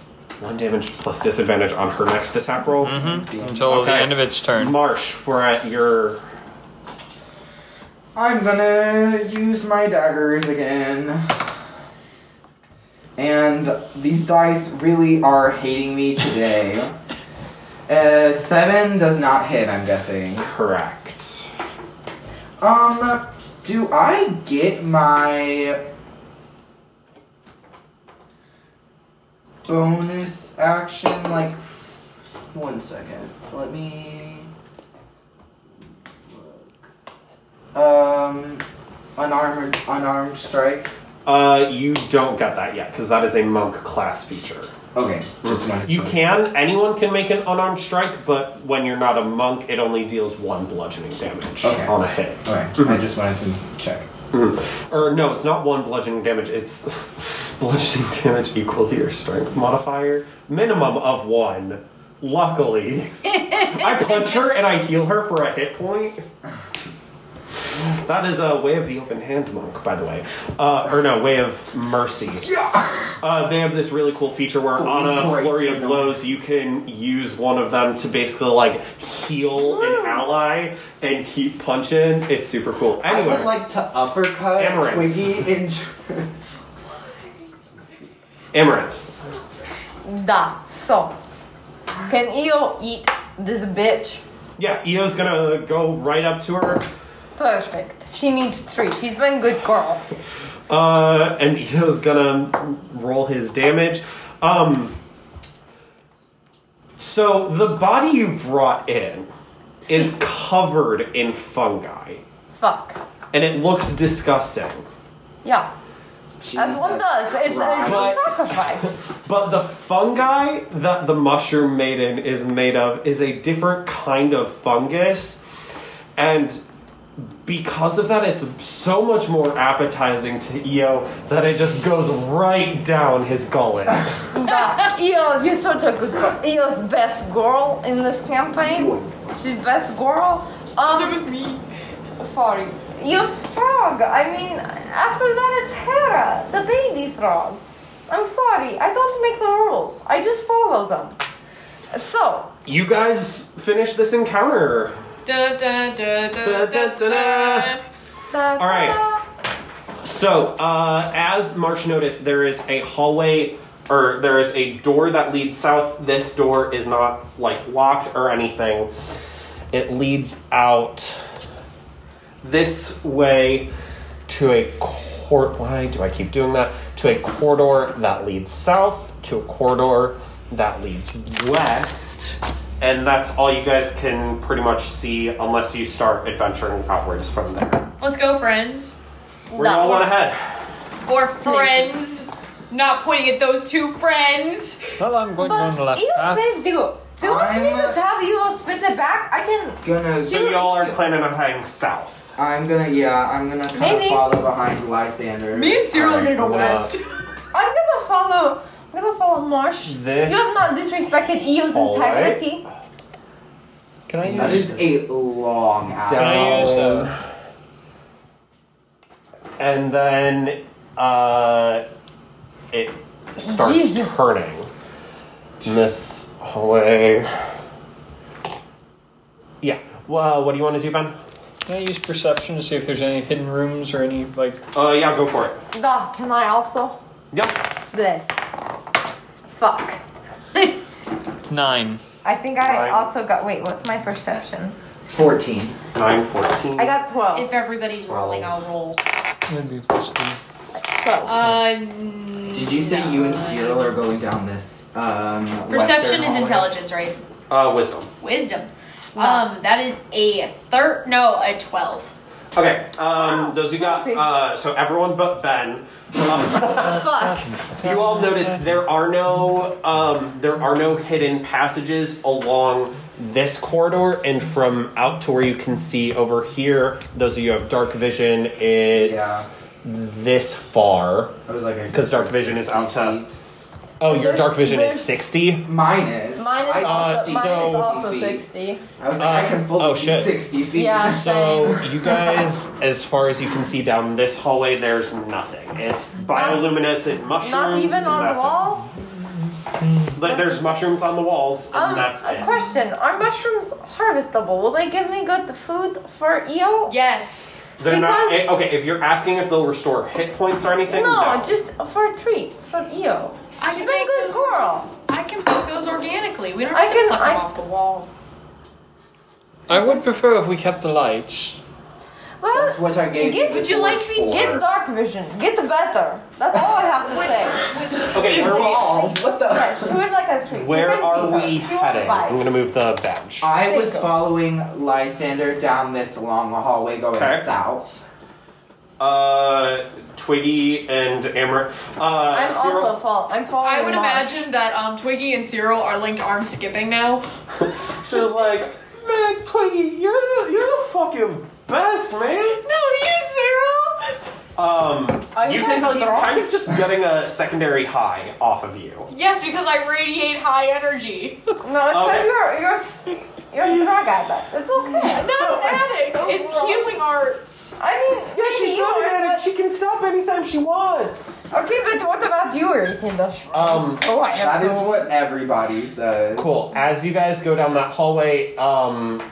Speaker 8: One damage plus disadvantage on her next attack roll.
Speaker 5: Mm-hmm. until the
Speaker 8: Okay.
Speaker 5: end of its turn.
Speaker 8: Marsh, we're at your.
Speaker 2: I'm gonna use my daggers again. And these dice really are hating me today. Uh, seven does not hit, I'm guessing.
Speaker 8: Correct.
Speaker 2: Um, do I get my bonus action? Like, f- one second. Let me. look. Um, unarmored, unarmed strike.
Speaker 8: Uh, you don't get that yet because that is a monk class feature.
Speaker 2: Okay, just one.
Speaker 8: You can. Anyone can make an unarmed strike, but when you're not a monk, it only deals one bludgeoning damage
Speaker 2: Okay.
Speaker 8: on a hit.
Speaker 2: Alright, I just wanted to check.
Speaker 8: Hmm. Or no, it's not one bludgeoning damage. It's (laughs) bludgeoning damage equal to your strength modifier, minimum of one. Luckily, (laughs) I punch her and I heal her for a hit point. That is a way of the open hand monk, by the way, uh, or no, way of mercy. Uh, they have this really cool feature where
Speaker 2: Flame
Speaker 8: on a
Speaker 2: breaks
Speaker 8: flurry of
Speaker 2: the
Speaker 8: blows, you can use one of them to basically like heal an ally and keep punching. It's super cool.
Speaker 2: I
Speaker 8: Anyway.
Speaker 2: would like to uppercut
Speaker 8: Amaranth.
Speaker 2: Twiggy in. (laughs)
Speaker 8: Amaranth.
Speaker 3: da. So, can Eo eat this bitch?
Speaker 8: Yeah, Eo's gonna go right up to her,
Speaker 3: Perfect. She needs three. She's been good girl.
Speaker 8: uh, and Eo's gonna roll his damage. Um, so the body you brought in is covered in fungi,
Speaker 3: Fuck.
Speaker 8: and it looks disgusting.
Speaker 3: Yeah. As one
Speaker 2: Jesus
Speaker 3: does. It's, it's a
Speaker 2: Christ.
Speaker 3: sacrifice.
Speaker 8: But the fungi that the mushroom maiden is made of is a different kind of fungus. And because of that, it's so much more appetizing to Io that it just goes right down his gullet.
Speaker 3: da. Eo, you're such a good girl. Eo's best girl in this campaign. She's best girl. Um,
Speaker 1: That was me.
Speaker 3: Sorry. Use frog. I mean, after that it's Hera, the baby frog. I'm sorry. I don't make the rules. I just follow them. So,
Speaker 8: you guys finish this encounter.
Speaker 1: Da, da, da, da, da,
Speaker 8: Da-da-da-da.
Speaker 1: da.
Speaker 3: all
Speaker 8: right. So, uh, as March noticed, there is a hallway, or there is a door that leads south. This door is not like locked or anything. It leads out this way to a court. Why do I keep doing that? To a corridor that leads south. To a corridor that leads west. And that's all you guys can pretty much see unless you start adventuring outwards from there.
Speaker 1: Let's go, friends.
Speaker 8: Where do you all want to head?
Speaker 1: Or friends. Not pointing at those two friends.
Speaker 5: Well, I'm going down the
Speaker 3: But
Speaker 5: left
Speaker 3: Eo
Speaker 5: path.
Speaker 3: saved you. Do you want me to
Speaker 2: I'm-
Speaker 3: just have you all spit it back? I can.
Speaker 2: Gonna.
Speaker 8: So y'all are planning on heading south.
Speaker 2: I'm gonna. Yeah, I'm gonna kind
Speaker 3: Maybe.
Speaker 2: of follow behind Lysander.
Speaker 1: Me and Cyril are gonna go
Speaker 8: Alright, well,
Speaker 1: west.
Speaker 3: I'm gonna follow. I'm gonna follow Marsh.
Speaker 12: This-
Speaker 3: You have not disrespected Eo's
Speaker 8: All right.
Speaker 3: integrity.
Speaker 12: Can I
Speaker 2: That
Speaker 12: use
Speaker 2: is a long
Speaker 12: Can I use,
Speaker 2: hour.
Speaker 12: uh,
Speaker 8: And then uh, it starts
Speaker 3: Jesus.
Speaker 8: turning in this hallway. Yeah. Well, uh, what do you want to do, Ben?
Speaker 5: Can I use perception to see if there's any hidden rooms or any like?
Speaker 8: Uh, yeah, go for it.
Speaker 3: Da, can I also?
Speaker 8: Yep.
Speaker 3: Bless. Fuck.
Speaker 5: Nine.
Speaker 3: I think I
Speaker 8: Right.
Speaker 3: also got. Wait, what's my perception?
Speaker 2: Fourteen.
Speaker 8: 914.
Speaker 3: I got 12.
Speaker 4: If everybody's rolling, I'll roll.
Speaker 5: Maybe plus three.
Speaker 3: 12.
Speaker 4: Uh,
Speaker 2: Did you say you and Cyril are going down this? Um,
Speaker 4: perception
Speaker 2: western
Speaker 4: is
Speaker 2: hallway?
Speaker 4: intelligence, right?
Speaker 8: Uh, wisdom.
Speaker 4: Wisdom. Um, that is a third. No, a twelve.
Speaker 8: Okay. Um, those who got uh, so everyone but Ben. you
Speaker 3: Uh,
Speaker 8: all notice there are no um, there are no hidden passages along this corridor, and from out to where you can see over here. Those of you who have dark vision, it's
Speaker 2: Yeah.
Speaker 8: this far.
Speaker 2: I was like,
Speaker 8: 'Cause dark vision is out to-
Speaker 2: Feet.
Speaker 8: Oh, your dark vision is
Speaker 3: There's-
Speaker 8: sixty.
Speaker 2: Mine is.
Speaker 3: Mine is,
Speaker 2: I
Speaker 3: also,
Speaker 2: can
Speaker 3: mine
Speaker 2: see
Speaker 3: is
Speaker 8: so-
Speaker 3: also
Speaker 2: 60 feet.
Speaker 3: 60.
Speaker 2: I was like,
Speaker 8: Uh,
Speaker 2: I can fully
Speaker 8: oh,
Speaker 2: see
Speaker 8: shit.
Speaker 2: 60 feet.
Speaker 3: Yeah.
Speaker 8: So you guys, as far as you can see down this hallway, there's nothing. It's bioluminescent mushrooms.
Speaker 3: Not even
Speaker 8: and
Speaker 3: on
Speaker 8: that's
Speaker 3: the
Speaker 8: it.
Speaker 3: wall?
Speaker 8: But there's mushrooms on the walls, and
Speaker 3: Um,
Speaker 8: that's
Speaker 3: a
Speaker 8: it.
Speaker 3: question. Are mushrooms harvestable? Will they give me good food for E EO?
Speaker 4: Yes.
Speaker 8: They're not
Speaker 3: because-
Speaker 8: eh, okay. If you're asking if they'll restore hit points or anything,
Speaker 3: No, just for treats for EO.
Speaker 4: I
Speaker 3: She's
Speaker 4: can
Speaker 3: been
Speaker 4: make
Speaker 3: a good
Speaker 4: those-
Speaker 3: girl.
Speaker 4: I can pick those organically. We don't
Speaker 3: I
Speaker 4: have
Speaker 3: can-
Speaker 4: to pluck
Speaker 3: I-
Speaker 4: them off the wall.
Speaker 5: I would prefer if we kept the lights.
Speaker 3: Well,
Speaker 2: That's what I gave
Speaker 3: Get-
Speaker 2: you.
Speaker 4: Would you like me to?
Speaker 3: get dark vision. Get the better. That's all I have to say.
Speaker 8: okay. Where,
Speaker 2: Evolve. What the?
Speaker 3: Right, she would like a treat. You
Speaker 8: where
Speaker 3: can
Speaker 8: are
Speaker 3: feed her.
Speaker 8: we
Speaker 3: She won't
Speaker 8: heading?
Speaker 3: bite.
Speaker 8: I'm gonna move the bench.
Speaker 2: I was
Speaker 3: Pickle.
Speaker 2: following Lysander down this long hallway going
Speaker 8: Okay.
Speaker 2: south.
Speaker 8: Uh, Twiggy and Amber. Uh,
Speaker 3: I'm
Speaker 8: Cyril-
Speaker 3: also fall. I'm following.
Speaker 1: I would
Speaker 3: Marsh.
Speaker 1: imagine that um, Twiggy and Cyril are linked arm skipping now.
Speaker 8: She was like, man, Twiggy, you're the, you're the fucking best, man.
Speaker 1: No, you, Cyril!
Speaker 8: Um,
Speaker 3: Are
Speaker 8: you
Speaker 3: you
Speaker 8: can
Speaker 3: guys
Speaker 8: tell he's
Speaker 3: drunk?
Speaker 8: kind of just getting a secondary high off of you.
Speaker 1: Yes, because I radiate high (laughs) energy.
Speaker 4: (laughs)
Speaker 3: No, it's
Speaker 8: Okay.
Speaker 3: because you're you're s- (laughs) you're a drug addict. It's okay.
Speaker 1: No, addict! It's healing arts.
Speaker 3: I mean, yeah, she's you are,
Speaker 8: She can stop anytime she wants.
Speaker 3: but- okay, but what about you are eating the shrooms?
Speaker 8: Um,
Speaker 3: oh, I
Speaker 2: That
Speaker 3: have
Speaker 2: is
Speaker 3: so.
Speaker 2: what everybody says.
Speaker 8: Cool. As you guys go down that hallway, um,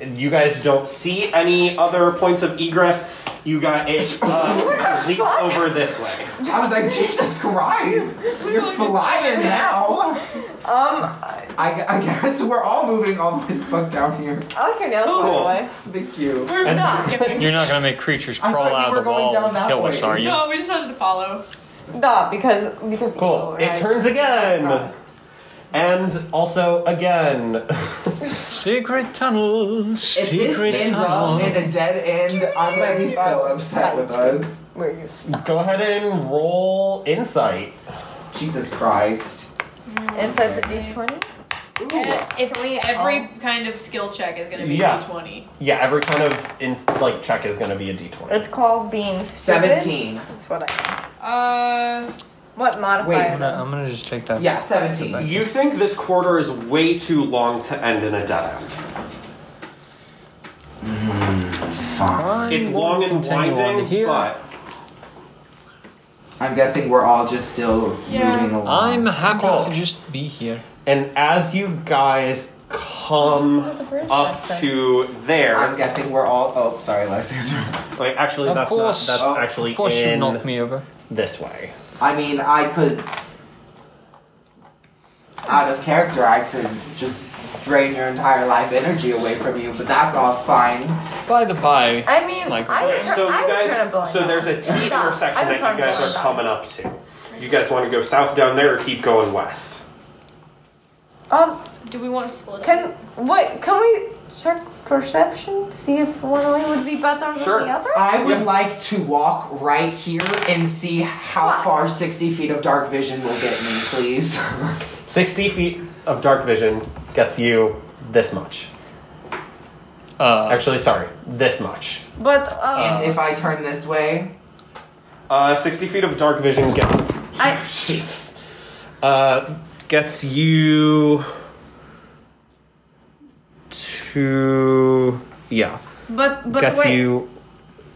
Speaker 8: you guys don't see any other points of egress. You got it
Speaker 3: (laughs)
Speaker 8: uh, leaps
Speaker 3: fuck?
Speaker 8: over this way.
Speaker 2: I was like, Jesus Christ, you're flying now.
Speaker 3: Um,
Speaker 2: I, I guess we're all moving all the fuck down here.
Speaker 3: I like your nails by
Speaker 8: Cool.
Speaker 3: the way.
Speaker 2: Thank you.
Speaker 1: We're
Speaker 8: And-
Speaker 4: (laughs)
Speaker 1: not skipping.
Speaker 5: You're not gonna make creatures
Speaker 2: I
Speaker 5: crawl
Speaker 2: thought you
Speaker 5: out
Speaker 2: were
Speaker 5: of the
Speaker 2: going
Speaker 5: wall
Speaker 2: down
Speaker 5: and
Speaker 2: that
Speaker 5: kill us,
Speaker 2: way.
Speaker 5: are you?
Speaker 1: No, we just had to follow.
Speaker 3: (laughs) Nah, because because
Speaker 8: Cool.
Speaker 3: Ego,
Speaker 8: It
Speaker 3: right?
Speaker 8: turns again. And
Speaker 5: (laughs)
Speaker 8: also again.
Speaker 5: Secret tunnels.
Speaker 2: If this
Speaker 5: Secret
Speaker 2: ends up in a
Speaker 5: tunnels.
Speaker 2: dead end, I'm gonna be so upset with us.
Speaker 3: Where you s-
Speaker 8: go ahead and roll insight.
Speaker 2: Jesus Christ.
Speaker 3: inside the d20?
Speaker 4: And Uh, if we every kind of skill check is going to be
Speaker 8: Yeah.
Speaker 4: a twenty.
Speaker 8: Yeah, every kind of ins- like check is going to be a d20.
Speaker 3: It's called being stupid.
Speaker 2: 17.
Speaker 3: That's what I.
Speaker 4: Uh,
Speaker 3: What
Speaker 2: Wait,
Speaker 3: modifier?
Speaker 5: I'm gonna, I'm gonna just take that.
Speaker 2: Yeah, 17.
Speaker 8: You think this corridor is way too long to end in a dead end.
Speaker 5: Fine,
Speaker 8: It's
Speaker 5: we'll
Speaker 8: long and
Speaker 5: continue on to
Speaker 8: winding,
Speaker 5: here.
Speaker 8: but
Speaker 2: I'm guessing we're all just still moving along.
Speaker 5: I'm happy
Speaker 8: Cool.
Speaker 5: to just be here.
Speaker 8: And as you guys come up to
Speaker 2: I'm
Speaker 8: there,
Speaker 2: guessing we're all. Oh, sorry, Lysander.
Speaker 8: wait, actually,
Speaker 5: Of
Speaker 8: that's
Speaker 5: course.
Speaker 8: not. That's
Speaker 2: Oh,
Speaker 8: actually
Speaker 5: Of course, you
Speaker 8: in
Speaker 5: knocked me over.
Speaker 8: this way.
Speaker 2: I mean, I could. Out of character, I could just drain your entire life energy away from you, but that's all fine.
Speaker 5: By the by,
Speaker 3: I mean,
Speaker 5: Like,
Speaker 3: I
Speaker 8: Okay,
Speaker 3: would turn,
Speaker 8: so
Speaker 3: I
Speaker 8: you
Speaker 3: would turn a
Speaker 8: guys,
Speaker 3: blind
Speaker 8: so
Speaker 3: eye.
Speaker 8: there's a T
Speaker 3: Stop.
Speaker 8: intersection
Speaker 3: I would
Speaker 8: that
Speaker 3: turn
Speaker 8: you
Speaker 3: a
Speaker 8: guys
Speaker 3: blind
Speaker 8: are
Speaker 3: eye.
Speaker 8: coming up to. You guys want to go south down there or keep going west?
Speaker 3: Um,
Speaker 4: do we want to split up?
Speaker 3: can what? Can we check perception? See if one of them would be better than
Speaker 8: Sure.
Speaker 3: the other.
Speaker 2: I would like to walk right here and see how
Speaker 3: Fuck.
Speaker 2: far
Speaker 8: (laughs)
Speaker 2: 60 feet of dark vision will get me, please.
Speaker 8: Sixty feet of dark vision gets you this much.
Speaker 12: Uh,
Speaker 8: Actually, sorry, this much.
Speaker 3: But um,
Speaker 2: And if I turn this way,
Speaker 8: Uh, 60 feet of dark vision gets.
Speaker 3: (laughs) I-
Speaker 8: Jesus. Uh, gets you. To. Yeah.
Speaker 3: but but
Speaker 8: gets
Speaker 3: wait,
Speaker 8: you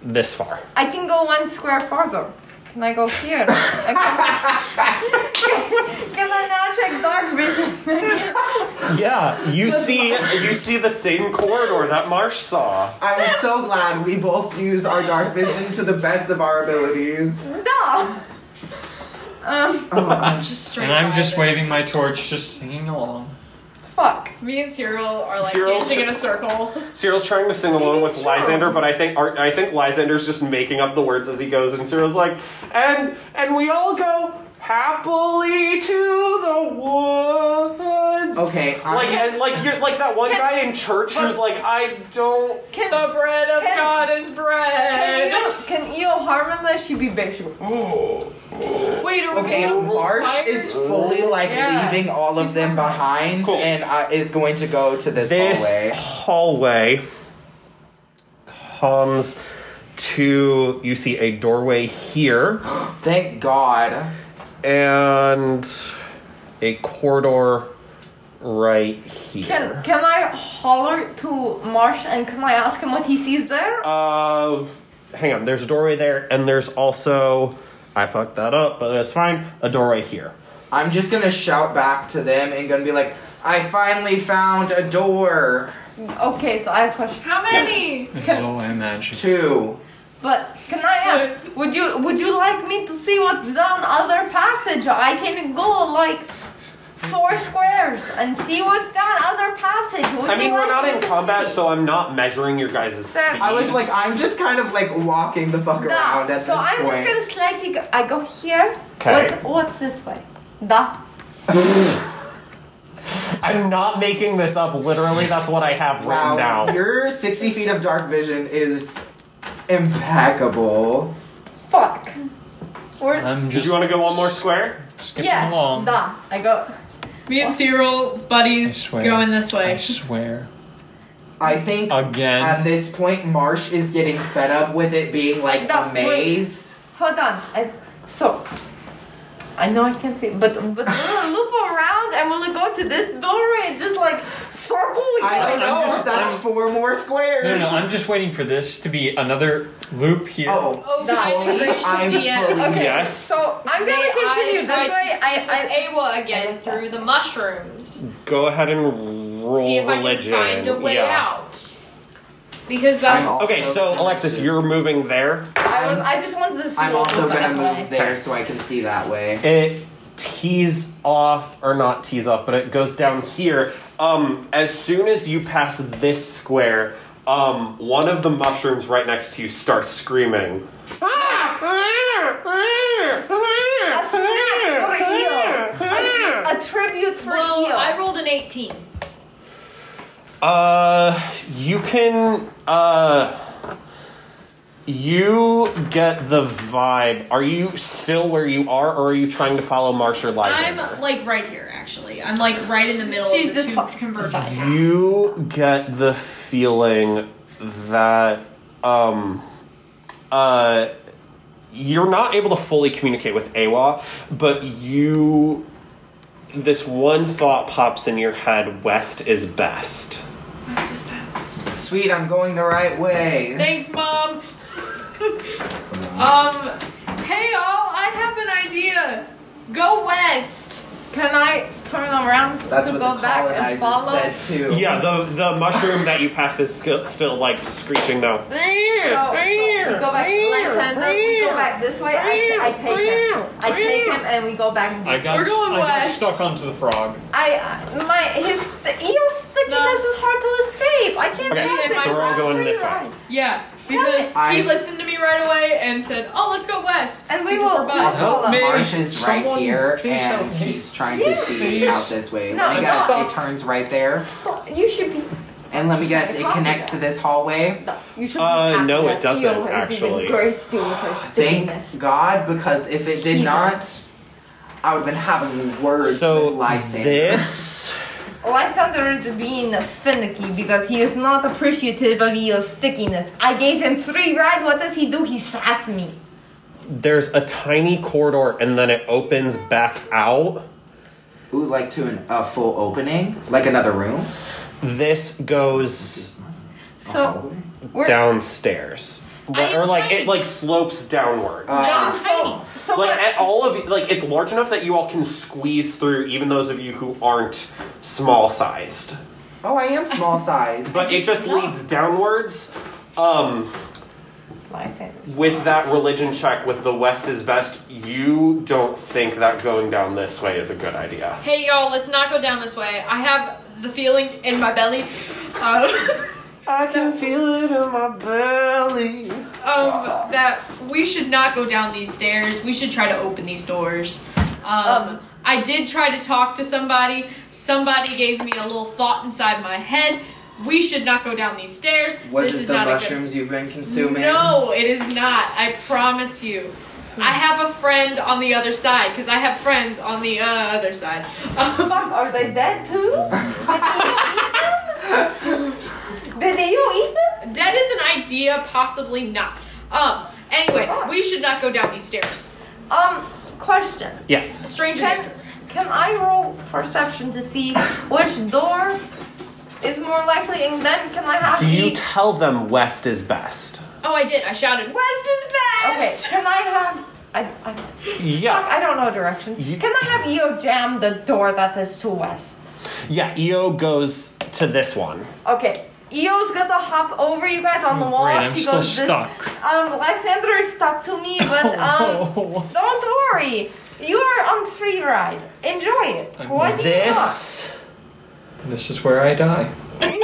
Speaker 8: this far.
Speaker 3: I can go one square farther. Can I go (laughs) here? I can, can I now check dark vision? (laughs)
Speaker 8: Yeah, you see you see the same corridor that Marsh saw.
Speaker 2: I'm so glad we both use our dark vision to the best of our abilities.
Speaker 4: (laughs)
Speaker 3: no. Um,
Speaker 2: Oh, I'm
Speaker 4: Just straight.
Speaker 5: And I'm
Speaker 4: by
Speaker 5: just
Speaker 4: it.
Speaker 5: waving my torch, just singing along.
Speaker 3: fuck.
Speaker 4: Me and Cyril are like
Speaker 8: Cyril
Speaker 4: dancing
Speaker 8: sh-
Speaker 4: in a circle.
Speaker 8: Cyril's trying to sing along with Lysander, but I think Ar- I think Lysander's just making up the words as he goes, and Cyril's like, and and we all go happily to the woods.
Speaker 2: Okay, I'm-
Speaker 8: Like as, like you're like that one guy in church who's like, I don't.
Speaker 4: the bread of
Speaker 3: Can-
Speaker 4: God is
Speaker 3: Can
Speaker 4: bread.
Speaker 3: you can you harm that she be bashu?
Speaker 4: Wait, are we
Speaker 2: Okay,
Speaker 4: gonna
Speaker 2: Marsh
Speaker 4: fire?
Speaker 2: is fully like
Speaker 3: Yeah.
Speaker 2: leaving all of them behind
Speaker 8: Cool.
Speaker 2: and uh, is going to go to this,
Speaker 8: this
Speaker 2: hallway.
Speaker 8: hallway comes to you see a doorway here (gasps)
Speaker 2: Thank God.
Speaker 8: and a corridor right here
Speaker 3: Can can I holler to Marsh and can I ask him what he sees there?
Speaker 8: uh hang on there's a doorway there and there's also i fucked that up but that's fine a doorway here
Speaker 2: I'm just gonna shout back to them and gonna be like, I finally found a door.
Speaker 3: Okay, so I have a question.
Speaker 4: How many?
Speaker 5: It's all I imagine.
Speaker 2: Two.
Speaker 3: But can I ask? Would you would you like me to see what's down other passage? I can go like four squares and see what's down other passage. Would
Speaker 8: i
Speaker 3: you
Speaker 8: mean we're
Speaker 3: like
Speaker 8: not
Speaker 3: me
Speaker 8: in
Speaker 3: to
Speaker 8: combat
Speaker 3: see?
Speaker 8: so i'm not measuring your guys'
Speaker 3: So-
Speaker 8: speed
Speaker 2: I was like, I'm just kind of like walking the fuck around
Speaker 3: Da.
Speaker 2: at
Speaker 3: So
Speaker 2: this
Speaker 3: I'm
Speaker 2: point.
Speaker 3: just gonna slightly. Go, I go here.
Speaker 8: 'Kay.
Speaker 3: What's, what's this way? Da.
Speaker 8: i'm not making this up literally that's what i have
Speaker 2: Wow,
Speaker 8: written down
Speaker 2: your 60 feet of dark vision is impeccable.
Speaker 3: Fuck. Where?
Speaker 5: I'm
Speaker 8: do
Speaker 5: just
Speaker 8: you want to go one more square
Speaker 5: skipping
Speaker 3: yes.
Speaker 5: along.
Speaker 3: Da. I go.
Speaker 4: Me and Cyril
Speaker 5: I
Speaker 4: buddies
Speaker 5: swear.
Speaker 4: going this
Speaker 5: I
Speaker 4: way.
Speaker 5: swear.
Speaker 2: I think at
Speaker 5: Again.
Speaker 2: this point, Marsh is getting fed up with it being like
Speaker 3: Da-
Speaker 2: a maze.
Speaker 3: Hold on. I, so, I know I can't see, but but will it loop around and will it go to this doorway and just like circle? it?
Speaker 2: I don't
Speaker 5: I'm
Speaker 2: know.
Speaker 5: just-
Speaker 2: that's
Speaker 5: I'm-
Speaker 2: four more squares.
Speaker 5: No, no, I'm just waiting for this to be another loop here.
Speaker 2: Oh,
Speaker 4: Oh,
Speaker 3: That-
Speaker 4: finally reached
Speaker 2: I'm
Speaker 4: DM.
Speaker 2: fully-
Speaker 3: Okay.
Speaker 8: Yes.
Speaker 3: So I'm gonna
Speaker 4: May
Speaker 3: continue
Speaker 4: I
Speaker 3: this
Speaker 4: try to
Speaker 3: way.
Speaker 4: speak
Speaker 3: I,
Speaker 4: with Awa again through the mushrooms.
Speaker 8: Go ahead and roll
Speaker 4: See if
Speaker 8: religion.
Speaker 4: I can find a way
Speaker 8: yeah.
Speaker 4: out. Because
Speaker 2: I'm
Speaker 4: that's
Speaker 2: also
Speaker 8: Okay, so
Speaker 2: gonna
Speaker 8: Alexis,
Speaker 2: just-
Speaker 8: you're moving there.
Speaker 3: I, I was I just wanted to see.
Speaker 2: I'm
Speaker 3: what
Speaker 2: also
Speaker 3: was
Speaker 2: gonna
Speaker 3: that way.
Speaker 2: move there so I can see that way.
Speaker 8: It tees off, or not tees off, but it goes down here. Um, as soon as you pass this square, um, one of the mushrooms right next to you starts screaming.
Speaker 3: A snack for you. A, s- a tribute for
Speaker 4: well,
Speaker 3: you.
Speaker 4: I rolled an 18.
Speaker 8: Uh, you can. Uh, you get the vibe. Are you still where you are, or are you trying to follow Marsh or Lysander?
Speaker 4: I'm like right here, actually. I'm like right in the middle
Speaker 3: She
Speaker 4: of the
Speaker 3: just
Speaker 4: two
Speaker 3: fuck-
Speaker 4: converging.
Speaker 8: You get the feeling that um uh you're not able to fully communicate with Awa, but you this one thought pops in your head, west is best.
Speaker 4: Must is fast.
Speaker 2: Sweet, I'm going the right way.
Speaker 4: Thanks, Mom. um, hey, all, I have an idea. Go west.
Speaker 3: Can I turn around
Speaker 2: That's
Speaker 3: to
Speaker 2: what
Speaker 3: go
Speaker 2: the
Speaker 3: back
Speaker 2: colonizer
Speaker 3: and follow?
Speaker 2: said too.
Speaker 8: Yeah, the the mushroom that you passed is still, still like screeching though.
Speaker 3: So, Oh, so we go back, Lysander, we go back this way. I, I take him. I take him and we go back.
Speaker 5: I
Speaker 3: This
Speaker 5: got,
Speaker 4: We're going
Speaker 5: I got
Speaker 4: west.
Speaker 5: stuck onto the frog.
Speaker 3: I my his st- eel stickiness
Speaker 4: No.
Speaker 3: is hard to escape. I can't
Speaker 8: Okay,
Speaker 3: help it.
Speaker 8: so we're all
Speaker 3: I'm
Speaker 8: going
Speaker 3: free
Speaker 8: this way.
Speaker 3: ride.
Speaker 4: Yeah, because
Speaker 2: I-
Speaker 4: he listened to me right away and said, "Oh, let's go west."
Speaker 3: And we
Speaker 4: because
Speaker 3: will-
Speaker 4: We're bus.
Speaker 3: we'll-
Speaker 2: So
Speaker 3: Help me.
Speaker 2: Marsh is right
Speaker 5: Someone
Speaker 2: here
Speaker 5: please help
Speaker 2: and
Speaker 5: me.
Speaker 2: he's trying to see
Speaker 5: Please.
Speaker 2: out this way.
Speaker 3: No,
Speaker 2: let me
Speaker 3: I'm
Speaker 2: guess,
Speaker 5: stuck.
Speaker 2: it turns right there.
Speaker 3: Stop. You should be.
Speaker 2: And let me guess, it
Speaker 3: Stop.
Speaker 2: connects to this hallway.
Speaker 3: You should.
Speaker 8: Uh,
Speaker 3: be happy
Speaker 8: no,
Speaker 3: that
Speaker 8: it doesn't,
Speaker 3: Eel has
Speaker 8: actually.
Speaker 3: Even graced you with her stickiness.
Speaker 2: Thank God, because if it did
Speaker 3: He
Speaker 2: not, I would have been having words
Speaker 8: So
Speaker 2: with Lysander.
Speaker 8: this
Speaker 3: Oh, Lysander is being finicky because he is not appreciative of your stickiness. I gave him three red. What does he do? He sass me.
Speaker 8: There's a tiny corridor and then it opens back out.
Speaker 2: Ooh, like to an, a full opening, like another room.
Speaker 8: This goes
Speaker 3: So
Speaker 8: Oh.
Speaker 3: we're
Speaker 8: downstairs.
Speaker 4: I
Speaker 8: or
Speaker 4: am
Speaker 8: like
Speaker 4: tiny.
Speaker 8: it like slopes downwards.
Speaker 3: Uh,
Speaker 4: I'm
Speaker 3: so-
Speaker 4: tiny.
Speaker 3: So
Speaker 8: like
Speaker 3: we're-
Speaker 8: at all of like it's large enough that you all can squeeze through, even those of you who aren't small sized.
Speaker 2: Oh, I am
Speaker 4: (laughs)
Speaker 2: small size.
Speaker 8: But it just leads downwards. Um, with that religion check with the West is best, you don't think that going down this way is a good idea.
Speaker 4: Hey y'all, let's not go down this way. I have the feeling in my belly. Uh,
Speaker 8: I can feel it in my belly.
Speaker 4: um, that we should not go down these stairs. We should try to open these doors. Um, I did try to talk to somebody. Somebody gave me a little thought inside my head. We should not go down these stairs.
Speaker 2: Was
Speaker 4: this
Speaker 2: it
Speaker 4: is
Speaker 2: the
Speaker 4: not a good
Speaker 2: mushrooms you've been consuming?
Speaker 4: No, it is not. I promise you. I have a friend on the other side because I have friends on the uh, other side. (laughs)
Speaker 3: Fuck, are they dead (laughs) too? Did you eat them?
Speaker 4: Dead is an idea, possibly not. Um. Anyway, we should not go down these stairs.
Speaker 3: Um, question.
Speaker 8: Yes.
Speaker 4: Stranger
Speaker 3: Can,
Speaker 4: danger.
Speaker 3: can I roll perception to see which door is more likely, and then can I have
Speaker 8: Do you
Speaker 3: the-
Speaker 8: tell them West is best?
Speaker 4: Oh, I did. I shouted, "West is
Speaker 3: Okay,
Speaker 4: best."
Speaker 3: can I have? I, I, fuck,
Speaker 8: Yeah.
Speaker 3: I don't know directions.
Speaker 8: You-
Speaker 3: Can I have Eo jam the door that is to west?
Speaker 8: Yeah, EO goes to this one.
Speaker 3: Okay, Eo's gonna hop over you guys on the wall.
Speaker 5: Great, I'm
Speaker 3: she
Speaker 5: still
Speaker 3: goes this-
Speaker 5: stuck.
Speaker 3: Um, Lysander is stuck to me, but um, don't worry. You are on free ride. Enjoy it. Why do you not?
Speaker 8: This
Speaker 5: This is where I die.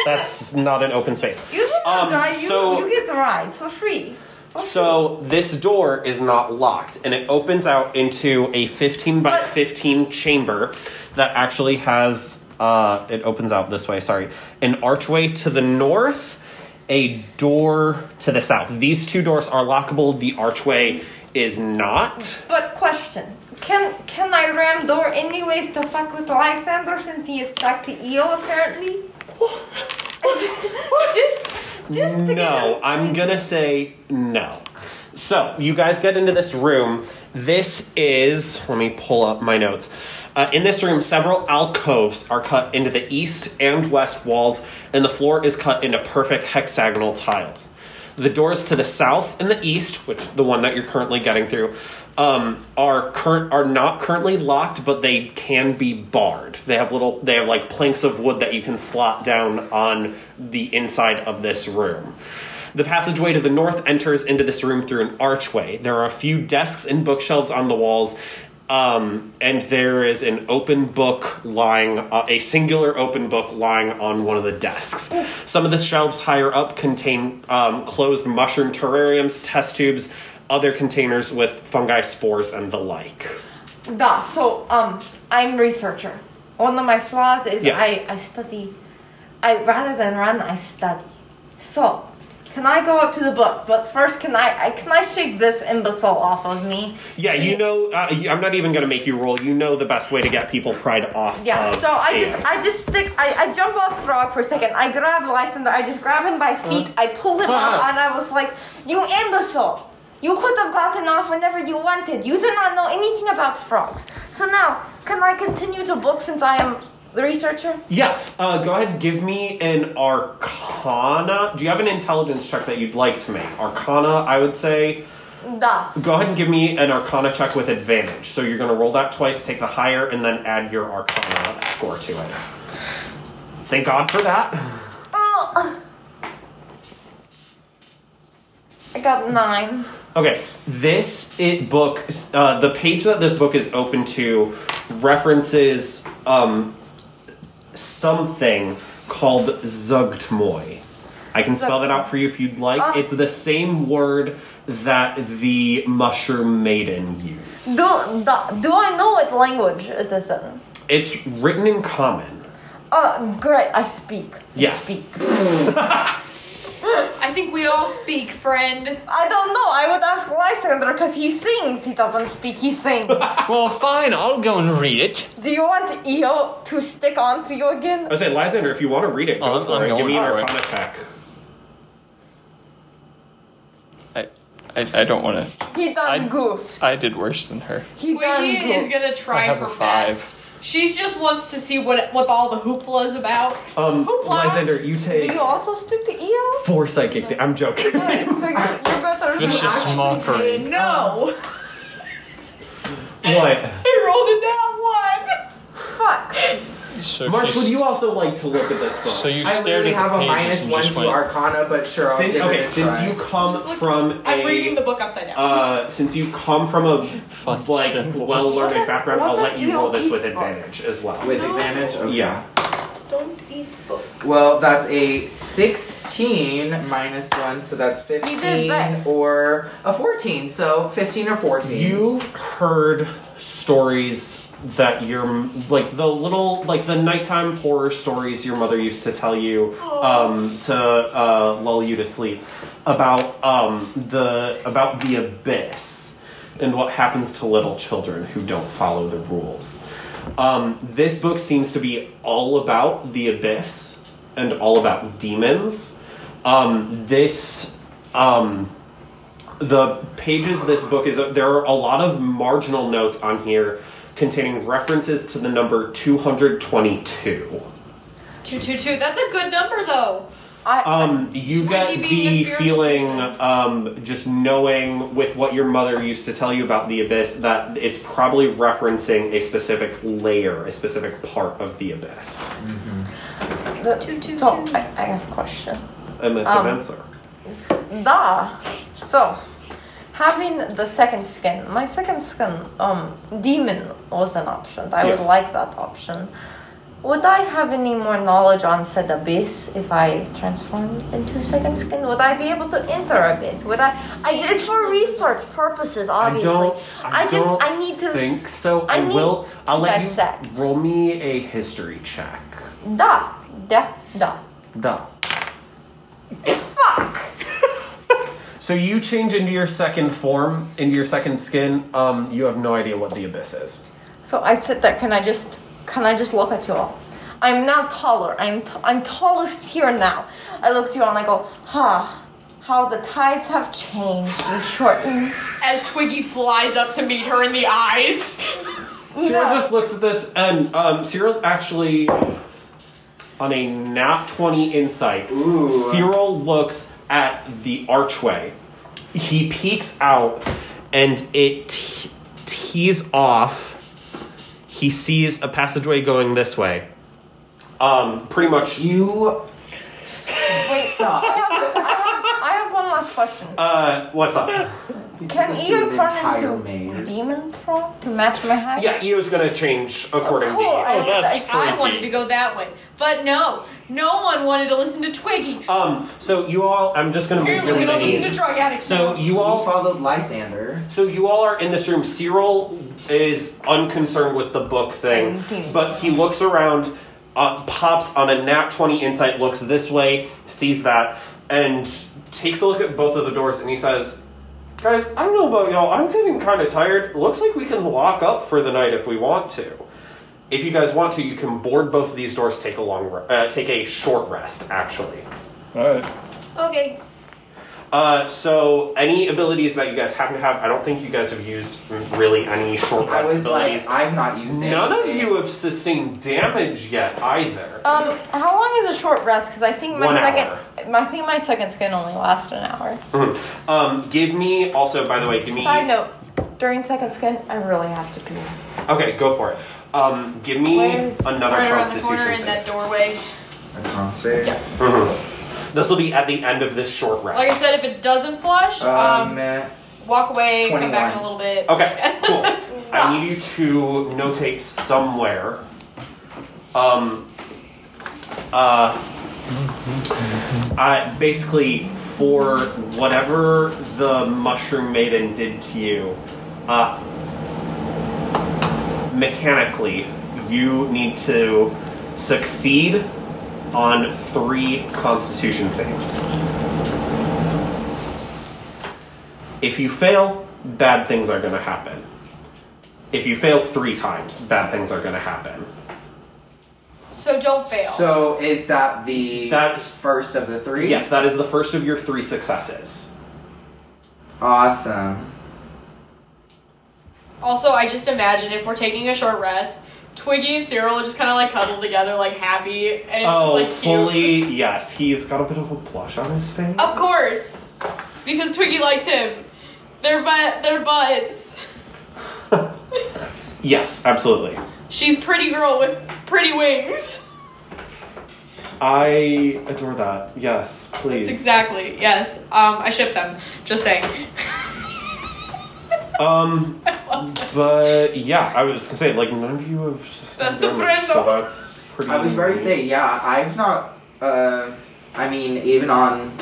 Speaker 8: that's not an open space.
Speaker 3: You did not
Speaker 8: Um,
Speaker 3: drive. You,
Speaker 8: so-
Speaker 3: you get the ride for free. For
Speaker 8: So this door is not locked, and it opens out into a 15 by
Speaker 3: But-
Speaker 8: 15 chamber that actually has. Uh, it opens out this way. Sorry, an archway to the north, a door to the south. These two doors are lockable. The archway is not.
Speaker 3: free. But question: Can can I ram door anyways to fuck with Lysander since he is stuck to Eo apparently? (laughs) just just to get
Speaker 8: no,
Speaker 3: him-
Speaker 8: I'm gonna say no. So you guys get into this room. This is let me pull up my notes. Uh, in this room, several alcoves are cut into the east and west walls, and the floor is cut into perfect hexagonal tiles. The doors to the south and the east, which the one that you're currently getting through, um, are current are not currently locked, but they can be barred. They have little they have like planks of wood that you can slot down on the inside of this room. The passageway to the north enters into this room through an archway. There are a few desks and bookshelves on the walls. Um, and there is an open book lying, uh, a singular open book lying on one of the desks. Some of the shelves higher up contain um, closed mushroom terrariums, test tubes, other containers with fungi spores and the like.
Speaker 3: Da, so um, I'm researcher. One of my flaws is
Speaker 8: Yes.
Speaker 3: I, I study. I rather than run, I study. So, can I go up to the book? But first, can I, I can I shake this imbecile off of me?
Speaker 8: Yeah, you know, uh, you- I'm not even going to make you roll. You know the best way to get people pried off.
Speaker 3: Yeah.
Speaker 8: of
Speaker 3: so I just
Speaker 8: Aeon.
Speaker 3: I just stick. I, I jump off Frog for a second. I grab Lysander. I just grab him by feet. I pull him
Speaker 8: Ah.
Speaker 3: up, and I was like, "You imbecile! You could have gotten off whenever you wanted. You do not know anything about frogs. So now, can I continue to book since I am the researcher?
Speaker 8: Yeah, uh, go ahead. Give me an Arcana. Do you have an intelligence check that you'd like to make? Arcana, I would say.
Speaker 3: Da.
Speaker 8: Go ahead and give me an Arcana check with advantage. So you're going to roll that twice, take the higher, and then add your Arcana score to it. Thank God for that.
Speaker 3: Oh. I got nine.
Speaker 8: Okay, this it book. Uh, the page that this book is open to references um, something called Zugtmoy. I can spell that out for you if you'd like.
Speaker 3: Uh.
Speaker 8: it's the same word that the mushroom maiden used.
Speaker 3: Do da, do I know what language it is in?
Speaker 8: It's written in common.
Speaker 3: Oh, great! I speak. I
Speaker 8: Yes.
Speaker 3: Speak.
Speaker 4: I think we all speak, friend.
Speaker 3: I don't know. I would ask Lysander because he sings. He doesn't speak. He sings.
Speaker 14: well, fine. I'll go and read it.
Speaker 3: Do you want Io to stick on to you
Speaker 8: I
Speaker 3: again?
Speaker 8: would say, Lysander, if you want to read it, go
Speaker 14: Oh, I'm-
Speaker 8: for
Speaker 14: I'm
Speaker 8: it. Give
Speaker 14: going
Speaker 8: me an
Speaker 14: for it.
Speaker 8: Arcana check.
Speaker 14: I, I, I don't want to.
Speaker 3: He done
Speaker 14: I-
Speaker 3: goof.
Speaker 14: I did worse than her.
Speaker 3: He done
Speaker 4: Twiggy is
Speaker 3: goof.
Speaker 4: gonna
Speaker 14: I
Speaker 4: try
Speaker 14: have
Speaker 4: her
Speaker 14: a five.
Speaker 4: best. She's just wants to see what what all the hoopla is about.
Speaker 8: Um,
Speaker 4: Hoopla.
Speaker 8: Lysander, you
Speaker 3: Do
Speaker 8: take
Speaker 3: you also stick to
Speaker 8: (laughs)
Speaker 3: Io?
Speaker 8: four psychic. Da- I'm joking. (laughs)
Speaker 3: so you're better than
Speaker 5: It's just mockery.
Speaker 4: No, (laughs)
Speaker 8: what?
Speaker 4: I rolled it down one.
Speaker 3: Fuck.
Speaker 14: So
Speaker 8: Marsh,
Speaker 14: she's-
Speaker 8: would you also like to look at this book?
Speaker 14: So you
Speaker 2: I
Speaker 14: stared
Speaker 2: literally
Speaker 14: at the
Speaker 2: have a
Speaker 14: pages
Speaker 2: minus
Speaker 14: and
Speaker 2: one
Speaker 14: just
Speaker 2: to
Speaker 14: went,
Speaker 2: Arcana, but sure, I'll
Speaker 8: since,
Speaker 2: give it
Speaker 8: okay,
Speaker 2: a
Speaker 8: since
Speaker 2: try.
Speaker 8: you
Speaker 4: Just
Speaker 8: come
Speaker 4: look-
Speaker 8: from
Speaker 4: I'm
Speaker 8: a
Speaker 4: reading the book upside down.
Speaker 8: uh, since you come from a like
Speaker 14: shit.
Speaker 8: well-learned
Speaker 3: What
Speaker 8: background,
Speaker 3: the-
Speaker 8: I'll
Speaker 3: what
Speaker 8: let
Speaker 3: the
Speaker 8: you roll this
Speaker 3: EOP
Speaker 8: with
Speaker 3: book?
Speaker 8: advantage as well.
Speaker 2: with advantage. Okay.
Speaker 8: yeah.
Speaker 11: Don't eat books.
Speaker 2: Well, that's a 16 minus 1, so that's
Speaker 3: best.
Speaker 2: 15 or a 14, so 15 or 14.
Speaker 8: You've heard stories that your like the little like the nighttime horror stories your mother used to tell you um, to uh, lull you to sleep about um, the about the abyss and what happens to little children who don't follow the rules. Um, this book seems to be all about the abyss and all about demons. Um, this um, the pages of this book is there are a lot of marginal notes on here containing references to the number 222
Speaker 4: Two two two. That's a good number though.
Speaker 8: um, you
Speaker 4: Would
Speaker 8: get
Speaker 4: he be the
Speaker 8: the
Speaker 4: spiritual
Speaker 8: feeling
Speaker 4: person?
Speaker 8: um, just knowing with what your mother used to tell you about the abyss that it's probably referencing a specific layer a specific part of the abyss
Speaker 3: The- so I, I have a question.
Speaker 8: and that's
Speaker 3: Um,
Speaker 8: an answer
Speaker 3: Da. So, having the second skin, my second skin, um, demon was an option. I would
Speaker 8: Yes.
Speaker 3: like that option. Would I have any more knowledge on said abyss if I transformed into second skin? Would I be able to enter abyss? Would I? I it's for research purposes, obviously. just
Speaker 8: don't
Speaker 3: I need to
Speaker 8: think so
Speaker 3: I
Speaker 8: i,
Speaker 3: need
Speaker 8: will i'll
Speaker 3: to
Speaker 8: let
Speaker 3: dissect.
Speaker 8: you roll me a history check
Speaker 3: da da da.
Speaker 8: Duh. (laughs)
Speaker 3: Fuck.
Speaker 8: So you change into your second form, into your second skin. Um, you have no idea what the abyss is.
Speaker 3: So I sit there. Can I just can I just look at you all? I'm now taller. I'm t- I'm tallest here now. I look at you all and I go, ha. How the tides have changed, you shortens.
Speaker 4: As Twiggy flies up to meet her in the eyes.
Speaker 8: Cyril
Speaker 3: No.
Speaker 8: just looks at this, and um, Cyril's actually on a nat twenty insight.
Speaker 2: Ooh.
Speaker 8: Cyril looks at the archway. He peeks out, and it te- tees off. He sees a passageway going this way. Um, pretty much.
Speaker 2: You
Speaker 3: Wait, so
Speaker 2: suck.
Speaker 3: I have, I, have, I have one last question.
Speaker 8: Uh,
Speaker 3: (laughs)
Speaker 8: what's up?
Speaker 3: Can
Speaker 2: must be
Speaker 3: Eo
Speaker 2: an entire
Speaker 3: turn into
Speaker 2: maze.
Speaker 3: demon pro to match my height?
Speaker 8: Yeah, Eo's gonna change according
Speaker 3: Cool,
Speaker 8: to you.
Speaker 3: I-
Speaker 14: that's
Speaker 3: I-
Speaker 14: freaky.
Speaker 4: I wanted to go that way, but no, no one wanted to listen to Twiggy.
Speaker 8: Um, so you all, I'm just gonna move
Speaker 4: Apparently,
Speaker 8: your
Speaker 4: we don't listen to
Speaker 8: minis.
Speaker 4: drug addicts.
Speaker 8: So
Speaker 4: now.
Speaker 8: you
Speaker 2: all
Speaker 8: all,
Speaker 2: followed Lysander.
Speaker 8: so you all are in this room. Cyril is unconcerned with the book thing,
Speaker 3: Mhm.
Speaker 8: but he looks around, uh, pops on a nat twenty insight, looks this way, sees that, and takes a look at both of the doors, and he says, "Guys, I don't know about y'all. I'm getting kind of tired. Looks like we can lock up for the night if we want to." If you guys want to, you can board both of these doors. Take a long, re- uh, take a short rest, actually.
Speaker 14: All right.
Speaker 4: okay,
Speaker 8: Uh, so any abilities that you guys happen to have, I don't think you guys have used really any short
Speaker 2: I
Speaker 8: rest
Speaker 2: was
Speaker 8: abilities.
Speaker 2: like, I've not used it.
Speaker 8: None of you have sustained damage yet either.
Speaker 3: Um, how long is a short rest? Because I think my
Speaker 8: One hour.
Speaker 3: second, my, I think my second skin only lasts an hour.
Speaker 8: Mhm. um, give me also, by the way, give me.
Speaker 3: Side note: during second skin, I really have to pee.
Speaker 8: Okay, go for it. Um, give me
Speaker 3: Where's-
Speaker 8: another
Speaker 4: right around the corner
Speaker 8: Constitution
Speaker 4: in that
Speaker 8: save.
Speaker 4: doorway.
Speaker 2: A concert.
Speaker 4: Yeah.
Speaker 8: Mm-hmm. This will be at the end of this short rest.
Speaker 4: Like I said, if it doesn't flush,
Speaker 2: Um,
Speaker 4: um, walk away, come
Speaker 2: 21.
Speaker 4: back in a little bit.
Speaker 8: Okay, cool. I need you to notate somewhere. Um, uh, I basically for whatever the mushroom maiden did to you, uh, mechanically you need to succeed on three Constitution saves. If you fail, bad things are going to happen. If you fail three times, bad things are going to happen.
Speaker 4: So don't fail.
Speaker 2: So is that the
Speaker 8: That's
Speaker 2: first of the three?
Speaker 8: Yes, that is the first of your three successes.
Speaker 2: Awesome.
Speaker 4: Also, I just imagine if we're taking a short rest, Twiggy and Cyril are just kind of like cuddled together, like happy, and it's
Speaker 8: oh,
Speaker 4: just like cute.
Speaker 8: fully, yes. He's got a bit of a blush on his face.
Speaker 4: Of course, because Twiggy likes him. They're but they're buds.
Speaker 8: Yes, absolutely.
Speaker 4: She's pretty girl with pretty wings.
Speaker 8: I adore that. Yes,
Speaker 4: That's
Speaker 8: please.
Speaker 4: exactly yes. Um, I ship them. Just saying. (laughs)
Speaker 8: Um, but yeah, I was gonna say like none of you have.
Speaker 4: That's the
Speaker 8: friend. So
Speaker 4: friend.
Speaker 8: that's pretty.
Speaker 2: I was about to say, yeah, I've not. Uh, I mean, even on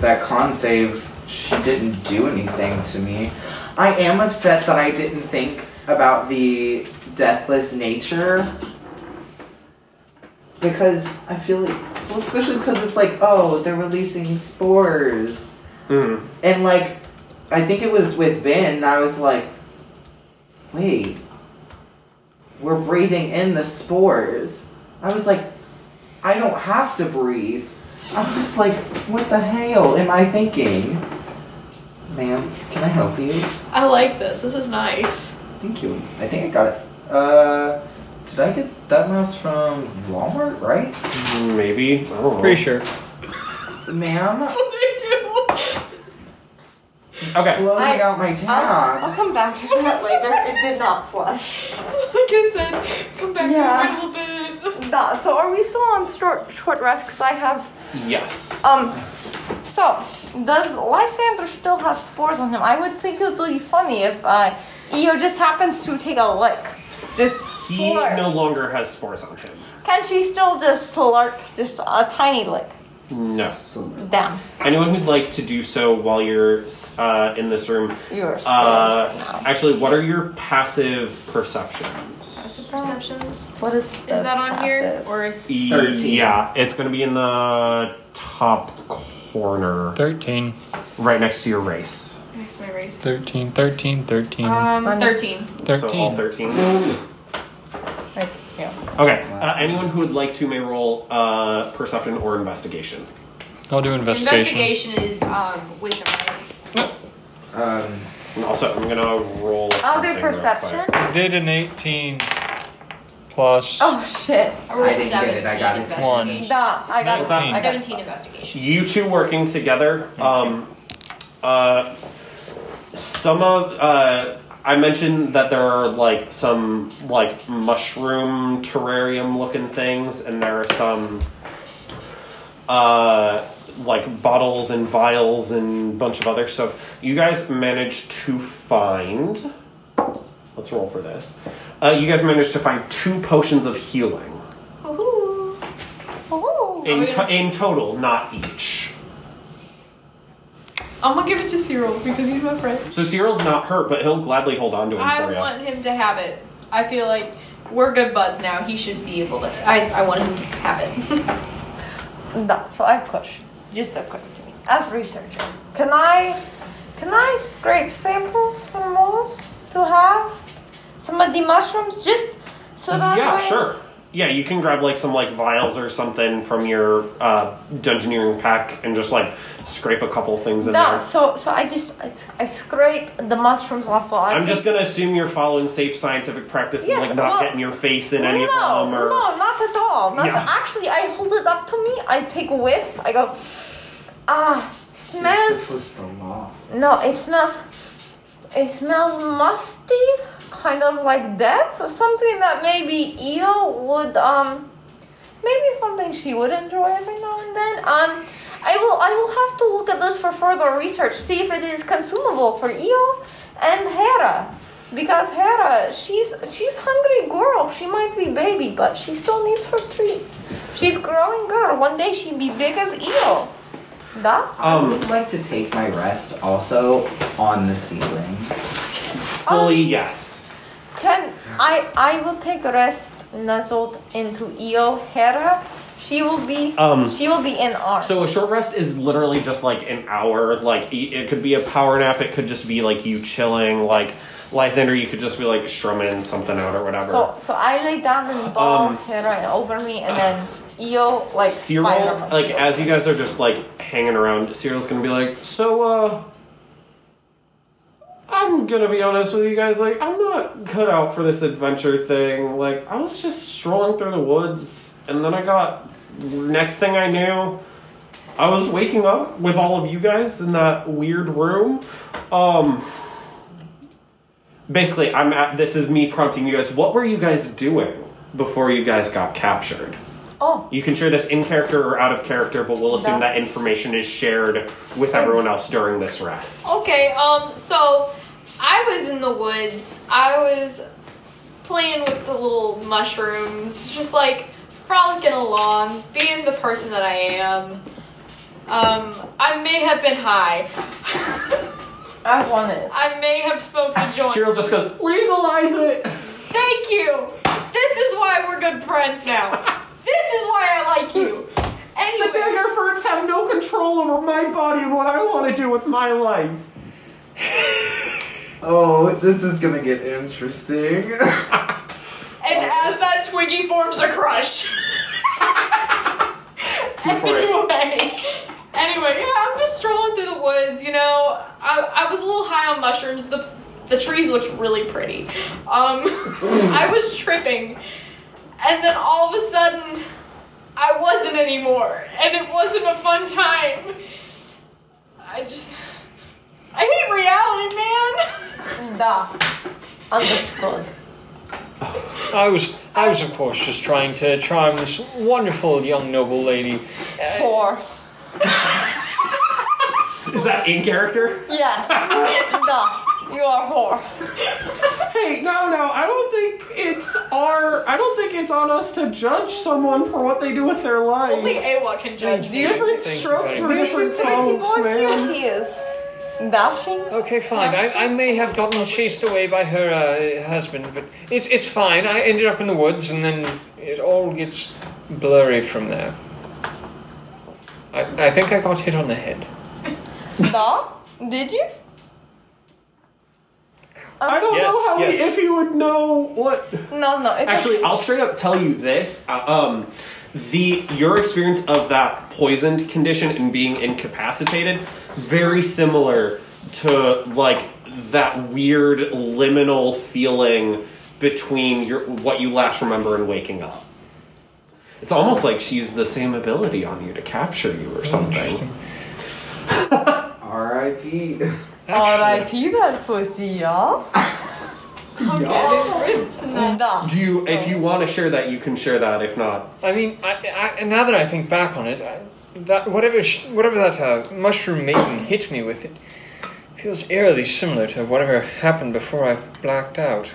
Speaker 2: that con save, she didn't do anything to me. I am upset that I didn't think about the deathless nature. Because I feel like. Well, especially because it's like, oh, they're releasing spores.
Speaker 8: Mm.
Speaker 2: And like, I think it was with Ben, I was like, wait, we're breathing in the spores. I was like, I don't have to breathe. I was like, what the hell am I thinking? Ma'am, can I help you?
Speaker 4: I like this. This is nice. (laughs)
Speaker 2: Thank you. I think I got it. Uh, did I get that mouse from Walmart, right?
Speaker 8: Maybe I don't know.
Speaker 14: Pretty sure.
Speaker 2: Ma'am,
Speaker 4: What did I
Speaker 8: Okay.
Speaker 2: closing
Speaker 3: I-
Speaker 2: out my
Speaker 3: I'll,
Speaker 2: tab.
Speaker 3: I'll come back to that later. It did not flush.
Speaker 4: do? (laughs) Like I said, come back
Speaker 3: Yeah.
Speaker 4: to it in a little bit.
Speaker 3: That, so are we still on short, short rest? Because I have.
Speaker 8: Yes.
Speaker 4: Oh,
Speaker 3: Um. So does Lysander still have spores on him? I would think it would be funny if uh, Io just happens to take a lick, just
Speaker 8: he
Speaker 3: slurp.
Speaker 8: no longer has spores on him.
Speaker 3: Can she still just slurp just a tiny lick
Speaker 8: No.
Speaker 3: down?
Speaker 8: Anyone who'd like to do so while you're uh, in this room?
Speaker 3: Yours.
Speaker 8: Uh, actually, what are your passive perceptions?
Speaker 4: Perceptions.
Speaker 3: what is?
Speaker 4: Is that on here or is?
Speaker 8: E-
Speaker 2: Thirteen.
Speaker 8: Yeah, it's going to be in the top corner,
Speaker 14: 13,
Speaker 8: right next to your race.
Speaker 4: Where's my race?
Speaker 14: 13, 13,
Speaker 5: Mm.
Speaker 14: 13,
Speaker 2: Uh,
Speaker 4: Um,
Speaker 3: Minus-
Speaker 4: thirteen.
Speaker 8: So all
Speaker 14: 13.
Speaker 8: thirteen.
Speaker 3: Like, yeah.
Speaker 8: Okay. Uh, anyone who would like to may roll uh, perception or investigation.
Speaker 14: I'll do investigation.
Speaker 4: Investigation is um wisdom. Right?
Speaker 2: Um,
Speaker 8: And also, I'm gonna roll.
Speaker 3: I'll
Speaker 8: something
Speaker 3: do
Speaker 8: real quick.
Speaker 3: perception.
Speaker 14: Did an 18 plus.
Speaker 3: Oh shit!
Speaker 4: I rolled
Speaker 2: I didn't get it, I got it.
Speaker 4: 17
Speaker 14: One.
Speaker 4: investigation.
Speaker 3: Nah, I got. it. I got it.
Speaker 4: Seventeen investigation.
Speaker 8: You two working together. Um, uh, some of uh, I mentioned that there are like some like mushroom terrarium looking things, and there are some uh, like bottles and vials and bunch of other stuff. You guys managed to find. Let's roll for this. Uh, you guys managed to find two potions of healing
Speaker 4: Woohoo.
Speaker 3: Ooh.
Speaker 8: in,
Speaker 4: yeah.
Speaker 8: to- in total, not each.
Speaker 4: I'm gonna give it to Cyril because he's my friend.
Speaker 8: So Cyril's not hurt, but he'll gladly hold on to him
Speaker 4: I
Speaker 8: for you.
Speaker 4: want him to have it. I feel like we're good buds now. He should be able to. I, I want him to have it. (laughs)
Speaker 3: No, so I have a question. Just a question to me. As researcher, can I can I scrape samples from moles to have some of the mushrooms just so that
Speaker 8: yeah,
Speaker 3: way-
Speaker 8: sure. Yeah, you can grab like some like vials or something from your uh, dungeoneering pack and just like scrape a couple things in
Speaker 3: No,
Speaker 8: there.
Speaker 3: so so I just I, s- I scrape the mushrooms off the
Speaker 8: I'm just gonna assume you're following safe scientific practice
Speaker 3: Yes,
Speaker 8: and like not
Speaker 3: well-
Speaker 8: getting your face in
Speaker 3: no,
Speaker 8: any
Speaker 3: no,
Speaker 8: of them or
Speaker 3: not at all. Not
Speaker 8: Yeah.
Speaker 3: actually, I hold it up to me. I take a whiff. I go, ah,
Speaker 2: you're
Speaker 3: smells
Speaker 2: supposed to laugh.
Speaker 3: No, it smells. It smells musty, kind of like death, or something that maybe Io would um, maybe something she would enjoy every now and then. Um, I will I will have to look at this for further research, see if it is consumable for Io and Hera, because Hera she's she's hungry girl. She might be baby, but she still needs her treats. She's growing girl. One day she be big as Io. That.
Speaker 2: I
Speaker 8: Um,
Speaker 2: would like to take my rest also on the ceiling.
Speaker 8: fully yes.
Speaker 3: Can I I will take rest nuzzled into Io Hera She will be.
Speaker 8: Um,
Speaker 3: she will be in arms.
Speaker 8: So a short rest is literally just like an hour. Like y- it could be a power nap. It could just be like you chilling. Like Lysander, you could just be like strumming something out or whatever.
Speaker 3: So, so I lay down and ball
Speaker 8: Um,
Speaker 3: her right over me, and then Eo like
Speaker 8: Cyril,
Speaker 3: spider.
Speaker 8: like as you guys are just like hanging around, Cyril's gonna be like, so uh, I'm gonna be honest with you guys. Like I'm not cut out for this adventure thing. Like I was just strolling through the woods, and then I got next thing I knew, I was waking up with all of you guys in that weird room. Um. Basically, I'm at. This is me prompting you guys. What were you guys doing before you guys got captured?
Speaker 3: Oh,
Speaker 8: You can share this in character or out of character, but we'll assume
Speaker 4: That-
Speaker 8: that information is shared with everyone else during this rest.
Speaker 4: Okay, um, so I was in the woods. I was playing with the little mushrooms, just like frolicking along, being the person that I am. Um, I may have been high. (laughs)
Speaker 3: As one is.
Speaker 4: I may have smoked a joint.
Speaker 8: Cyril just goes, legalize it!
Speaker 4: Thank you! This is why we're good friends now. this is why I like you. Anyway.
Speaker 8: The dagger fruits have no control over my body and what I want to do with my life.
Speaker 2: Oh, this is gonna get interesting. (laughs)
Speaker 4: And as that Twiggy forms a crush. anyway, anyway, yeah, I'm just strolling through the woods. You know, I, I was a little high on mushrooms. The the trees looked really pretty. Um, (laughs) I was tripping, and then all of a sudden, I wasn't anymore, and it wasn't a fun time. I just, I hate reality, man. (laughs)
Speaker 3: Da. Understood.
Speaker 14: I was, I was of course just trying to charm this wonderful young noble lady.
Speaker 3: Four.
Speaker 8: Is that in character?
Speaker 3: Yes. da. You are whore.
Speaker 8: Hey, no, no, I don't think it's our. I don't think it's on us to judge someone for what they do with their life.
Speaker 4: Only Awa can judge
Speaker 3: Wait, do
Speaker 4: me.
Speaker 3: you-
Speaker 8: different
Speaker 14: Thank you
Speaker 8: strokes
Speaker 14: very
Speaker 8: for
Speaker 14: much.
Speaker 8: different
Speaker 3: Pretty
Speaker 8: folks,
Speaker 3: boy,
Speaker 8: man.
Speaker 3: here he is. Dashing.
Speaker 14: Okay, fine. I, I may have gotten chased away by her uh, husband, but it's it's fine. I ended up in the woods, and then it all gets blurry from there. I, I think I got hit on the head.
Speaker 3: Da. Did you?
Speaker 8: I don't know
Speaker 14: Yes,
Speaker 8: how he,
Speaker 14: yes.
Speaker 8: if he would know what.
Speaker 3: No, no. It's
Speaker 8: Actually,
Speaker 3: okay.
Speaker 8: I'll straight up tell you this. uh, Um, the your experience of that poisoned condition and being incapacitated very similar to like that weird liminal feeling between your what you last remember and waking up. It's almost like she used the same ability on you to capture you or something.
Speaker 2: R.I.P.
Speaker 3: R.I.P. that pussy, y'all. Da.
Speaker 8: Do you, if you want to share that, you can share that. If not,
Speaker 14: I mean, I, I, now that I think back on it, I, that whatever sh- whatever that uh, mushroom maiden hit me with, it feels eerily similar to whatever happened before I blacked out.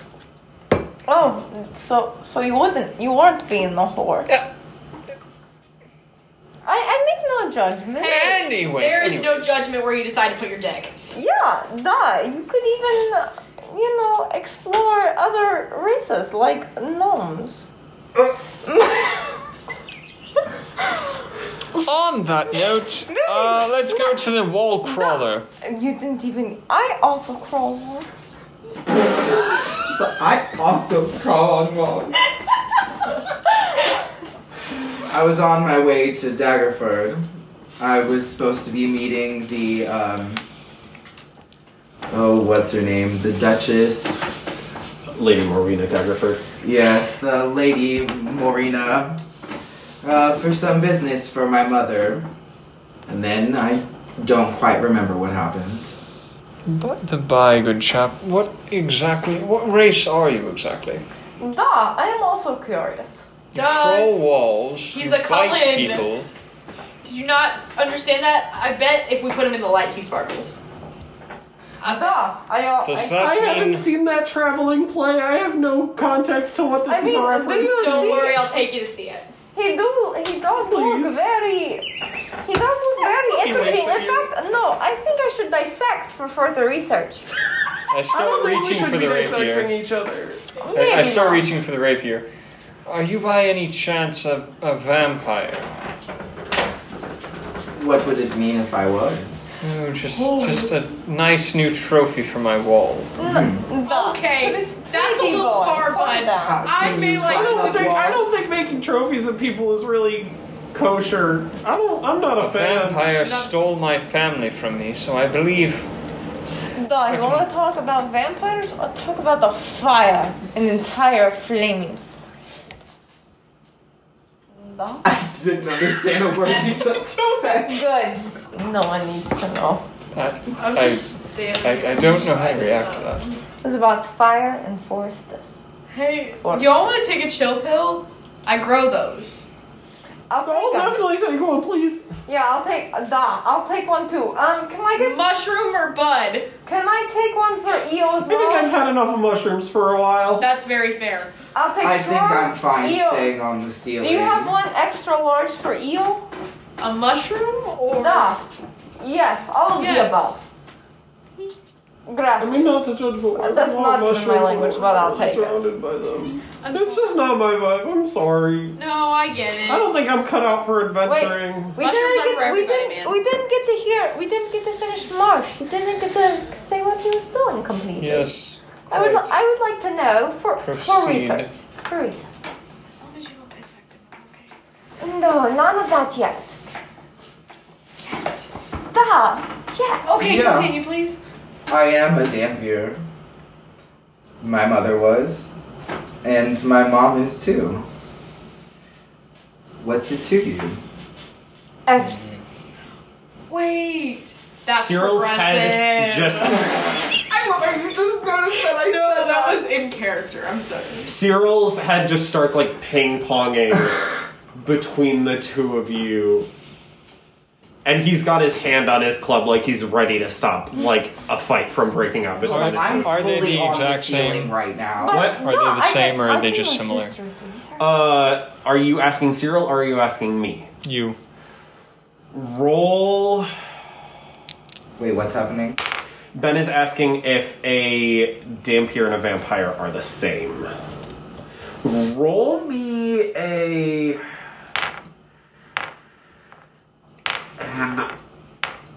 Speaker 3: Oh, so so you wouldn't you weren't being a whore.
Speaker 14: Yeah.
Speaker 3: I, I make no judgment.
Speaker 4: Hey,
Speaker 14: Anyways,
Speaker 4: there is no
Speaker 14: anyways.
Speaker 4: judgment where you decide to put your dick.
Speaker 3: Yeah, da. You could even uh, you know explore other races like gnomes.
Speaker 14: On that note, uh, let's go to the wall crawler.
Speaker 3: You didn't even. I also crawl once.
Speaker 2: So I also crawl on (laughs) walls. I was on my way to Daggerford. I was supposed to be meeting the um oh what's her name? The Duchess.
Speaker 8: Lady Morwena Daggerford.
Speaker 2: Yes, the lady Morina. Uh, for some business for my mother. And then I don't quite remember what happened.
Speaker 14: But the by, good chap, what exactly? What race are you exactly?
Speaker 3: Da. I am also curious.
Speaker 14: You
Speaker 8: Uh,
Speaker 4: Duh.
Speaker 14: crawl walls.
Speaker 4: He's
Speaker 14: you
Speaker 4: a
Speaker 14: bite
Speaker 4: Cullen.
Speaker 14: people.
Speaker 4: Did you not understand that? I bet if we put him in the light, he sparkles. I bet.
Speaker 3: Da. I. al-
Speaker 14: Does
Speaker 3: I,
Speaker 14: that
Speaker 8: I
Speaker 14: mean
Speaker 8: haven't seen that traveling play. I have no context to what this
Speaker 3: I
Speaker 8: is
Speaker 3: mean,
Speaker 8: a
Speaker 3: do
Speaker 8: reference
Speaker 3: you-
Speaker 8: to.
Speaker 4: Don't worry, I'll take you to see it.
Speaker 3: he do. He does look
Speaker 8: Please.
Speaker 3: very. He does look very interesting. In
Speaker 8: waits
Speaker 3: fact, no. I think I should dissect for further (laughs)
Speaker 14: I
Speaker 3: research.
Speaker 8: I
Speaker 14: start
Speaker 8: don't think we
Speaker 14: reaching
Speaker 8: should
Speaker 14: for
Speaker 8: be
Speaker 14: the
Speaker 8: dissecting
Speaker 14: rapier?
Speaker 8: each other.
Speaker 14: I, I
Speaker 3: Maybe
Speaker 14: start
Speaker 3: not.
Speaker 14: reaching for the rapier. Are you by any chance a, a vampire?
Speaker 2: What would it mean if I was?
Speaker 14: Oh, just just a nice new trophy for my wall.
Speaker 4: Okay, that's a little far, bud.
Speaker 2: Uh,
Speaker 4: I may like.
Speaker 13: I don't think I don't think making trophies of people is really kosher. I don't. I'm not a,
Speaker 14: A
Speaker 13: fan.
Speaker 14: vampire stole my family from me, so I believe
Speaker 3: Duh, you want to talk about vampires or talk about the fire? An entire flaming forest.
Speaker 2: (laughs) I didn't understand a word
Speaker 13: (laughs)
Speaker 2: you just said.
Speaker 3: Good. No one needs to know.
Speaker 14: I,
Speaker 3: I'm
Speaker 14: I,
Speaker 3: just standing
Speaker 14: I, I don't know how to react to that.
Speaker 3: It was about fire and forestess.
Speaker 4: Hey, y'all want to take a chill pill? I grow those.
Speaker 3: I'll
Speaker 13: definitely take one, please.
Speaker 3: Yeah, I'll take uh, da. I'll take one too. Um, can I get
Speaker 4: mushroom or bud?
Speaker 3: Can I take one for E Eo's
Speaker 13: I think I've
Speaker 3: roll?
Speaker 13: had enough of mushrooms for a while.
Speaker 4: That's very fair.
Speaker 3: I'll take
Speaker 2: I think
Speaker 3: shrub.
Speaker 2: I'm fine
Speaker 3: Eel.
Speaker 2: staying on the
Speaker 3: Do
Speaker 2: ceiling.
Speaker 3: you have one extra large for eel?
Speaker 4: A mushroom or
Speaker 3: da? Yes, all of the
Speaker 4: Yes.
Speaker 3: above. Grass.
Speaker 13: I mean, not to judge, but I
Speaker 3: That's
Speaker 13: love
Speaker 3: not even my
Speaker 13: mushrooms.
Speaker 3: language, but I'll
Speaker 13: I'm
Speaker 3: take it.
Speaker 13: surrounded by them. it's just not my vibe. I'm sorry.
Speaker 4: No, I get it.
Speaker 13: I don't think I'm cut out for adventuring.
Speaker 3: We
Speaker 4: Mushrooms
Speaker 3: didn't
Speaker 4: are for
Speaker 3: get. We
Speaker 4: everybody,
Speaker 3: didn't.
Speaker 4: man.
Speaker 3: We didn't get to hear. We didn't get to finish Marsh. He didn't get to say what he was doing completely.
Speaker 14: Yes.
Speaker 3: I would. li- I would like to know for for
Speaker 14: Proceed.
Speaker 3: research. For research.
Speaker 4: As long as you don't dissect it.
Speaker 3: No, none of that yet.
Speaker 4: Yet.
Speaker 3: Da. Yeah.
Speaker 4: Okay,
Speaker 2: Yeah.
Speaker 4: continue, please.
Speaker 2: I am a Dampier. My mother was, and my mom is too. What's it to you?
Speaker 3: Okay.
Speaker 4: Wait. That's
Speaker 8: Cyril's
Speaker 4: progressive.
Speaker 8: head
Speaker 4: (laughs)
Speaker 8: just
Speaker 2: you just noticed that I
Speaker 4: no, that, was in character. I'm sorry.
Speaker 3: (laughs)
Speaker 8: Cyril's head just starts like ping ponging between the two of you. And he's got his hand on his club like he's ready to stop like a fight from breaking out between the two.
Speaker 2: I'm
Speaker 8: of
Speaker 14: Are they
Speaker 2: fully
Speaker 14: the
Speaker 2: on
Speaker 14: exact
Speaker 2: the ceiling
Speaker 14: same?
Speaker 2: right now.
Speaker 3: But
Speaker 8: What?
Speaker 14: Are they the
Speaker 3: I
Speaker 14: same or
Speaker 3: I
Speaker 14: are they
Speaker 3: think
Speaker 14: just
Speaker 3: my
Speaker 14: similar?
Speaker 3: sister's research.
Speaker 8: you. Uh are you asking Cyril or are you asking me?
Speaker 14: You.
Speaker 8: Roll
Speaker 2: Wait, what's happening?
Speaker 8: Ben is asking if a Dampier and a vampire are the same. Roll me a. An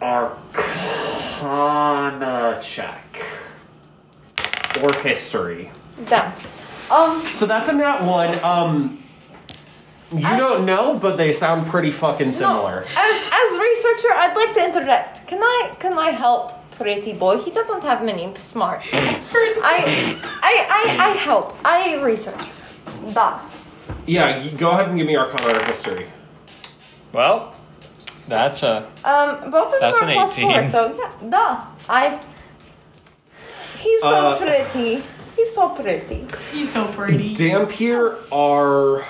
Speaker 8: Arcana check. Or history.
Speaker 3: Damn. Um.
Speaker 8: So that's a nat one. Um. You don't know, but they sound pretty fucking similar.
Speaker 3: As as researcher, I'd like to interject. Can I can I help Pretty Boy? He doesn't have many smarts. I I I I help. I research. Da.
Speaker 8: Yeah, you- go ahead and give me Arcana or history.
Speaker 14: Well, that's a.
Speaker 3: Um. Both of them
Speaker 14: That's
Speaker 3: are
Speaker 14: an
Speaker 3: plus four.
Speaker 14: 18.
Speaker 3: So yeah. Da. I. He's so
Speaker 8: Uh,
Speaker 3: pretty. He's so pretty.
Speaker 4: He's so pretty.
Speaker 8: Dampier are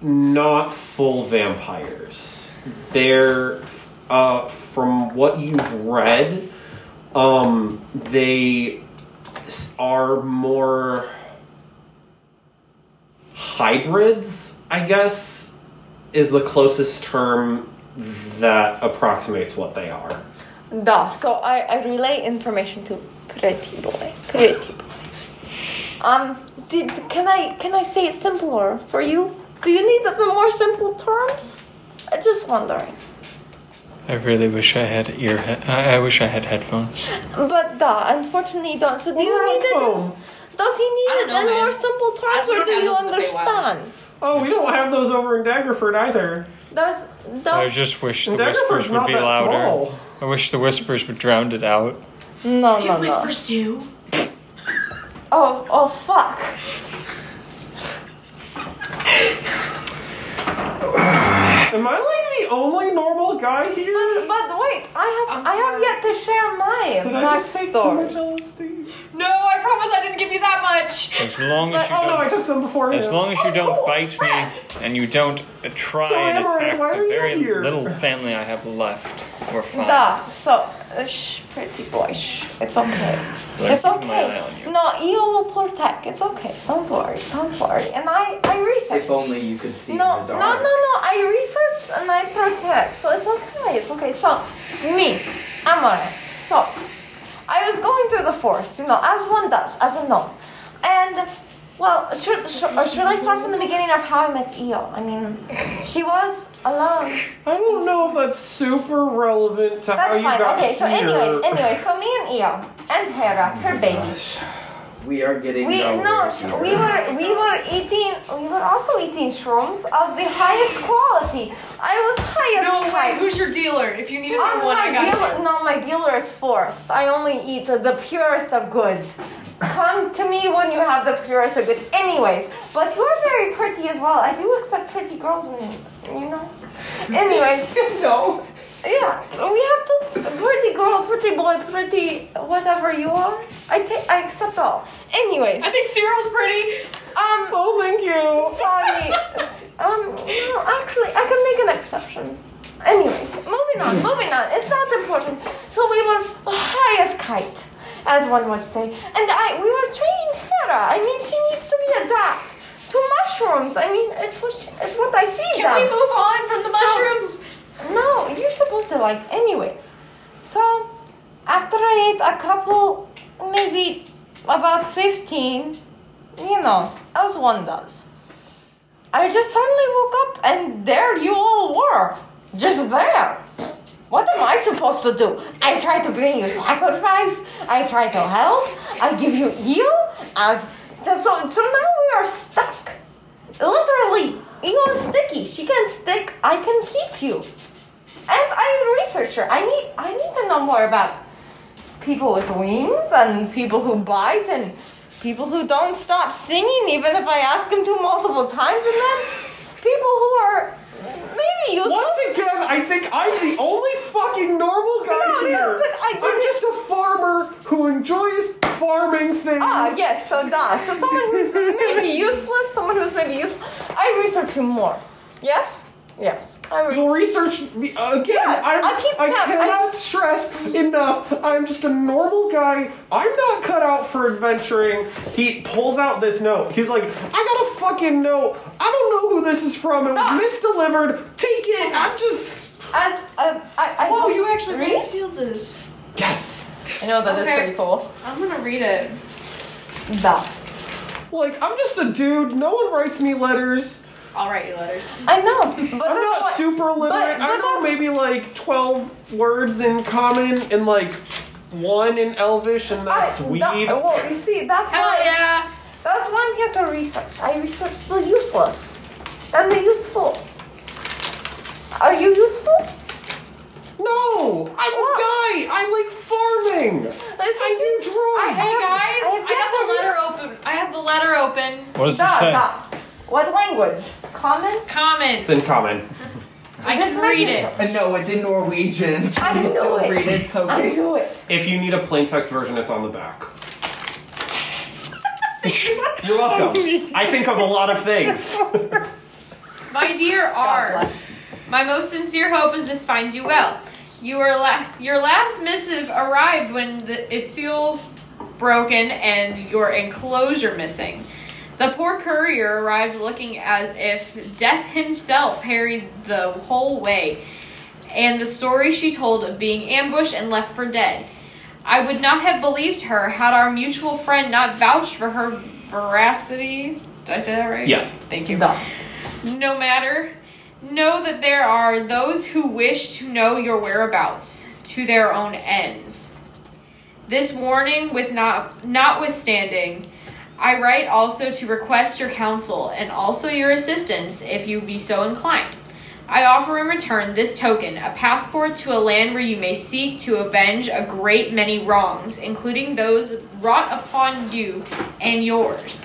Speaker 8: not full vampires. They're, uh, from what you've read, um, they s- are more hybrids, I guess, is the closest term that approximates what they are.
Speaker 3: Da. So I, I relay information to Pretty Boy. Pretty Boy. Um, did, can I can I say it simpler for you? Do you need the more simple terms? I'm just wondering.
Speaker 14: I really wish I had ear. He- I, I wish I had headphones.
Speaker 3: But da, unfortunately, you don't. So do you need it? in- does he need
Speaker 4: I
Speaker 3: it
Speaker 4: don't know,
Speaker 3: in
Speaker 4: man.
Speaker 3: more simple terms,
Speaker 4: we
Speaker 3: or
Speaker 4: don't
Speaker 3: do
Speaker 4: have
Speaker 3: you
Speaker 4: those in the Big Wild.
Speaker 3: understand?
Speaker 13: Oh, we don't have those over in Daggerford either.
Speaker 3: Does
Speaker 14: I
Speaker 3: da?
Speaker 14: just wish the
Speaker 13: And Daggerford's
Speaker 14: whispers would
Speaker 13: not
Speaker 14: be
Speaker 13: that
Speaker 14: louder.
Speaker 13: small.
Speaker 14: I wish the whispers would drown it out.
Speaker 3: No,
Speaker 4: Get
Speaker 3: no, no.
Speaker 4: whispers too.
Speaker 3: Oh, oh, fuck.
Speaker 13: Am I like the only normal guy here?
Speaker 3: But wait, I have
Speaker 4: I'm
Speaker 3: i have
Speaker 4: sorry.
Speaker 3: yet to share my
Speaker 13: Did I just take too much
Speaker 3: backstory.
Speaker 13: LSD?
Speaker 4: No, I promise I didn't give you that much.
Speaker 14: As long as you
Speaker 13: Oh no, I
Speaker 14: don't.
Speaker 13: took some before
Speaker 14: As
Speaker 13: him.
Speaker 14: long as you don't
Speaker 3: cool.
Speaker 14: bite me and you don't uh, try
Speaker 13: Oh, So,
Speaker 14: and
Speaker 13: Amaranth,
Speaker 14: attack
Speaker 13: why are
Speaker 14: the
Speaker 13: you
Speaker 14: very
Speaker 13: here?
Speaker 14: little family I have left, we're fine.
Speaker 3: Da, so uh, shh, pretty boy, shh, it's okay.
Speaker 14: But
Speaker 3: it's
Speaker 14: I'm keeping my eye
Speaker 3: okay.
Speaker 14: on you.
Speaker 3: No, Eo will protect. It's okay. Don't worry. Don't worry. And I, I research.
Speaker 2: If only you could see
Speaker 3: no,
Speaker 2: in the
Speaker 3: no,
Speaker 2: dark.
Speaker 3: no, no. I research and I protect. So it's okay. It's okay. So, me, Amaranth. So, I was going through the forest, you know, as one does, as a gnome. And Well, should, should, or should I start from the beginning of how I met Eel? I mean, she was alone.
Speaker 8: I don't know if that's super relevant to how
Speaker 3: That's
Speaker 8: you
Speaker 3: fine.
Speaker 8: got
Speaker 3: Okay, so
Speaker 8: here.
Speaker 3: anyways, anyway, so me and Eel and Hera, her baby.
Speaker 2: We are getting
Speaker 3: We
Speaker 2: nowhere
Speaker 3: no, sh-
Speaker 2: here.
Speaker 3: we were we were eating we were also eating shrooms of the highest quality. I was highest.
Speaker 4: No, wait,
Speaker 3: type.
Speaker 4: who's your dealer? If you needed
Speaker 3: Oh,
Speaker 4: one,
Speaker 3: my
Speaker 4: I got
Speaker 3: dealer,
Speaker 4: you.
Speaker 3: No, my dealer is forced. I only eat the purest of goods. Come to me when you have the purest of goods. Anyways, but you are very pretty as well. I do accept pretty girls, and you know.
Speaker 4: (laughs)
Speaker 3: Anyways,
Speaker 2: no.
Speaker 3: Yeah, we have to pretty girl, pretty boy, pretty whatever you are. I take, I accept all. Anyways, I
Speaker 4: think Cyril's pretty.
Speaker 3: Um.
Speaker 8: Oh, thank you.
Speaker 3: Sorry. um. No, actually, I can make an exception. Anyways, moving on, moving on. It's not important. So we were high as kite, as one would say, and I we were training Hera. I mean, she needs to be adapted to mushrooms. I mean, it's what she, it's what I feed
Speaker 4: Can we
Speaker 3: them.
Speaker 4: move on from the
Speaker 3: So-
Speaker 4: mushrooms?
Speaker 3: no, you're supposed to like anyways. So after I ate a couple, maybe about fifteen, you know, as one does. I just suddenly woke up and there you all were. Just there. What am I supposed to do? I try to bring you sacrifice. I try to help. I give you heal as so. So now we are stuck. Literally, you are sticky. She can stick. I can keep you. And I'm a researcher. I need. I need to know more about people with wings and people who bite and people who don't stop singing even if I ask them to multiple times and then people who are maybe useless.
Speaker 8: Once again, I think I'm the only fucking normal guy
Speaker 3: No, no,
Speaker 8: here.
Speaker 3: but I
Speaker 8: am just a farmer who enjoys farming things.
Speaker 3: Ah, yes, so da. So someone who's maybe useless, someone who's maybe useful. I research you more. Yes? Yes. I
Speaker 8: You'll research me again. I'm,
Speaker 3: I'll keep
Speaker 8: I
Speaker 3: tab- I
Speaker 8: cannot
Speaker 3: just-
Speaker 8: stress enough. I'm just a normal guy. I'm not cut out for adventuring. He pulls out this note. He's like, I got a fucking note. I don't know who this is from. It was
Speaker 3: Ah!
Speaker 8: misdelivered. Take
Speaker 3: Oh
Speaker 8: it. I'm just.
Speaker 3: As, uh, I, I
Speaker 4: Whoa, Oh, you actually
Speaker 3: Really?
Speaker 4: resealed this.
Speaker 3: I know that is
Speaker 4: Okay.
Speaker 3: pretty cool.
Speaker 4: I'm gonna read it.
Speaker 3: Da.
Speaker 8: Like, I'm just a dude. No one writes me letters.
Speaker 4: I'll write you letters.
Speaker 3: I know, but
Speaker 8: I'm not super literate. I know maybe like 12 words in common and like one in Elvish, and that's weed.
Speaker 3: That, well, you see, that's why.
Speaker 4: yeah.
Speaker 3: That's why I'm here to research. I research the useless and the useful. Are you useful?
Speaker 8: no! I'm a guy! I like farming! I do drugs!
Speaker 4: Hey guys,
Speaker 3: I have
Speaker 4: I got the letter open. I have the letter open.
Speaker 8: What does it say?
Speaker 3: What language? Common?
Speaker 4: Common.
Speaker 15: It's in common.
Speaker 4: I can read it.
Speaker 2: Uh, No, it's in Norwegian.
Speaker 3: I
Speaker 2: you
Speaker 3: knew
Speaker 2: still
Speaker 3: it.
Speaker 2: read it, so
Speaker 3: I knew it.
Speaker 15: If you need a plain text version, it's on the
Speaker 3: (laughs)
Speaker 15: back. You're welcome. I think of a lot of
Speaker 3: (laughs)
Speaker 15: things.
Speaker 4: My dear R, my most sincere hope is this finds you well. You are la- your last missive arrived when the- its seal broken and your enclosure missing. The poor courier arrived looking as if death himself harried the whole way, and the story she told of being ambushed and left for dead. I would not have believed her had our mutual friend not vouched for her veracity. Did I say that right?
Speaker 15: Yes.
Speaker 4: Thank you. No matter. Know that there are those who wish to know your whereabouts to their own ends. This warning with not notwithstanding, I write also to request your counsel and also your assistance if you be so inclined. I offer in return this token, a passport to a land where you may seek to avenge a great many wrongs, including those wrought upon you and yours.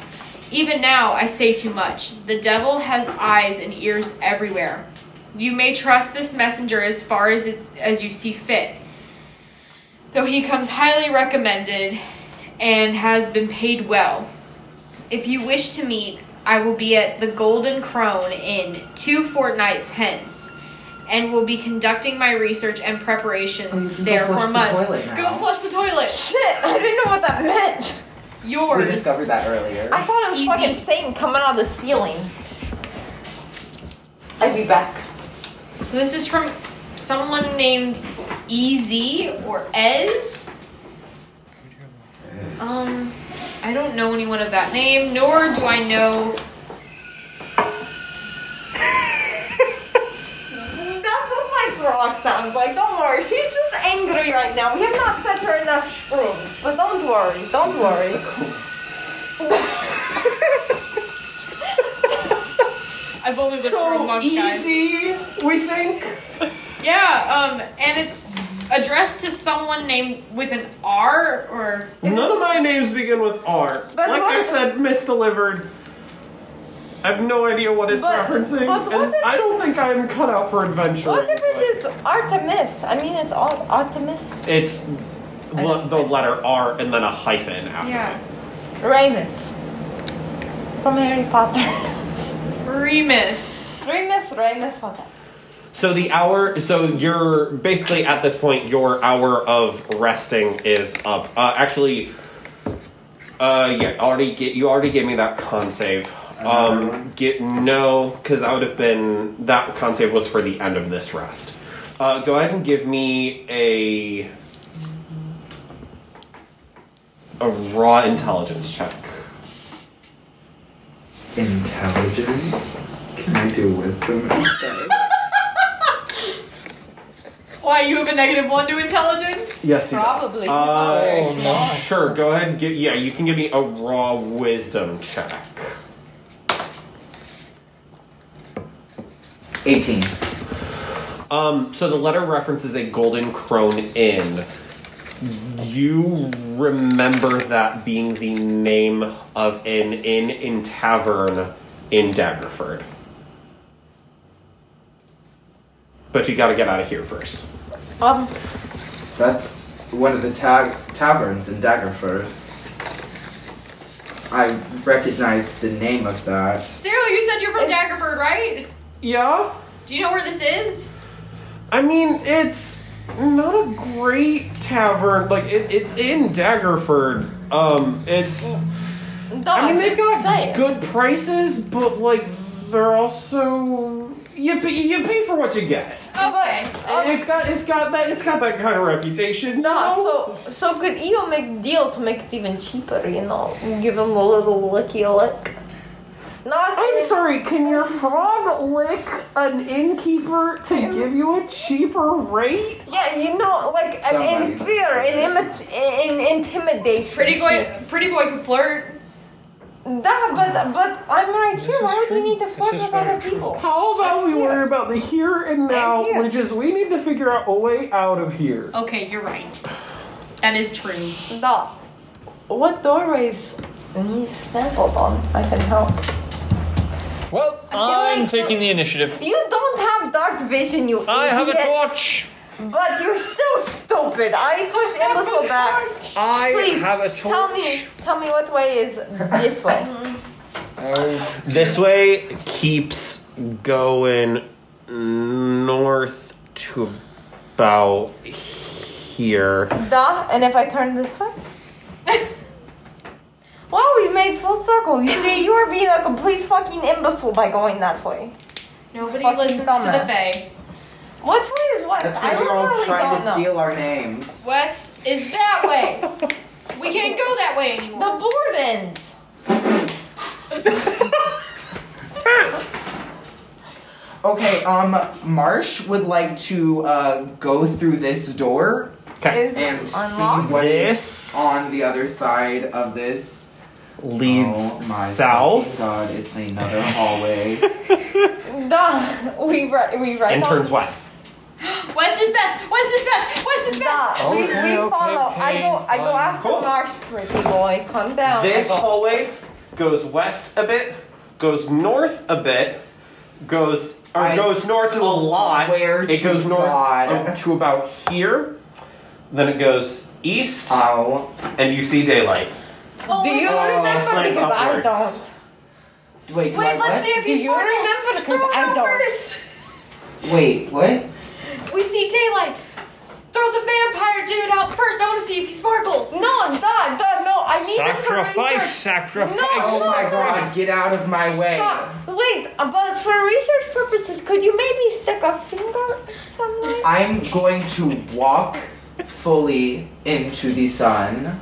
Speaker 4: Even now I say too much. The devil has eyes and ears everywhere. You may trust this messenger as far as it, as you see fit. Though he comes highly recommended and has been paid well. If you wish to meet, I will be at the Golden Crone in two fortnights hence and will be conducting my research and preparations
Speaker 3: Oh, can go
Speaker 4: there
Speaker 3: flush
Speaker 4: for a
Speaker 3: the
Speaker 4: month.
Speaker 3: toilet
Speaker 4: Let's
Speaker 3: now.
Speaker 4: go flush the toilet.
Speaker 3: Shit, I didn't know what that meant.
Speaker 4: Yours.
Speaker 2: We discovered that earlier.
Speaker 3: I thought it was fucking Satan coming out of the ceiling. I'll be back.
Speaker 4: So this is from someone named E Ez or Ez. Um, I don't know anyone of that name, nor do I know.
Speaker 3: (laughs) That's what my frog sounds like. Don't worry, she's just angry right now. We have not fed her enough shrooms, but don't worry, don't worry.
Speaker 4: I've only lived for a
Speaker 16: So
Speaker 8: E
Speaker 4: month, guys.
Speaker 16: easy, we think.
Speaker 4: Yeah, um, and it's addressed to someone named with an R or
Speaker 16: None of my names begin with R.
Speaker 4: But
Speaker 16: like I
Speaker 4: what-
Speaker 16: said, misdelivered. I have no idea what it's
Speaker 3: But-
Speaker 16: referencing,
Speaker 3: but what
Speaker 16: and
Speaker 3: if-
Speaker 16: I don't think I'm cut out for adventure.
Speaker 3: What if it is Artemis? I mean, it's all Artemis.
Speaker 8: It's le- the letter R and then a hyphen after.
Speaker 4: Yeah.
Speaker 3: Remus. From Harry Potter.
Speaker 4: Remus.
Speaker 3: (laughs) Remus, Remus Potter.
Speaker 8: So the hour, so you're basically at this point, your hour of resting is up. Uh, actually, uh, yeah, already get you already gave me that con save. Um, get no, because I would have been that con save was for the end of this rest. Uh, go ahead and give me a a raw intelligence check.
Speaker 2: Intelligence? Can I do wisdom instead?
Speaker 4: Why you have a negative one to intelligence?
Speaker 8: Yes, he does.
Speaker 3: Probably. He's
Speaker 8: Uh,
Speaker 3: not very
Speaker 8: oh,
Speaker 3: smart.
Speaker 8: Sure, go ahead. And get, yeah, you can give me a raw wisdom check.
Speaker 2: 18.
Speaker 8: Um, so the letter references a Golden Crone Inn. You remember that being the name of an inn in tavern in Daggerford. But you gotta get out of here first.
Speaker 3: Um,
Speaker 2: That's one of the ta- taverns in Daggerford. I recognize the name of that.
Speaker 4: Cyril, you said you're from Daggerford, right?
Speaker 16: Yeah.
Speaker 4: Do you know where this is?
Speaker 16: I mean, it's not a great tavern. Like it, it's in Daggerford. Um, it's.
Speaker 3: no,
Speaker 16: I mean,
Speaker 3: am
Speaker 16: they've
Speaker 3: just
Speaker 16: got
Speaker 3: saying.
Speaker 16: good prices, but like they're also you pay, you pay for what you get.
Speaker 4: Okay.
Speaker 3: Um,
Speaker 16: And it's got it's got that it's got that kind of reputation. Um,
Speaker 3: No,
Speaker 16: you know?
Speaker 3: so so could you make deal to make it even cheaper? You know, give him a little licky lick. Not
Speaker 16: I'm sorry, can your frog lick an innkeeper to give you a cheaper rate?
Speaker 3: Yeah, you know, like an, in
Speaker 2: Somebody-
Speaker 3: fear, in, imi- in intimidation.
Speaker 4: Pretty
Speaker 3: shit.
Speaker 4: boy, pretty boy can flirt.
Speaker 3: Nah, but but I'm right here.
Speaker 5: is
Speaker 3: Why would
Speaker 5: true.
Speaker 3: we need to
Speaker 5: This
Speaker 3: flirt
Speaker 5: is
Speaker 3: with
Speaker 5: very
Speaker 3: other people?
Speaker 16: How about we worry about the here and now,
Speaker 3: here.
Speaker 16: which is we need to figure out a way out of here.
Speaker 4: Okay, you're right. That is true.
Speaker 3: No. What doorways need sampled on? I can help.
Speaker 5: Well, I'm taking the initiative.
Speaker 3: You don't have dark vision, you
Speaker 5: I have a
Speaker 3: idiot.
Speaker 5: torch.
Speaker 3: But you're still stupid. I push Imbecile back.
Speaker 5: I
Speaker 3: Please,
Speaker 5: have a
Speaker 3: Tell
Speaker 5: torch.
Speaker 3: me, tell me what way is this way.
Speaker 5: (laughs) Oh,
Speaker 8: This way keeps going north to about here.
Speaker 3: Duh, and if I turn this way? wow, we've made full circle. You see, you are being a complete fucking imbecile by going that way.
Speaker 4: (laughs) Nobody
Speaker 3: Fucking
Speaker 4: listens to the
Speaker 3: dumbass.
Speaker 4: Fae.
Speaker 3: What way is what?
Speaker 2: That's
Speaker 3: I
Speaker 2: because you're all
Speaker 3: literally
Speaker 2: trying
Speaker 3: don't
Speaker 2: to
Speaker 3: know.
Speaker 2: steal our names.
Speaker 4: West is that way.
Speaker 3: (laughs)
Speaker 4: we can't go that way
Speaker 3: The
Speaker 4: anymore.
Speaker 3: board ends.
Speaker 2: Okay, um, Marsh would like to uh, go through this door
Speaker 3: Is
Speaker 2: and
Speaker 3: unlocked.
Speaker 2: see what is
Speaker 8: This
Speaker 2: on the other side of this.
Speaker 8: leads
Speaker 2: oh my
Speaker 8: south
Speaker 2: fucking God, it's another hallway.
Speaker 8: (laughs)
Speaker 3: Duh, (laughs) we right, we right.
Speaker 8: and
Speaker 3: on-
Speaker 8: turns west.
Speaker 4: West is best. West is best. West is best.
Speaker 3: Duh, we,
Speaker 5: Okay,
Speaker 3: we
Speaker 5: okay,
Speaker 3: follow. I go, I go
Speaker 5: fine.
Speaker 3: after
Speaker 8: Cool.
Speaker 3: Marsh, pretty boy. Calm down.
Speaker 8: This hallway goes west a bit, goes north a bit, goes or
Speaker 2: I
Speaker 8: goes north a lot.
Speaker 2: swear
Speaker 8: it
Speaker 2: to
Speaker 8: goes north
Speaker 2: God.
Speaker 8: up to about here. Then it goes east,
Speaker 2: Ow.
Speaker 8: and you see daylight.
Speaker 4: Oh,
Speaker 3: Do you remember?
Speaker 8: slants
Speaker 3: Because I
Speaker 8: upwards.
Speaker 3: don't.
Speaker 2: Wait, do I
Speaker 4: Wait, let's
Speaker 2: what?
Speaker 4: see if
Speaker 3: Do
Speaker 4: he's
Speaker 3: you remember? Because I don't.
Speaker 2: Wait, what?
Speaker 4: We see daylight. Throw the vampire dude out first. I want to see if he sparkles.
Speaker 3: No, duh, duh, no. I need this for
Speaker 5: sacrifice,
Speaker 3: research.
Speaker 5: sacrifice.
Speaker 2: Oh
Speaker 3: No,
Speaker 2: my god, get out of my way.
Speaker 3: Stop. Wait, uh, but for research purposes, could you maybe stick a finger somewhere?
Speaker 2: I'm going to walk fully into the sun.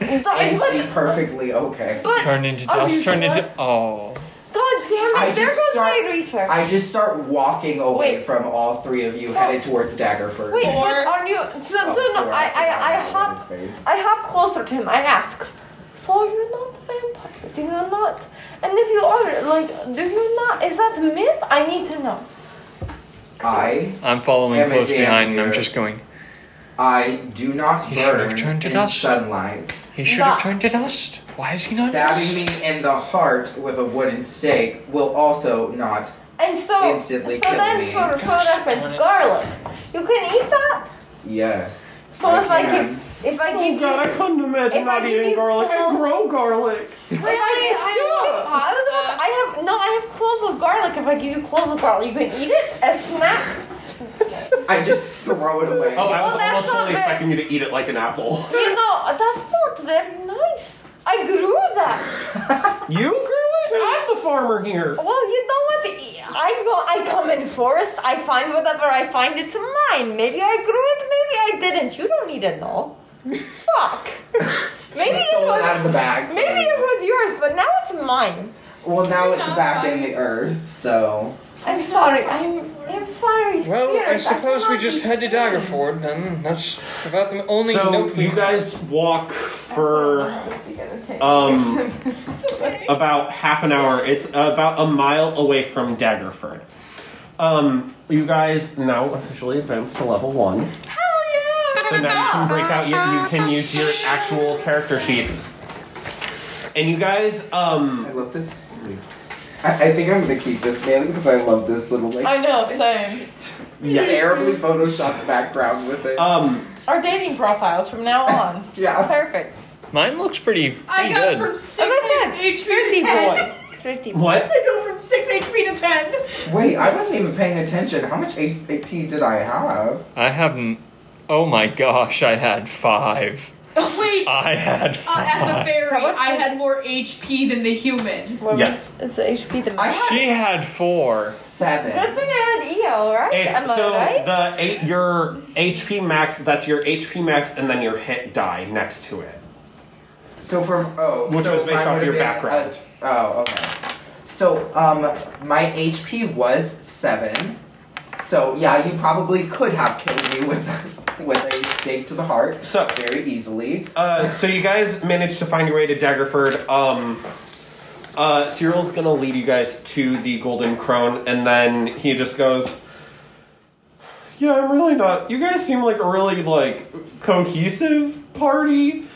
Speaker 2: and be perfectly okay.
Speaker 5: turned into
Speaker 2: Are you
Speaker 5: dust. Turned
Speaker 2: sure?
Speaker 5: into oh.
Speaker 3: God damn
Speaker 2: I
Speaker 3: it, there
Speaker 2: just
Speaker 3: goes
Speaker 2: start-
Speaker 3: my research.
Speaker 2: I just start walking away
Speaker 3: Wait.
Speaker 2: from all three of you,
Speaker 3: So-
Speaker 2: headed towards Daggerford.
Speaker 3: Wait, but are you? So,
Speaker 2: Oh,
Speaker 3: so no,
Speaker 2: four,
Speaker 3: I, I, I
Speaker 2: forgot about
Speaker 3: hop,
Speaker 2: his face.
Speaker 3: I hop closer to him. I ask, so are you not a vampire? Do you not? And if you are, like, do you not? Is that myth? I need to know.
Speaker 2: I
Speaker 5: I'm following
Speaker 2: Have a
Speaker 5: close
Speaker 2: damn
Speaker 5: behind, and I'm
Speaker 2: year.
Speaker 5: just going.
Speaker 2: I do not
Speaker 5: He should have
Speaker 2: burn
Speaker 5: turned to
Speaker 2: in
Speaker 5: dust.
Speaker 2: sunlight.
Speaker 5: He should have
Speaker 3: Nah.
Speaker 5: turned to dust. Why is he not?
Speaker 2: Stabbing me in the heart with a wooden stake will also not.
Speaker 3: And so,
Speaker 2: Instantly
Speaker 3: so
Speaker 2: kill
Speaker 3: then
Speaker 2: me.
Speaker 3: for for
Speaker 5: Gosh, darn
Speaker 3: reference,
Speaker 5: it.
Speaker 3: garlic. You can eat that.
Speaker 2: Yes.
Speaker 3: So if I
Speaker 2: can.
Speaker 3: give, if I
Speaker 17: Oh
Speaker 3: give
Speaker 17: god, I
Speaker 3: you,
Speaker 17: couldn't imagine
Speaker 3: if I
Speaker 17: not
Speaker 3: give
Speaker 17: eating
Speaker 3: you
Speaker 17: garlic. I
Speaker 3: full-
Speaker 17: grow garlic.
Speaker 3: If I, give-
Speaker 4: I
Speaker 3: no, I was about to- I have no, I have clove of garlic. If I give you clove of garlic, you can eat it as (laughs) snack.
Speaker 2: I just throw it away.
Speaker 8: Oh, I was
Speaker 3: Well, that's
Speaker 8: almost
Speaker 3: not
Speaker 8: totally
Speaker 3: bad.
Speaker 8: expecting you to eat it like an apple.
Speaker 3: You know, that's not very nice. I grew that.
Speaker 17: You grew it? I'm the farmer here.
Speaker 3: Well, you know what? I go. I come in forest. I find whatever I find. It's mine. Maybe I grew it. Maybe I didn't. You don't need to (laughs) know. Fuck. Maybe it
Speaker 2: Stole it out of the
Speaker 3: was.
Speaker 2: bag.
Speaker 3: Maybe it was yours, but now it's mine.
Speaker 2: Well, now it's back in the earth, so.
Speaker 3: I'm sorry. I'm. I'm sorry.
Speaker 5: Well, I suppose we just head to Daggerford. Then that's about the only
Speaker 8: So
Speaker 5: note we
Speaker 8: you guys walk for um about half an hour. It's about a mile away from Daggerford. Um, you guys now officially advanced to level one.
Speaker 3: Hell yeah!
Speaker 8: So now you can break out. Your, you can use your actual character sheets. And you guys, um,
Speaker 2: I love this. I, I think I'm gonna keep this man because I love this little like
Speaker 3: I know. Same.
Speaker 8: yeah,
Speaker 2: terribly photoshopped background with it.
Speaker 8: um,
Speaker 3: Our dating profiles from now on.
Speaker 2: yeah.
Speaker 3: (laughs) Perfect.
Speaker 5: Mine looks pretty
Speaker 4: I
Speaker 5: pretty
Speaker 4: got
Speaker 5: good.
Speaker 4: from six
Speaker 3: As I said,
Speaker 4: HP to
Speaker 3: pretty
Speaker 4: ten.
Speaker 3: boy. Pretty boy.
Speaker 8: what?
Speaker 4: I go from six HP to ten.
Speaker 2: Wait, I wasn't even paying attention. How much HP did I have?
Speaker 5: I haven't. Oh my gosh! I had five.
Speaker 4: (laughs) Wait, uh,
Speaker 5: I had
Speaker 4: as a
Speaker 5: five.
Speaker 4: fairy,
Speaker 3: How much
Speaker 4: I
Speaker 3: did-
Speaker 4: had more HP than the human.
Speaker 3: What
Speaker 8: Yes.
Speaker 3: was- Is the HP the
Speaker 2: I
Speaker 3: most?
Speaker 5: she had four.
Speaker 3: Good
Speaker 2: (laughs) Seven.
Speaker 3: thing I had EO, right?
Speaker 8: It's
Speaker 3: Am I
Speaker 8: so
Speaker 3: right?
Speaker 8: the eight, your HP max. That's your HP max, and then your hit die next to it.
Speaker 2: So from oh,
Speaker 8: Which
Speaker 2: so
Speaker 8: was based
Speaker 2: mine
Speaker 8: off
Speaker 2: would've
Speaker 8: your
Speaker 2: been
Speaker 8: background.
Speaker 2: a s- oh, okay. So um, my HP was seven. So yeah, you probably could have killed me with (laughs) with a stake to the heart
Speaker 8: So
Speaker 2: very easily.
Speaker 8: Uh, so you guys managed to find your way to Daggerford. Um, uh, Cyril's gonna lead you guys to the Golden Crone, and then he just goes,
Speaker 17: Yeah, I'm really not. You guys seem like a really like cohesive party.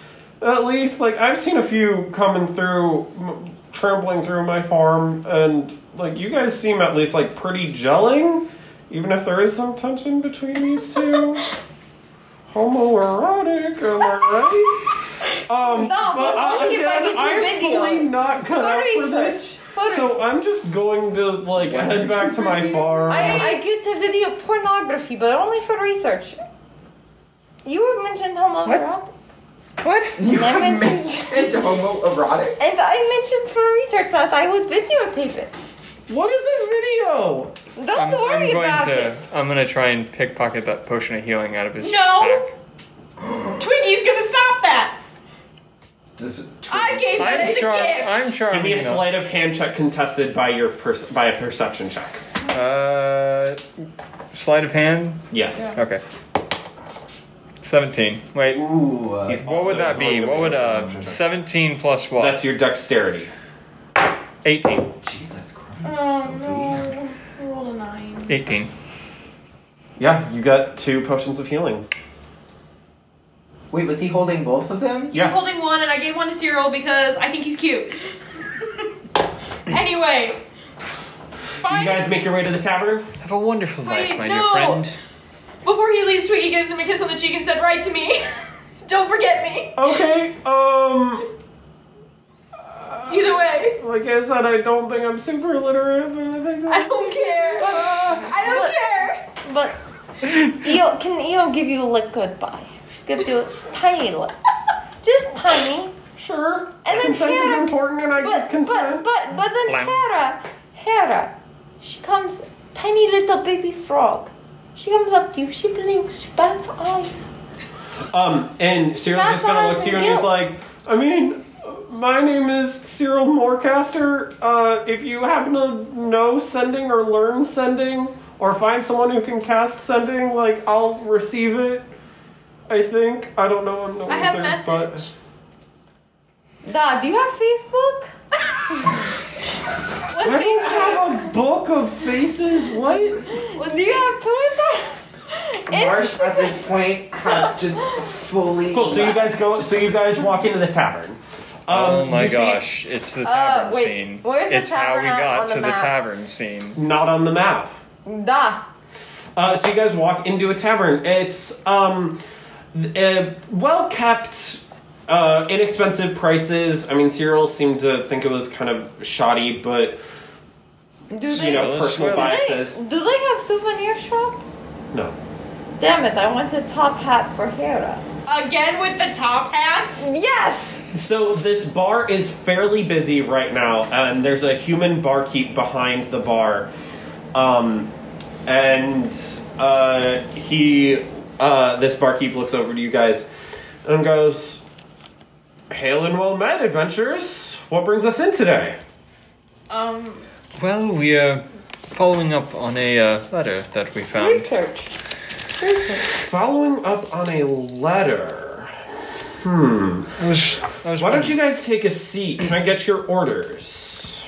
Speaker 17: At least, like I've seen a few coming through, m- trampling through my farm, and like you guys seem at least like pretty gelling, even if there is some tension between these two. Homoerotic, am I right? Um,
Speaker 3: No,
Speaker 17: but
Speaker 3: but
Speaker 17: uh,
Speaker 3: only if I
Speaker 17: again,
Speaker 3: get to
Speaker 17: I'm
Speaker 3: video.
Speaker 17: fully not cut
Speaker 3: For
Speaker 17: out for this.
Speaker 3: research. For
Speaker 17: So
Speaker 3: research.
Speaker 17: I'm just going to like
Speaker 2: Why
Speaker 17: head
Speaker 2: would
Speaker 17: back to my farm.
Speaker 3: I, I get to video pornography, but only for research. You mentioned homoerotic,
Speaker 5: What?
Speaker 2: You
Speaker 3: I
Speaker 2: have
Speaker 3: mentioned-
Speaker 2: mentioned (laughs) homoerotic.
Speaker 3: and I mentioned for research that I would videotape it.
Speaker 17: What is a video?
Speaker 3: Don't
Speaker 5: I'm,
Speaker 3: worry
Speaker 5: I'm going
Speaker 3: about
Speaker 5: to.
Speaker 3: it.
Speaker 5: I'm gonna try and pickpocket that potion of healing out of his
Speaker 4: No!
Speaker 5: pack.
Speaker 4: Twiggy's gonna stop that.
Speaker 2: Does-
Speaker 4: I gave that
Speaker 5: I'm
Speaker 4: as a
Speaker 5: sure.
Speaker 4: gift.
Speaker 5: I'm sure.
Speaker 8: "Give me a
Speaker 5: I'm gonna-
Speaker 8: sleight of hand check contested by your perce- by a perception check."
Speaker 5: Uh, sleight of hand.
Speaker 8: Yes.
Speaker 5: Okay. Seventeen. Wait.
Speaker 2: Ooh. uh,
Speaker 8: He's
Speaker 5: What would
Speaker 8: also
Speaker 5: that be?
Speaker 8: going to
Speaker 5: What would
Speaker 8: a
Speaker 5: uh
Speaker 8: perception check.
Speaker 5: seventeen plus what?
Speaker 8: That's your dexterity.
Speaker 5: eighteen.
Speaker 2: Jesus Christ. Sophie.
Speaker 4: Roll a nine.
Speaker 5: Eighteen.
Speaker 8: Yeah, you got two potions of healing.
Speaker 2: Wait, was he holding both of them?
Speaker 4: He was
Speaker 8: Yeah.
Speaker 4: holding one, and I gave one to Cyril because I think he's cute. (laughs) anyway,
Speaker 8: You
Speaker 4: find
Speaker 8: guys make your way to the tavern.
Speaker 5: Have a wonderful
Speaker 4: Wait,
Speaker 5: life, my
Speaker 4: no.
Speaker 5: dear friend.
Speaker 4: before he leaves, Twiggy gives him a kiss on the cheek and said, "Write to me. (laughs) Don't forget me."
Speaker 17: Okay, um,
Speaker 4: Either way,
Speaker 17: like I said, I don't think I'm super literate, but I think
Speaker 4: I
Speaker 17: that.
Speaker 4: don't care. I don't
Speaker 3: What?
Speaker 4: care.
Speaker 3: But EO can EO give you a lick goodbye? She gives you a tiny (laughs) lick, just tiny.
Speaker 17: Sure.
Speaker 3: And then
Speaker 17: consent is
Speaker 3: Hannah-
Speaker 17: important, and I give
Speaker 3: But but
Speaker 17: consent.
Speaker 3: but but then
Speaker 5: Blam.
Speaker 3: Hera, Hera, she comes tiny little baby frog. She comes up to you. She blinks. She bats eyes.
Speaker 8: Um, and Cyril's
Speaker 3: That's
Speaker 8: just gonna
Speaker 3: what I
Speaker 8: look to you
Speaker 3: said,
Speaker 8: and he's
Speaker 3: guilt.
Speaker 8: like,
Speaker 18: I mean, my name is Cyril Moorcaster. Uh, if you happen to know sending or learn sending, or find someone who can cast sending, like I'll receive it. I think I don't know. I'm no
Speaker 4: I have
Speaker 18: wizard,
Speaker 4: message.
Speaker 3: Dad, do you have (laughs) Facebook?
Speaker 18: But I don't have a book of faces. What?
Speaker 3: do you have Twitter? (laughs)
Speaker 2: Marsh at this point
Speaker 11: (laughs)
Speaker 2: have just fully.
Speaker 8: Cool. So you guys go. So you guys walk into the tavern. Um,
Speaker 5: oh my
Speaker 8: you see-
Speaker 5: gosh, it's the
Speaker 3: Uh,
Speaker 5: tavern
Speaker 3: wait,
Speaker 5: scene.
Speaker 3: where's the
Speaker 5: it's how we
Speaker 3: tavern at
Speaker 5: got
Speaker 3: on the
Speaker 5: to the
Speaker 3: map?
Speaker 5: tavern scene.
Speaker 8: not on the map.
Speaker 3: Da.
Speaker 8: Uh, so you guys walk into a tavern. It's um, uh, well kept, uh, inexpensive prices. I mean, Cyril seemed to think it was kind of shoddy, but
Speaker 3: Do they,
Speaker 8: you
Speaker 5: Swell,
Speaker 8: know, personal
Speaker 5: swell.
Speaker 8: biases.
Speaker 3: do they have souvenir shop?
Speaker 8: No.
Speaker 3: Damn it, I want a top hat for Hera.
Speaker 4: Again with the top hats.
Speaker 3: Yes!
Speaker 8: So this bar is fairly busy right now, and there's a human barkeep behind the bar, um, and uh, he, uh, this barkeep looks over to you guys, and goes, "Hail and well met, adventurers. What brings us in today?"
Speaker 4: Um,
Speaker 5: Well, we are following up on a uh, letter that we found.
Speaker 3: Research.
Speaker 8: Following up on a letter. Hmm.
Speaker 5: I was, I was
Speaker 8: Why don't you guys take a seat? Can I get your orders?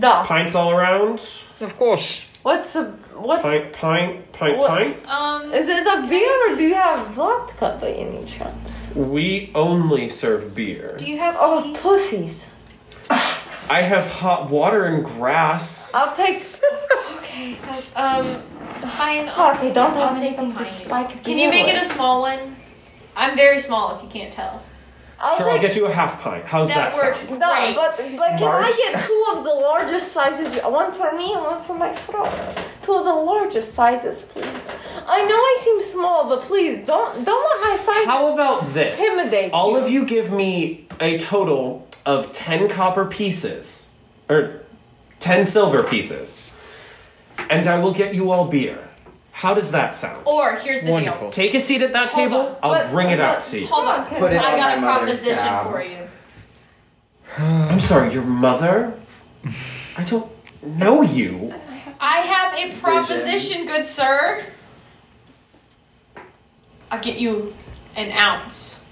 Speaker 3: Da.
Speaker 8: Pints all around.
Speaker 5: Of course.
Speaker 3: What's the. What's.
Speaker 8: Pint, pint, pint,
Speaker 3: What?
Speaker 8: pint.
Speaker 4: um,
Speaker 3: Is it a beer or do you have vodka by any chance?
Speaker 8: We only serve beer.
Speaker 4: do you have
Speaker 3: Oh, pussies.
Speaker 8: I have hot water and grass.
Speaker 3: I'll take.
Speaker 4: (laughs) Okay. Um, fine. I'll
Speaker 3: Fuck, I don't
Speaker 4: I'll
Speaker 3: have
Speaker 4: take a
Speaker 3: anything to
Speaker 4: pint.
Speaker 3: spike.
Speaker 4: Can you make it a
Speaker 3: with.
Speaker 4: small one? I'm very small if you can't tell.
Speaker 3: I'll
Speaker 8: Sure, I'll
Speaker 3: take.
Speaker 8: get you a half pint. How's
Speaker 4: That
Speaker 8: that,
Speaker 4: works.
Speaker 8: sound?
Speaker 3: No,
Speaker 4: Right.
Speaker 3: but but can I
Speaker 2: Marsh.
Speaker 3: get two of the largest sizes? One for me and one for my frog. Two of the largest sizes, please. I know I seem small, but please don't don't let my size.
Speaker 8: How about this?
Speaker 3: Intimidate
Speaker 8: All
Speaker 3: you.
Speaker 8: of you give me a total of 10 copper pieces, or 10 silver pieces, and I will get you all beer. How does that sound?
Speaker 4: Or here's the
Speaker 5: Wonderful.
Speaker 8: Take a seat at that
Speaker 4: Oh. Hold
Speaker 8: table,
Speaker 4: on,
Speaker 8: I'll
Speaker 3: but-
Speaker 8: bring it out
Speaker 3: but-
Speaker 8: to you.
Speaker 4: deal. Hold on.
Speaker 3: Put
Speaker 2: it
Speaker 4: I
Speaker 2: on
Speaker 4: got a
Speaker 2: my mother's
Speaker 4: proposition
Speaker 2: tab.
Speaker 4: for you.
Speaker 8: I'm sorry, your mother? I don't know you.
Speaker 4: I have a proposition,
Speaker 2: Visions.
Speaker 4: good sir. I'll get you an ounce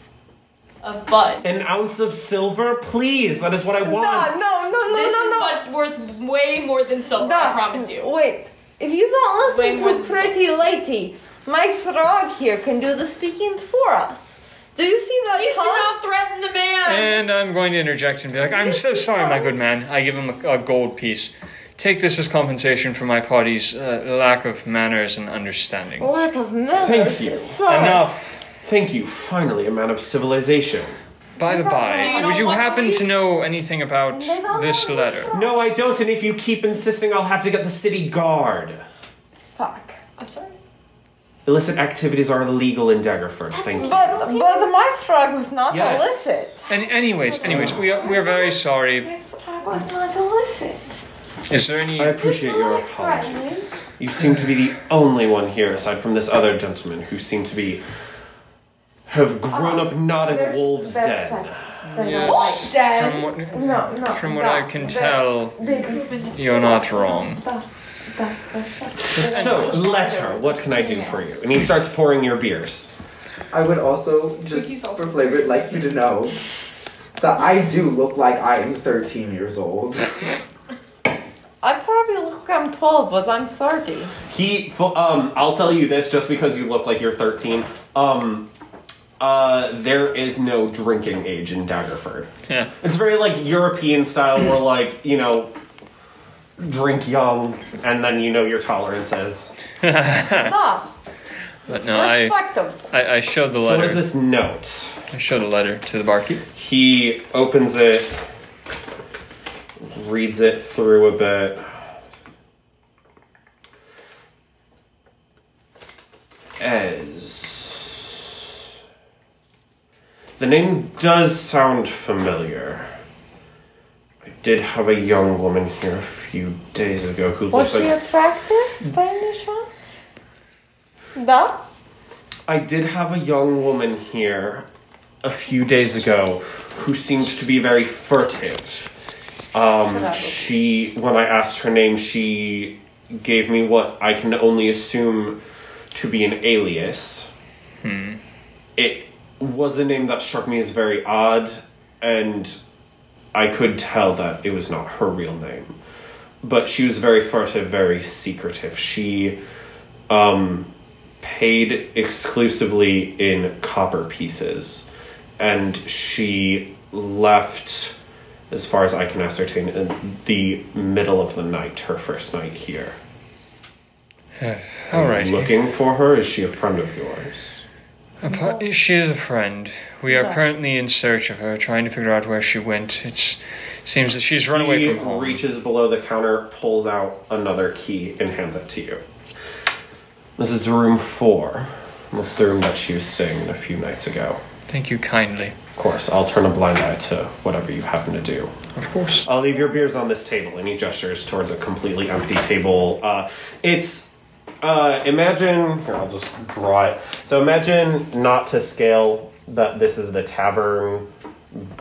Speaker 4: of bud.
Speaker 8: An ounce of silver, please. That is what I want.
Speaker 3: Da, no, no, no,
Speaker 4: this
Speaker 3: no,
Speaker 4: is
Speaker 3: no.
Speaker 4: bud worth way more than silver,
Speaker 3: Da,
Speaker 4: I promise you.
Speaker 3: Wait, if you don't
Speaker 4: Wait,
Speaker 3: listen
Speaker 4: what?
Speaker 3: to pretty lady, my frog here can do the speaking for us. Do you see that
Speaker 4: You should
Speaker 3: tongue?
Speaker 4: not threaten the man.
Speaker 5: And I'm going to interject and be like, I'm so sorry, my good man. I give him a, a gold piece. Take this as compensation for my party's uh, lack of manners and understanding.
Speaker 3: Lack of manners.
Speaker 8: you.
Speaker 3: Oh, Sorry.
Speaker 5: Enough.
Speaker 8: Thank you, finally, a man of civilization.
Speaker 5: By the
Speaker 4: So you
Speaker 5: by,
Speaker 4: don't
Speaker 5: would you
Speaker 4: want
Speaker 5: happen
Speaker 4: to-
Speaker 5: to know anything about
Speaker 3: They don't
Speaker 5: this
Speaker 3: want
Speaker 5: letter?
Speaker 8: No, I don't, and if you keep insisting, I'll have to get the city guard.
Speaker 3: Fuck.
Speaker 4: I'm sorry.
Speaker 8: Illicit activities are illegal in Daggerford. Thank you.
Speaker 3: But but my frog was not
Speaker 8: Yes.
Speaker 3: illicit.
Speaker 5: And anyways, anyways, we are, we are very sorry.
Speaker 3: My frog was not illicit.
Speaker 5: Is there any?
Speaker 8: I appreciate your apologies. You seem to be the only one here, aside from this other gentleman, who seem to be have grown up not in
Speaker 3: There's-
Speaker 8: wolves'
Speaker 3: that's
Speaker 8: den.
Speaker 3: sexist. They're not
Speaker 5: Yes,
Speaker 3: white.
Speaker 5: From what,
Speaker 3: No, no.
Speaker 5: from what
Speaker 3: that-
Speaker 5: I can
Speaker 3: that-
Speaker 5: tell,
Speaker 3: they- that-
Speaker 5: you're not wrong.
Speaker 3: that- that's sexist.
Speaker 8: So, letter, what can I do for you? And he starts pouring your beers.
Speaker 2: I would also
Speaker 4: He's
Speaker 2: just
Speaker 4: also-
Speaker 2: for flavor like you to know that I do look like I am 13 years old.
Speaker 3: I probably look like I'm 12, but I'm
Speaker 8: (laughs)
Speaker 3: 30.
Speaker 8: He, fu- um, I'll tell you this just because you look like you're 13. Um, uh, there is no drinking age in Daggerford.
Speaker 5: Yeah.
Speaker 8: It's very like European style where (clears throat) like, you know, drink young and then you know your tolerances.
Speaker 3: Ah,
Speaker 5: But no, I,
Speaker 3: respectable.
Speaker 5: I I showed the
Speaker 8: So what
Speaker 5: letter.
Speaker 8: is this note?
Speaker 5: I showed the letter to the barkeep.
Speaker 8: He opens it, reads it through a bit. As the name does sound familiar. I did have a young woman here a few days ago who
Speaker 3: Was
Speaker 8: looked
Speaker 3: she
Speaker 8: like
Speaker 3: attractive by any chance? Da?
Speaker 8: I did have a young woman here a few days ago who seemed to be very furtive. Um, she, when I asked her name, she gave me what I can only assume to be an alias.
Speaker 19: Hmm.
Speaker 8: It was a name that struck me as very odd, and I could tell that it was not her real name. But she was very furtive, very secretive. She um, paid exclusively in copper pieces, and she left, as far as I can ascertain, in the middle of the night, her first night here.
Speaker 5: All right.
Speaker 8: Looking for her? Is she a friend of yours?
Speaker 5: Appa- She is a friend. We are currently in search of her, trying to figure out where she went. It seems that she's run away
Speaker 8: he
Speaker 5: from home.
Speaker 8: reaches below the counter, pulls out another key, and hands it to you. This is room four. That's the room that she was staying in a few nights ago.
Speaker 5: Thank you kindly.
Speaker 8: Of course, I'll turn a blind eye to whatever you happen to do.
Speaker 5: Of course.
Speaker 8: I'll leave your beers on this table. And he gestures towards a completely empty table. Uh, it's. Uh, imagine. Here, I'll just draw it. So imagine not to scale that this is the tavern.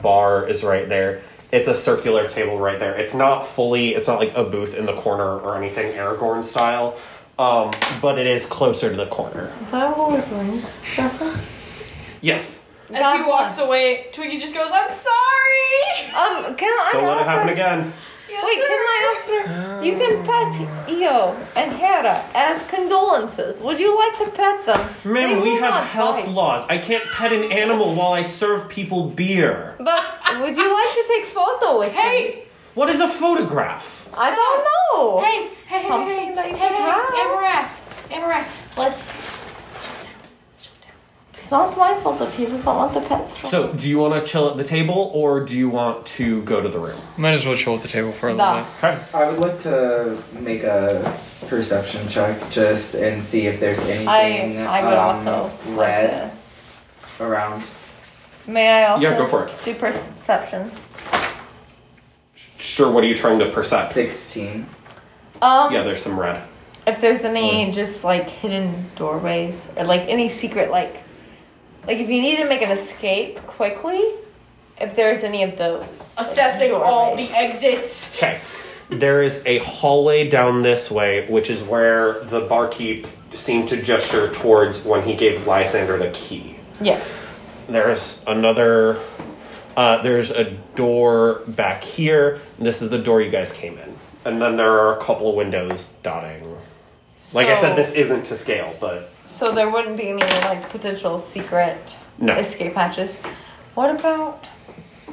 Speaker 8: Bar is right there. It's a circular table right there. It's not fully. It's not like a booth in the corner or anything Aragorn style. Um, but it is closer to the corner.
Speaker 11: Is that Lord of the Rings reference?
Speaker 8: Yes.
Speaker 4: As he walks away, Twiggy just goes, I'm sorry!
Speaker 11: Um, can I
Speaker 8: Don't let it
Speaker 11: offer-
Speaker 8: happen again.
Speaker 4: Yes,
Speaker 11: Wait,
Speaker 4: sir.
Speaker 11: can I offer? You can pet Io and Hera as condolences. Would you like to pet them? They
Speaker 8: Ma'am, we
Speaker 11: will
Speaker 8: have
Speaker 11: not
Speaker 8: health
Speaker 11: bite.
Speaker 8: laws. I can't pet an animal while I serve people beer.
Speaker 11: But would you like to take photo with hey, them?
Speaker 8: What is a photograph?
Speaker 11: I don't know.
Speaker 3: Oh.
Speaker 4: Hey, hey, hey,
Speaker 11: Something
Speaker 4: hey, hey,
Speaker 11: that
Speaker 4: hey,
Speaker 11: you
Speaker 4: hey,
Speaker 11: could
Speaker 4: Amarath,
Speaker 11: have.
Speaker 4: Amarath, let's.
Speaker 11: It's not my fault if he doesn't want the pet. From
Speaker 8: So, do you want to chill at the table or do you want to go to the room?
Speaker 5: Might as well chill at the table for a little
Speaker 11: Da.
Speaker 5: bit.
Speaker 8: Okay.
Speaker 2: I would like to make a perception check just and see if there's
Speaker 11: I
Speaker 2: anything
Speaker 11: I would
Speaker 2: um,
Speaker 11: also like
Speaker 2: red
Speaker 11: to.
Speaker 2: around.
Speaker 11: May I also
Speaker 8: Yeah, go for it.
Speaker 11: do perception?
Speaker 8: Sure, what are you trying to percept?
Speaker 2: Sixteen.
Speaker 11: Um,
Speaker 8: Yeah, there's some red.
Speaker 11: if there's any just like hidden doorways or like any secret like like if you need to make an escape quickly if there's any of those like,
Speaker 4: Assessing all the
Speaker 11: doorways.
Speaker 4: exits.
Speaker 8: Okay. There is a hallway down this way, which is where the barkeep seemed to gesture towards when he gave Lysander the key.
Speaker 11: yes
Speaker 8: There's another. Uh, there's a door back here. This is the door you guys came in. And then there are a couple of windows dotting. Like I
Speaker 11: So-
Speaker 8: said, this isn't to scale, but
Speaker 11: so there wouldn't be any like potential secret
Speaker 8: No.
Speaker 11: escape hatches what about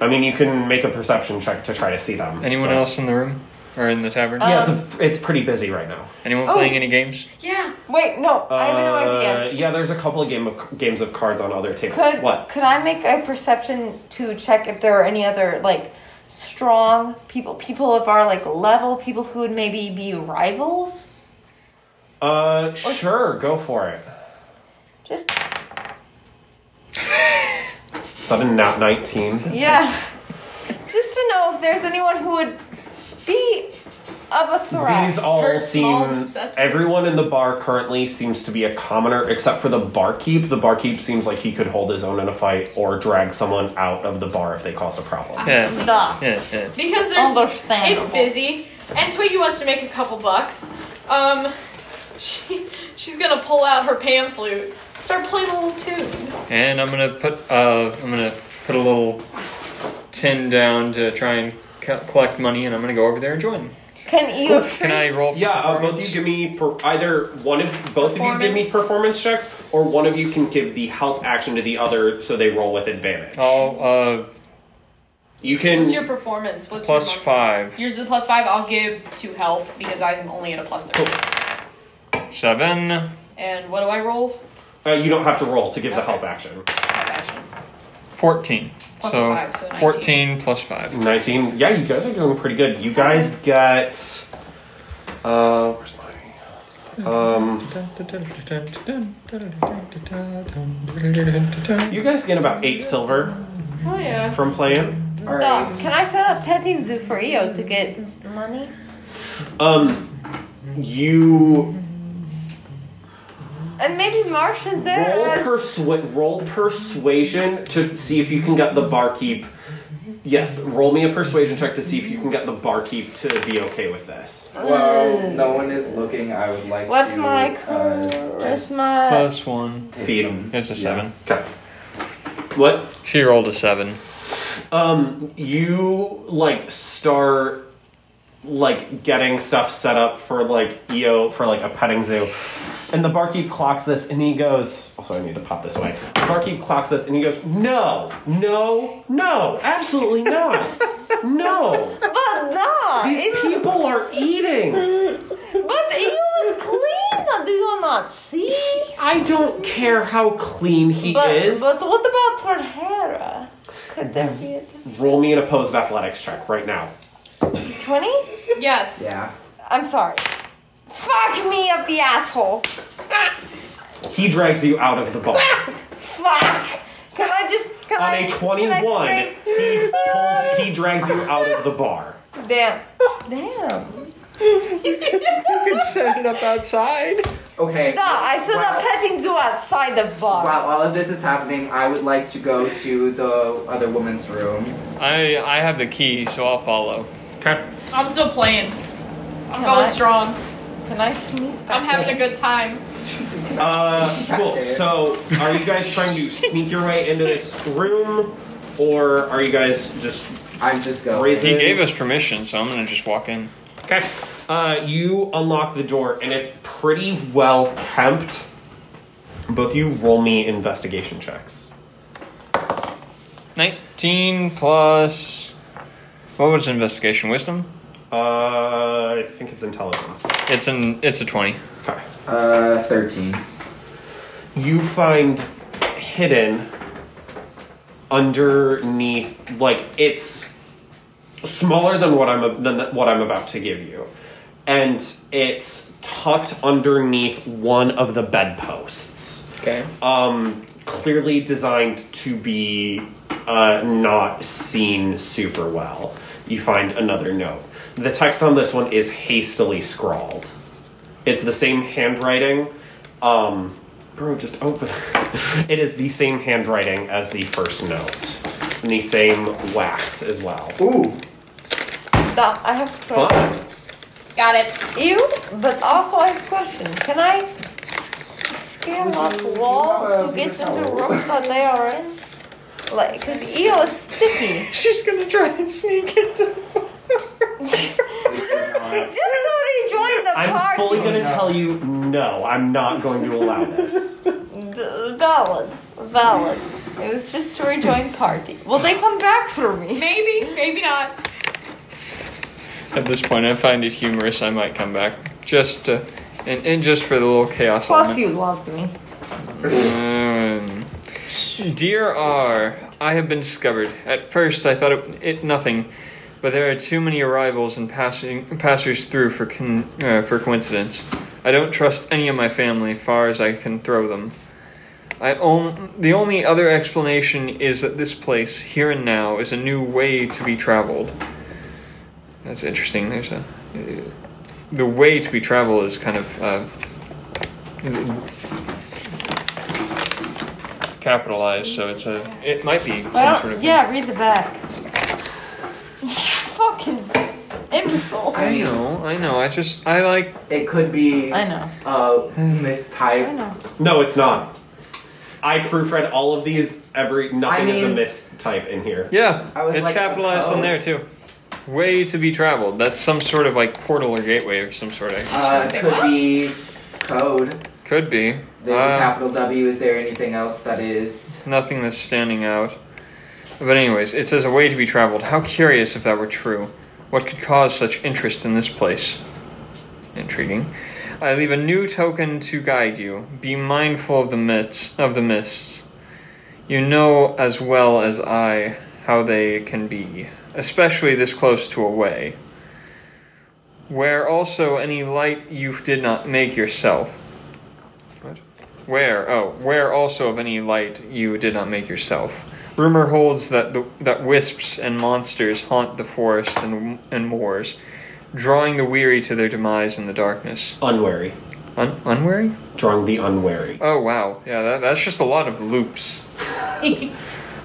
Speaker 8: I mean, you can make a perception check to try to see them.
Speaker 5: Anyone
Speaker 8: but-
Speaker 5: else in the room or in the tavern?
Speaker 8: Yeah,
Speaker 11: Um,
Speaker 8: it's, a, it's pretty busy right now.
Speaker 5: Anyone
Speaker 11: Oh.
Speaker 5: playing any games?
Speaker 4: Yeah.
Speaker 11: wait no i have no
Speaker 8: Uh,
Speaker 11: idea
Speaker 8: Yeah, there's a couple of game of games of cards on other tables.
Speaker 11: could
Speaker 8: what?
Speaker 11: could i make a perception to check if there are any other like strong people people of our like level people who would maybe be rivals
Speaker 8: Uh, sure, go for it.
Speaker 11: just
Speaker 8: Seven, not nineteen. (laughs)
Speaker 11: Yeah. Just to know if there's anyone who would be of a threat.
Speaker 8: These all
Speaker 4: Hurts, small, and
Speaker 8: seem.
Speaker 4: susceptible.
Speaker 8: Everyone in the bar currently seems to be a commoner, except for the barkeep. The barkeep seems like he could hold his own in a fight or drag someone out of the bar if they cause a
Speaker 3: Um,
Speaker 8: problem.
Speaker 5: Yeah.
Speaker 11: Duh.
Speaker 5: Yeah, yeah.
Speaker 4: Because there's.
Speaker 11: Understandable.
Speaker 4: It's busy, and Twiggy wants to make a couple bucks. Um, she, she's gonna pull out her pan flute, start playing a little tune.
Speaker 5: And I'm gonna put uh, I'm gonna put a little tin down to try and co- collect money, and I'm gonna go over there and join.
Speaker 11: Can you
Speaker 5: Can I roll? For
Speaker 8: Yeah, uh, both of
Speaker 5: performance?
Speaker 8: you give me per- either one of both of you give me
Speaker 4: Performance.
Speaker 8: performance checks, or one of you can give the help action to the other so they roll with advantage.
Speaker 5: I'll uh,
Speaker 8: You can.
Speaker 4: What's your performance? What's
Speaker 5: plus
Speaker 4: your mon-
Speaker 5: five,
Speaker 4: Yours is a plus five. I'll give to help because I'm only at a plus three.
Speaker 5: seven.
Speaker 4: And what do I roll?
Speaker 8: uh, you don't have to roll to give the
Speaker 4: Okay.
Speaker 8: help action.
Speaker 4: Five action.
Speaker 5: 14.
Speaker 4: Plus
Speaker 5: so,
Speaker 4: a five, so 19.
Speaker 5: 14 plus 5.
Speaker 8: Nineteen. Yeah, you guys are doing pretty good. You guys got. Uh, where's my? Um, you guys get about eight silver
Speaker 11: Oh yeah.
Speaker 8: from playing.
Speaker 2: All right.
Speaker 11: can I set up petting zoo for Eo to get money?
Speaker 8: Um, you
Speaker 11: And maybe Marsh is there.
Speaker 8: Roll,
Speaker 11: as-
Speaker 8: persua- roll persuasion to see if you can get the barkeep. Yes, roll me a persuasion check to see if you can get the barkeep to be okay with this.
Speaker 2: Well, no one is looking. I would like
Speaker 11: What's
Speaker 2: to.
Speaker 11: my
Speaker 2: uh, just-
Speaker 11: charisma?
Speaker 5: Plus one.
Speaker 8: Feed him.
Speaker 5: It's a seven.
Speaker 8: Okay. What?
Speaker 5: She rolled a seven.
Speaker 8: Um, you like start like getting stuff set up for like EO for like a petting zoo. And the barkeep clocks this and he goes, also I need to pop this away. The barkeep clocks this and he goes, "No. No. No. Absolutely not. no.
Speaker 11: But nah,
Speaker 8: These
Speaker 11: it's,
Speaker 8: people are eating.
Speaker 11: but he was clean. Do you not see?
Speaker 8: I don't care how clean he
Speaker 11: But,
Speaker 8: is.
Speaker 11: but what about for Hera? Could there be a
Speaker 8: Roll me an opposed athletics check right now.
Speaker 11: twenty?
Speaker 4: Yes.
Speaker 2: Yeah.
Speaker 11: I'm sorry. Fuck me up the asshole.
Speaker 8: He drags you out of the bar.
Speaker 11: (laughs) Fuck. Can I just? Can
Speaker 8: On
Speaker 11: I?
Speaker 8: a
Speaker 11: can I
Speaker 8: 21,
Speaker 11: scrape?
Speaker 8: he
Speaker 11: (laughs)
Speaker 8: pulls, he drags you out of the bar.
Speaker 11: Damn. Damn.
Speaker 3: You could set it up outside.
Speaker 2: Okay.
Speaker 11: Nah, I saw
Speaker 2: Wow.
Speaker 11: that petting zoo outside the bar.
Speaker 2: While all of this is happening, I would like to go to the other woman's room.
Speaker 5: I I have the key, so I'll follow.
Speaker 8: Okay.
Speaker 4: I'm still playing. I'm
Speaker 11: Can
Speaker 4: going
Speaker 11: I-
Speaker 4: strong.
Speaker 11: Can I sneak?
Speaker 4: I'm having a good time.
Speaker 8: Uh, cool. So, are you guys trying to sneak your way into this room, or are you guys just
Speaker 2: I'm just going.
Speaker 8: raising?
Speaker 5: He gave us permission, so I'm gonna just walk in.
Speaker 8: Okay. Uh, you unlock the door, and it's pretty well kept. Both you roll me investigation checks.
Speaker 5: Nineteen plus. What was investigation? Wisdom.
Speaker 8: Uh, I think it's intelligence.
Speaker 5: It's an. It's a twenty.
Speaker 8: Okay.
Speaker 2: Uh, thirteen.
Speaker 8: you find hidden underneath like it's smaller than what I'm than what I'm about to give you and it's tucked underneath one of the bedposts
Speaker 3: Okay.
Speaker 8: um clearly designed to be uh, not seen super well you find another note the text on this one is hastily scrawled it's the same handwriting um bro just open (laughs) it is the same handwriting as the first note and the same wax as well
Speaker 2: Ooh.
Speaker 11: Nah, I have a question.
Speaker 8: but
Speaker 4: Got it.
Speaker 11: You, but also I have a question. Can I s- scale up wall to get to the room that they are in? Like, cause Eo is sticky.
Speaker 3: (laughs) She's gonna try and sneak into.
Speaker 11: just, (laughs) just to rejoin the
Speaker 8: i'm
Speaker 11: party.
Speaker 8: fully gonna tell you no i'm not going to allow this
Speaker 11: D- valid, valid. It was just to rejoin party. Will they come back for me?
Speaker 4: Maybe, maybe not.
Speaker 5: At this point, I find it humorous. I might come back just to, and, and just for the little chaos.
Speaker 11: Plus, you loved me.
Speaker 5: Um, Dear R, I have been discovered. At first, I thought it, it nothing, but there are too many arrivals and passing passers through for con, uh, for coincidence. I don't trust any of my family, far as I can throw them. I on, the only other explanation is that this place, here and now, is a new way to be traveled. That's interesting. There's a the way to be traveled is kind of uh, capitalized, so it's a. It might be some
Speaker 11: Well,
Speaker 5: sort of.
Speaker 11: yeah, read the back. (laughs) You fucking imbecile.
Speaker 2: I
Speaker 5: I
Speaker 2: mean,
Speaker 5: know, I know. I just, I like.
Speaker 2: it could be
Speaker 11: I know.
Speaker 2: uh
Speaker 11: I
Speaker 2: mistype.
Speaker 11: know.
Speaker 8: no it's not i proofread all of these every nothing
Speaker 2: I mean-
Speaker 8: is a mistype in here
Speaker 5: Yeah,
Speaker 2: I was
Speaker 5: it's
Speaker 2: like,
Speaker 5: capitalized on
Speaker 2: oh.
Speaker 5: there too. Way to be traveled. That's some sort of like portal or gateway or some sort of.
Speaker 2: Uh, could be code.
Speaker 5: Could be.
Speaker 2: There's
Speaker 5: Uh,
Speaker 2: a capital W. Is there anything else that is?
Speaker 5: Nothing that's standing out. But anyways, it says a way to be traveled. How curious if that were true. What could cause such interest in this place? Intriguing. I leave a new token to guide you. Be mindful of the mists of the mists. You know as well as I how they can be, especially this close to a way. Where also any light you did not make yourself. What? Where? Oh, where also of any light you did not make yourself. Rumor holds that the, that wisps and monsters haunt the forest and and moors, drawing the weary to their demise in the darkness.
Speaker 8: unwary
Speaker 5: Un- unwary?
Speaker 8: Drawing the unwary.
Speaker 5: Oh, wow. Yeah, that, that's just a lot of loops.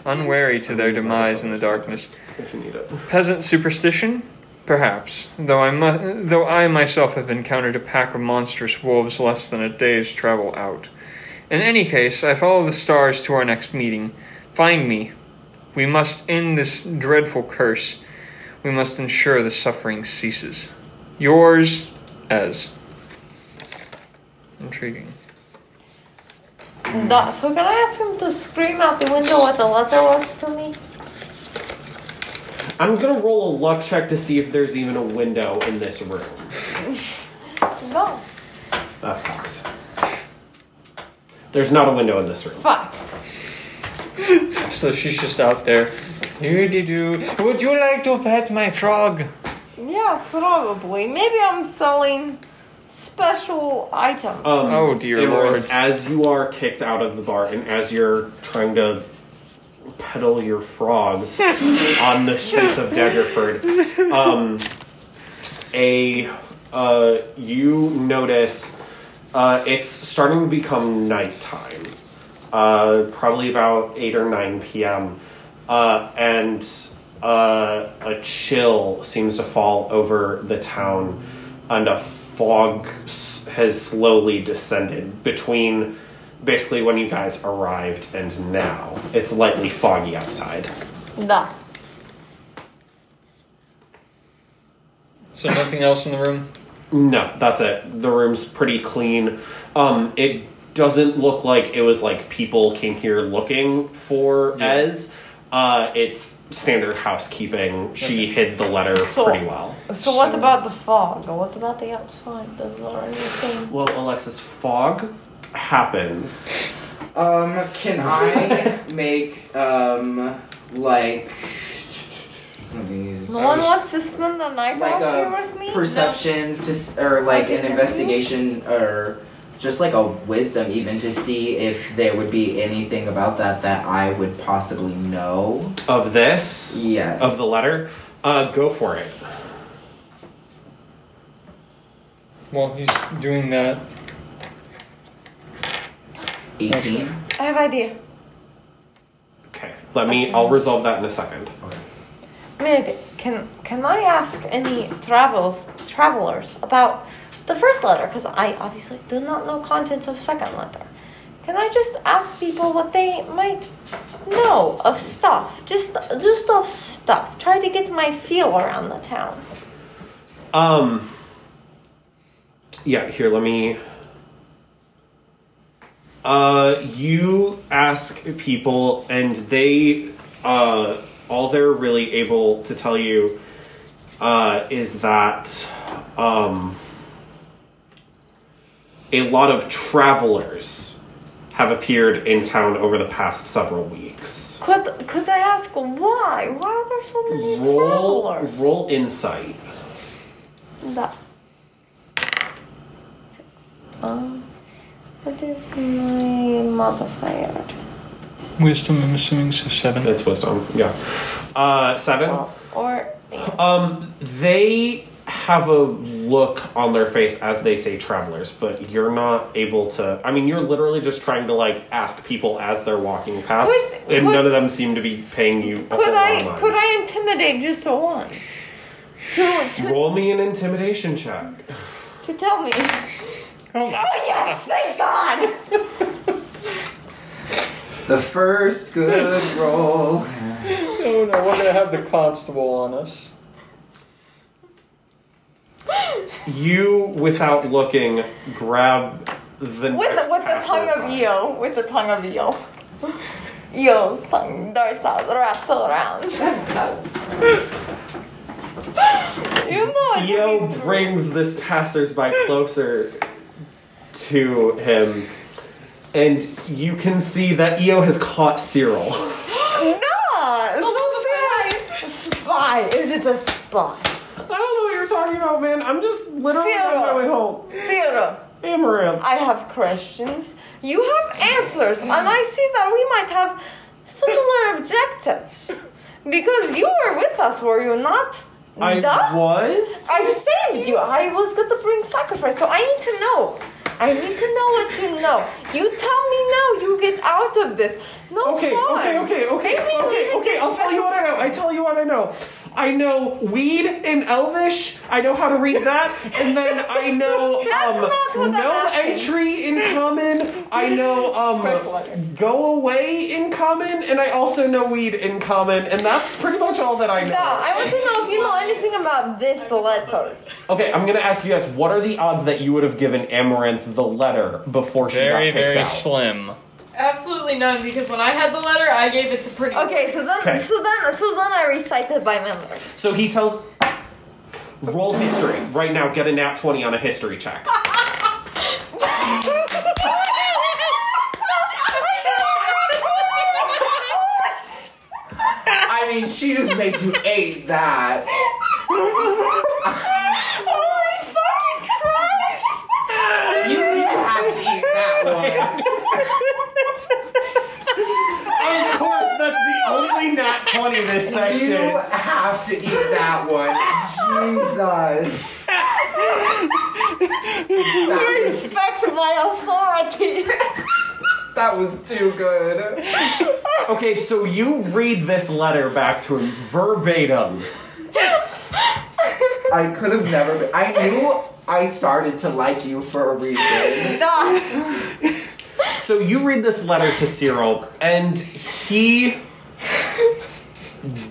Speaker 5: unwary to their demise in the darkness.
Speaker 8: If you need it.
Speaker 5: Peasant superstition? Perhaps, though I, mu- though I myself have encountered a pack of monstrous wolves less than a day's travel out. In any case, I follow the stars to our next meeting. Find me. We must end this dreadful curse. We must ensure the suffering ceases. Yours, as. Intriguing.
Speaker 3: Duh, so can I ask him to scream out the window what the letter was to me?
Speaker 8: I'm gonna roll a luck check to see if there's even a window in this room.
Speaker 3: No.
Speaker 8: That's cocked. There's not a window in this room.
Speaker 3: Fuck.
Speaker 5: So she's just out there. Who did you? Would you like to pet my frog?
Speaker 3: Yeah, probably. Maybe I'm selling special items.
Speaker 8: Um,
Speaker 5: Oh, dear
Speaker 8: Imran,
Speaker 5: Lord.
Speaker 8: As you are kicked out of the bar and as you're trying to peddle your frog
Speaker 2: (laughs)
Speaker 8: on the streets of Daggerford, um, a uh, you notice uh, it's starting to become nighttime, uh, probably about eight or nine p.m., uh, and uh, a chill seems to fall over the town, and a fog s- has slowly descended between basically when you guys arrived and now. It's lightly foggy outside.
Speaker 3: Duh.
Speaker 5: So nothing else in the room.
Speaker 8: No, that's it. The room's pretty clean. Um, it doesn't look like it was like people came here looking for Ez. Uh, it's standard housekeeping. She hid the letter
Speaker 3: So-
Speaker 8: pretty well.
Speaker 3: So what about the fog? Or What about the outside? Does there anything?
Speaker 8: Well, Alexis, fog happens.
Speaker 2: Um, can
Speaker 5: (laughs)
Speaker 2: I make um like let me-
Speaker 3: No one wants to spend the night
Speaker 2: like
Speaker 3: out here
Speaker 2: a
Speaker 3: with me?
Speaker 2: perception to s- or like an investigation or just like a wisdom even to see if there would be anything about that that I would possibly know.
Speaker 8: Of this,
Speaker 2: Yes.
Speaker 8: of the letter, uh, go for it.
Speaker 5: While he's doing that,
Speaker 2: Eighteen.
Speaker 3: I have idea.
Speaker 8: Okay, let me. I'll resolve that in a second.
Speaker 3: Mid, can can I ask any travels travelers about the first letter? Because I obviously do not know contents of second letter. Can I just ask people what they might know of stuff? Just just of stuff. Try to get my feel around the town.
Speaker 8: Um. Yeah, here, let me. Uh, you ask people, and they, uh, all they're really able to tell you, uh, is that, um, a lot of travelers have appeared in town over the past several weeks.
Speaker 3: Could could I ask why? Why are there so many
Speaker 8: Roll,
Speaker 3: travelers?
Speaker 8: roll insight.
Speaker 3: Da. Six. Um, what is my modifier?
Speaker 5: wisdom. I'm assuming so seven.
Speaker 8: That's wisdom, yeah. Uh, seven?
Speaker 2: Oh.
Speaker 3: Well, or yeah.
Speaker 8: Um, they have a look on their face as they say travelers, but you're not able to. I mean, you're literally just trying to like ask people as they're walking past,
Speaker 3: Could-
Speaker 8: and
Speaker 3: could-
Speaker 8: none of them seem to be paying you. A
Speaker 3: could
Speaker 8: whole
Speaker 3: I
Speaker 2: Oh
Speaker 8: lot of
Speaker 3: could
Speaker 8: mind.
Speaker 3: I intimidate just a one? To to,
Speaker 8: Roll me an intimidation check.
Speaker 3: to tell me. (laughs) Oh, yes! Thank God.
Speaker 2: The first
Speaker 8: (laughs)
Speaker 2: good roll.
Speaker 5: Oh no, we're gonna have the constable on us.
Speaker 8: You, without looking, grab the
Speaker 3: With the,
Speaker 8: next
Speaker 3: with the tongue of
Speaker 8: passerby.
Speaker 3: eel, with the tongue of eel. Eel's tongue darts out, wraps all around. you know it's
Speaker 8: Theo
Speaker 3: okay.
Speaker 8: brings this passersby closer to him, and you can see that Io has caught Cyril.
Speaker 3: Nah, so spy. Is it a spy?
Speaker 8: I don't know what you're talking about, man. I'm just literally
Speaker 3: Cyril.
Speaker 8: on my way home.
Speaker 3: Theodore,
Speaker 8: Amaranth.
Speaker 3: I have questions. You have answers, and I see that we might have similar objectives. Because you were with us, were you not?
Speaker 8: I
Speaker 3: Duh.
Speaker 8: was?
Speaker 3: I saved you. I was going to bring sacrifice, so I need to know. I need to know what you know. You tell me now. You get out of this. No
Speaker 20: Okay,
Speaker 3: harm.
Speaker 20: okay, okay, okay,
Speaker 3: Maybe we
Speaker 20: okay,
Speaker 3: even
Speaker 20: okay.
Speaker 3: get
Speaker 20: I'll tell you what I know. I tell you what I know. I know weed in Elvish. I know how to read that, and then
Speaker 3: (laughs)
Speaker 20: I know
Speaker 3: That's not
Speaker 20: um,
Speaker 3: what I'm
Speaker 20: no
Speaker 3: asking.
Speaker 20: entry in common. I know
Speaker 3: First letter.
Speaker 20: um, go away in common, and I also know weed in common, and that's pretty much all that I know.
Speaker 3: No, I want to know if you know anything about this letter.
Speaker 8: Okay, I'm gonna ask you guys. What are the odds that you would have given Amaranth the letter before she
Speaker 5: Very,
Speaker 8: got kicked
Speaker 5: very
Speaker 8: out?
Speaker 5: slim.
Speaker 4: Absolutely none, because when I had the letter, I gave it to pretty.
Speaker 3: Okay, so then,
Speaker 8: Okay.
Speaker 3: so then, so then I recited by memory. (laughs)
Speaker 8: so he tells. Roll history right now. Get a nat twenty on a history check.
Speaker 4: Oh
Speaker 2: I mean, she just made you ate that. You you have to eat
Speaker 8: (laughs)
Speaker 2: that one.
Speaker 8: (laughs) Of course, that's the only nat 20 this
Speaker 2: You have to eat that one. Jesus. That was,
Speaker 3: Respect my authority.
Speaker 2: (laughs) that was too good.
Speaker 8: Okay, so you read this letter back to him verbatim.
Speaker 2: I could have never been. I knew I started to like you for a reason.
Speaker 8: So you read this letter to Cyril, and he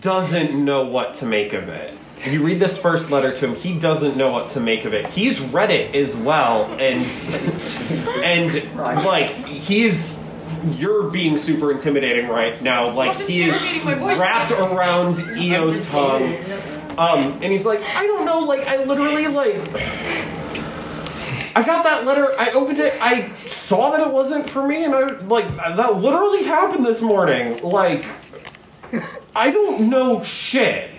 Speaker 8: doesn't know what to make of it. You read this first letter to him, he doesn't know what to make of it. He's read it as well, and and like he's you're being super intimidating right now. Like
Speaker 4: Stop
Speaker 8: he is
Speaker 4: interrogating my voice.
Speaker 8: wrapped around Eo's tongue. Um, and he's like, I don't know, like I literally like I got that letter. I opened it. I saw that it wasn't for me, and I like that literally happened this morning. Like, I don't know shit.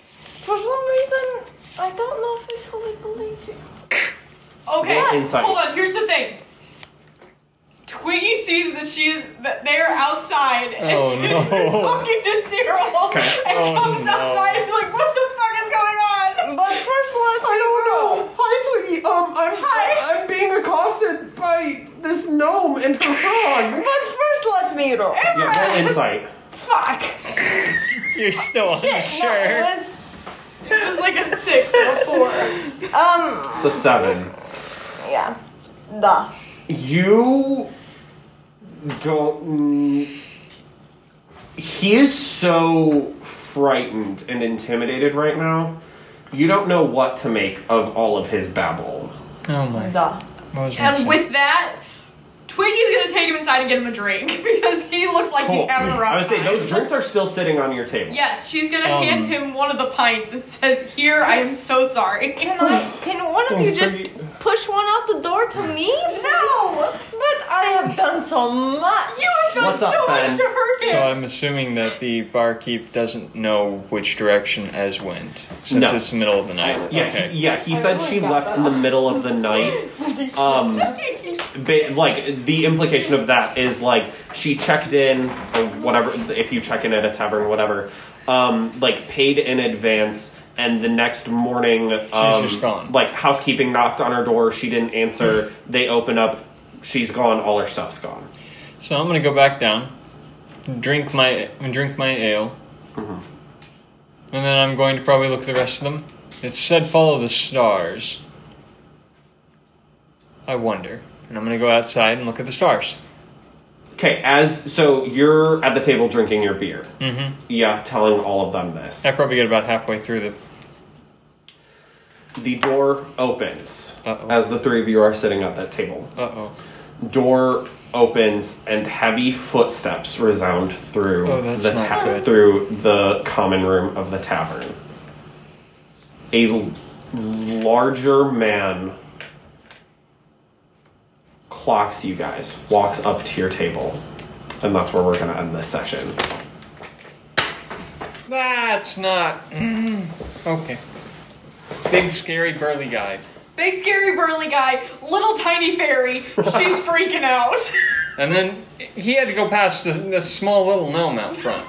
Speaker 3: For some reason, I don't know if I fully believe you.
Speaker 4: Okay,
Speaker 8: Roll insight.
Speaker 4: hold on. Here's the thing. Twiggy sees that she is that they're outside and
Speaker 5: Oh,
Speaker 4: she's (laughs)
Speaker 5: no.
Speaker 4: talking to Cyril and
Speaker 5: Oh,
Speaker 4: comes
Speaker 5: no.
Speaker 4: outside and be like, "What the fuck is going on?"
Speaker 3: But first, let's.
Speaker 20: I don't know. Hi, Twiggy. Um, I'm I, I'm being accosted by this gnome and her frog.
Speaker 3: But first, let me roll.
Speaker 8: Yeah, roll insight.
Speaker 3: Fuck.
Speaker 5: You're still
Speaker 3: No, it
Speaker 5: unsure.
Speaker 3: was
Speaker 4: It was like a six or a four.
Speaker 3: um.
Speaker 8: It's a seven.
Speaker 3: Yeah. Duh.
Speaker 8: You don't. mm, He is so frightened and intimidated right now. You don't know what to make of all of his babble.
Speaker 5: Oh my.
Speaker 3: Duh.
Speaker 5: What was I
Speaker 4: And
Speaker 5: saying?
Speaker 4: with that, Twiggy's gonna take him inside and get him a drink (laughs) because he looks like
Speaker 8: Cool.
Speaker 4: he's having a rough
Speaker 8: I would say
Speaker 4: time.
Speaker 8: those drinks are still sitting on your table.
Speaker 4: Yes, she's gonna
Speaker 5: Um,
Speaker 4: hand him one of the pints and (laughs) says, "Here, I am so sorry."
Speaker 3: Can
Speaker 4: (laughs)
Speaker 3: I? Can one of you just push one out the door to me? No. But I have done so much. You have
Speaker 8: What's up, Ben?
Speaker 5: So I'm assuming that the barkeep doesn't know which direction Ez went since
Speaker 8: No.
Speaker 5: it's the middle of the night.
Speaker 8: Yeah,
Speaker 5: okay.
Speaker 8: he, yeah. He said she left in the middle of the night. Um, ba- like the implication of that is like she checked in or whatever. If you check in at a tavern, whatever, um, like paid in advance, and the next morning, um,
Speaker 5: just gone.
Speaker 8: Like housekeeping knocked on her door. She didn't answer. they open up. She's gone. All her stuff's gone.
Speaker 5: So I'm gonna go back down, drink my drink my ale, and then I'm going to probably look at the rest of them. It said follow the stars. I wonder, and I'm gonna go outside and look at the stars.
Speaker 8: Okay, as so you're at the table drinking your beer.
Speaker 5: hmm
Speaker 8: Yeah, telling all of them this.
Speaker 5: I probably get about halfway through the.
Speaker 8: The door opens
Speaker 5: Uh-oh.
Speaker 8: as the three of you are sitting at that table.
Speaker 5: Uh oh.
Speaker 8: Door opens and heavy footsteps resound through
Speaker 5: Oh, that's
Speaker 8: the
Speaker 5: not good.
Speaker 8: through the common room of the tavern. A l- larger man clocks you guys, walks up to your table, and that's where we're going to end this session.
Speaker 5: That's not. Mm. Okay. Big scary burly guy.
Speaker 4: Big scary burly guy, little tiny fairy. She's freaking out.
Speaker 5: And then he had to go past the, the small little gnome out front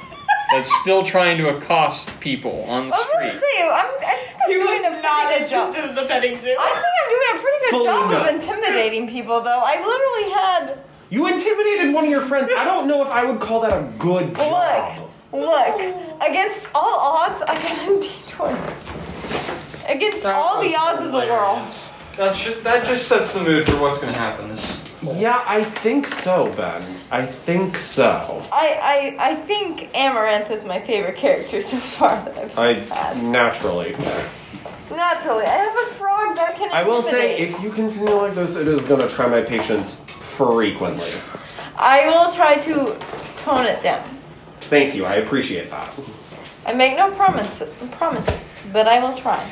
Speaker 5: that's still trying to accost people on the
Speaker 3: I was gonna
Speaker 5: street.
Speaker 3: say, I'm, I think I'm doing a
Speaker 4: not
Speaker 3: pretty good job.
Speaker 4: interested in the petting zoo.
Speaker 3: I think I'm doing a pretty good
Speaker 8: Fully
Speaker 3: job
Speaker 8: not.
Speaker 3: of intimidating people, though. I literally had
Speaker 8: You intimidated one of your friends. I don't know if I would call that a good job.
Speaker 3: Look, look. Against all odds, (laughs) I got a D20. Against all the odds of the world.
Speaker 5: That's just, that just sets the mood for what's going to happen. This
Speaker 8: Yeah, I think so, Ben. I think so.
Speaker 3: I, I, I think Amaranth is my favorite character so far that I've
Speaker 8: I
Speaker 3: had.
Speaker 8: naturally.
Speaker 3: Naturally, I have a frog that can
Speaker 8: I will say,
Speaker 3: intimidate.
Speaker 8: if you continue like this, it is gonna try my patience frequently.
Speaker 3: I will try to tone it down.
Speaker 8: Thank you. I appreciate that.
Speaker 3: I make no promises, promises, but I will try.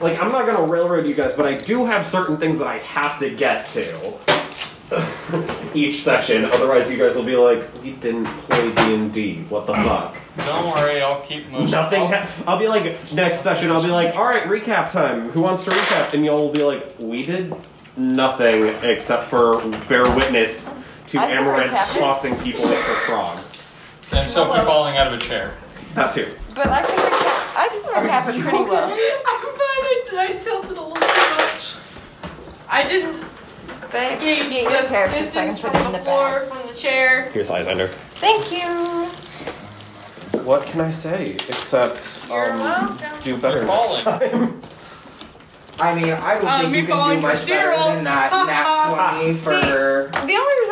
Speaker 8: Like, I'm not gonna railroad you guys, but I do have certain things that I have to get to (laughs) each session. Otherwise, you guys will be like, "You didn't play D and D. What the fuck?"
Speaker 5: don't worry, I'll keep Oh, moving.
Speaker 8: Nothing.
Speaker 5: I'll-
Speaker 8: Ha- I'll be like, next session, I'll be like, all right, recap time. Who wants to recap? And y'all will be like, we did nothing except for bear witness to
Speaker 3: I think
Speaker 8: Amaranth
Speaker 3: recapping-
Speaker 8: tossing people with her frog.
Speaker 5: and Sophie falling out of a chair.
Speaker 8: That's too.
Speaker 3: But I can recap, I can recap it pretty well.
Speaker 4: I find I, I tilted a little too much. I didn't
Speaker 3: But
Speaker 4: gauge
Speaker 3: get your
Speaker 4: the
Speaker 3: character so I
Speaker 4: distance
Speaker 3: can
Speaker 4: from
Speaker 3: put it in
Speaker 4: the
Speaker 3: the bag.
Speaker 4: floor, from the chair.
Speaker 21: Here's Lysander.
Speaker 3: Thank you.
Speaker 8: What can I say except
Speaker 4: You're
Speaker 8: um,
Speaker 4: welcome.
Speaker 8: do better
Speaker 5: You're
Speaker 8: next
Speaker 5: falling.
Speaker 8: time?
Speaker 2: I mean, I don't
Speaker 4: Um,
Speaker 2: think
Speaker 4: me
Speaker 2: you can
Speaker 4: falling
Speaker 2: do
Speaker 4: for
Speaker 2: much better
Speaker 4: Cyril.
Speaker 2: than that. Nat 20
Speaker 3: See,
Speaker 2: for.
Speaker 3: The only reason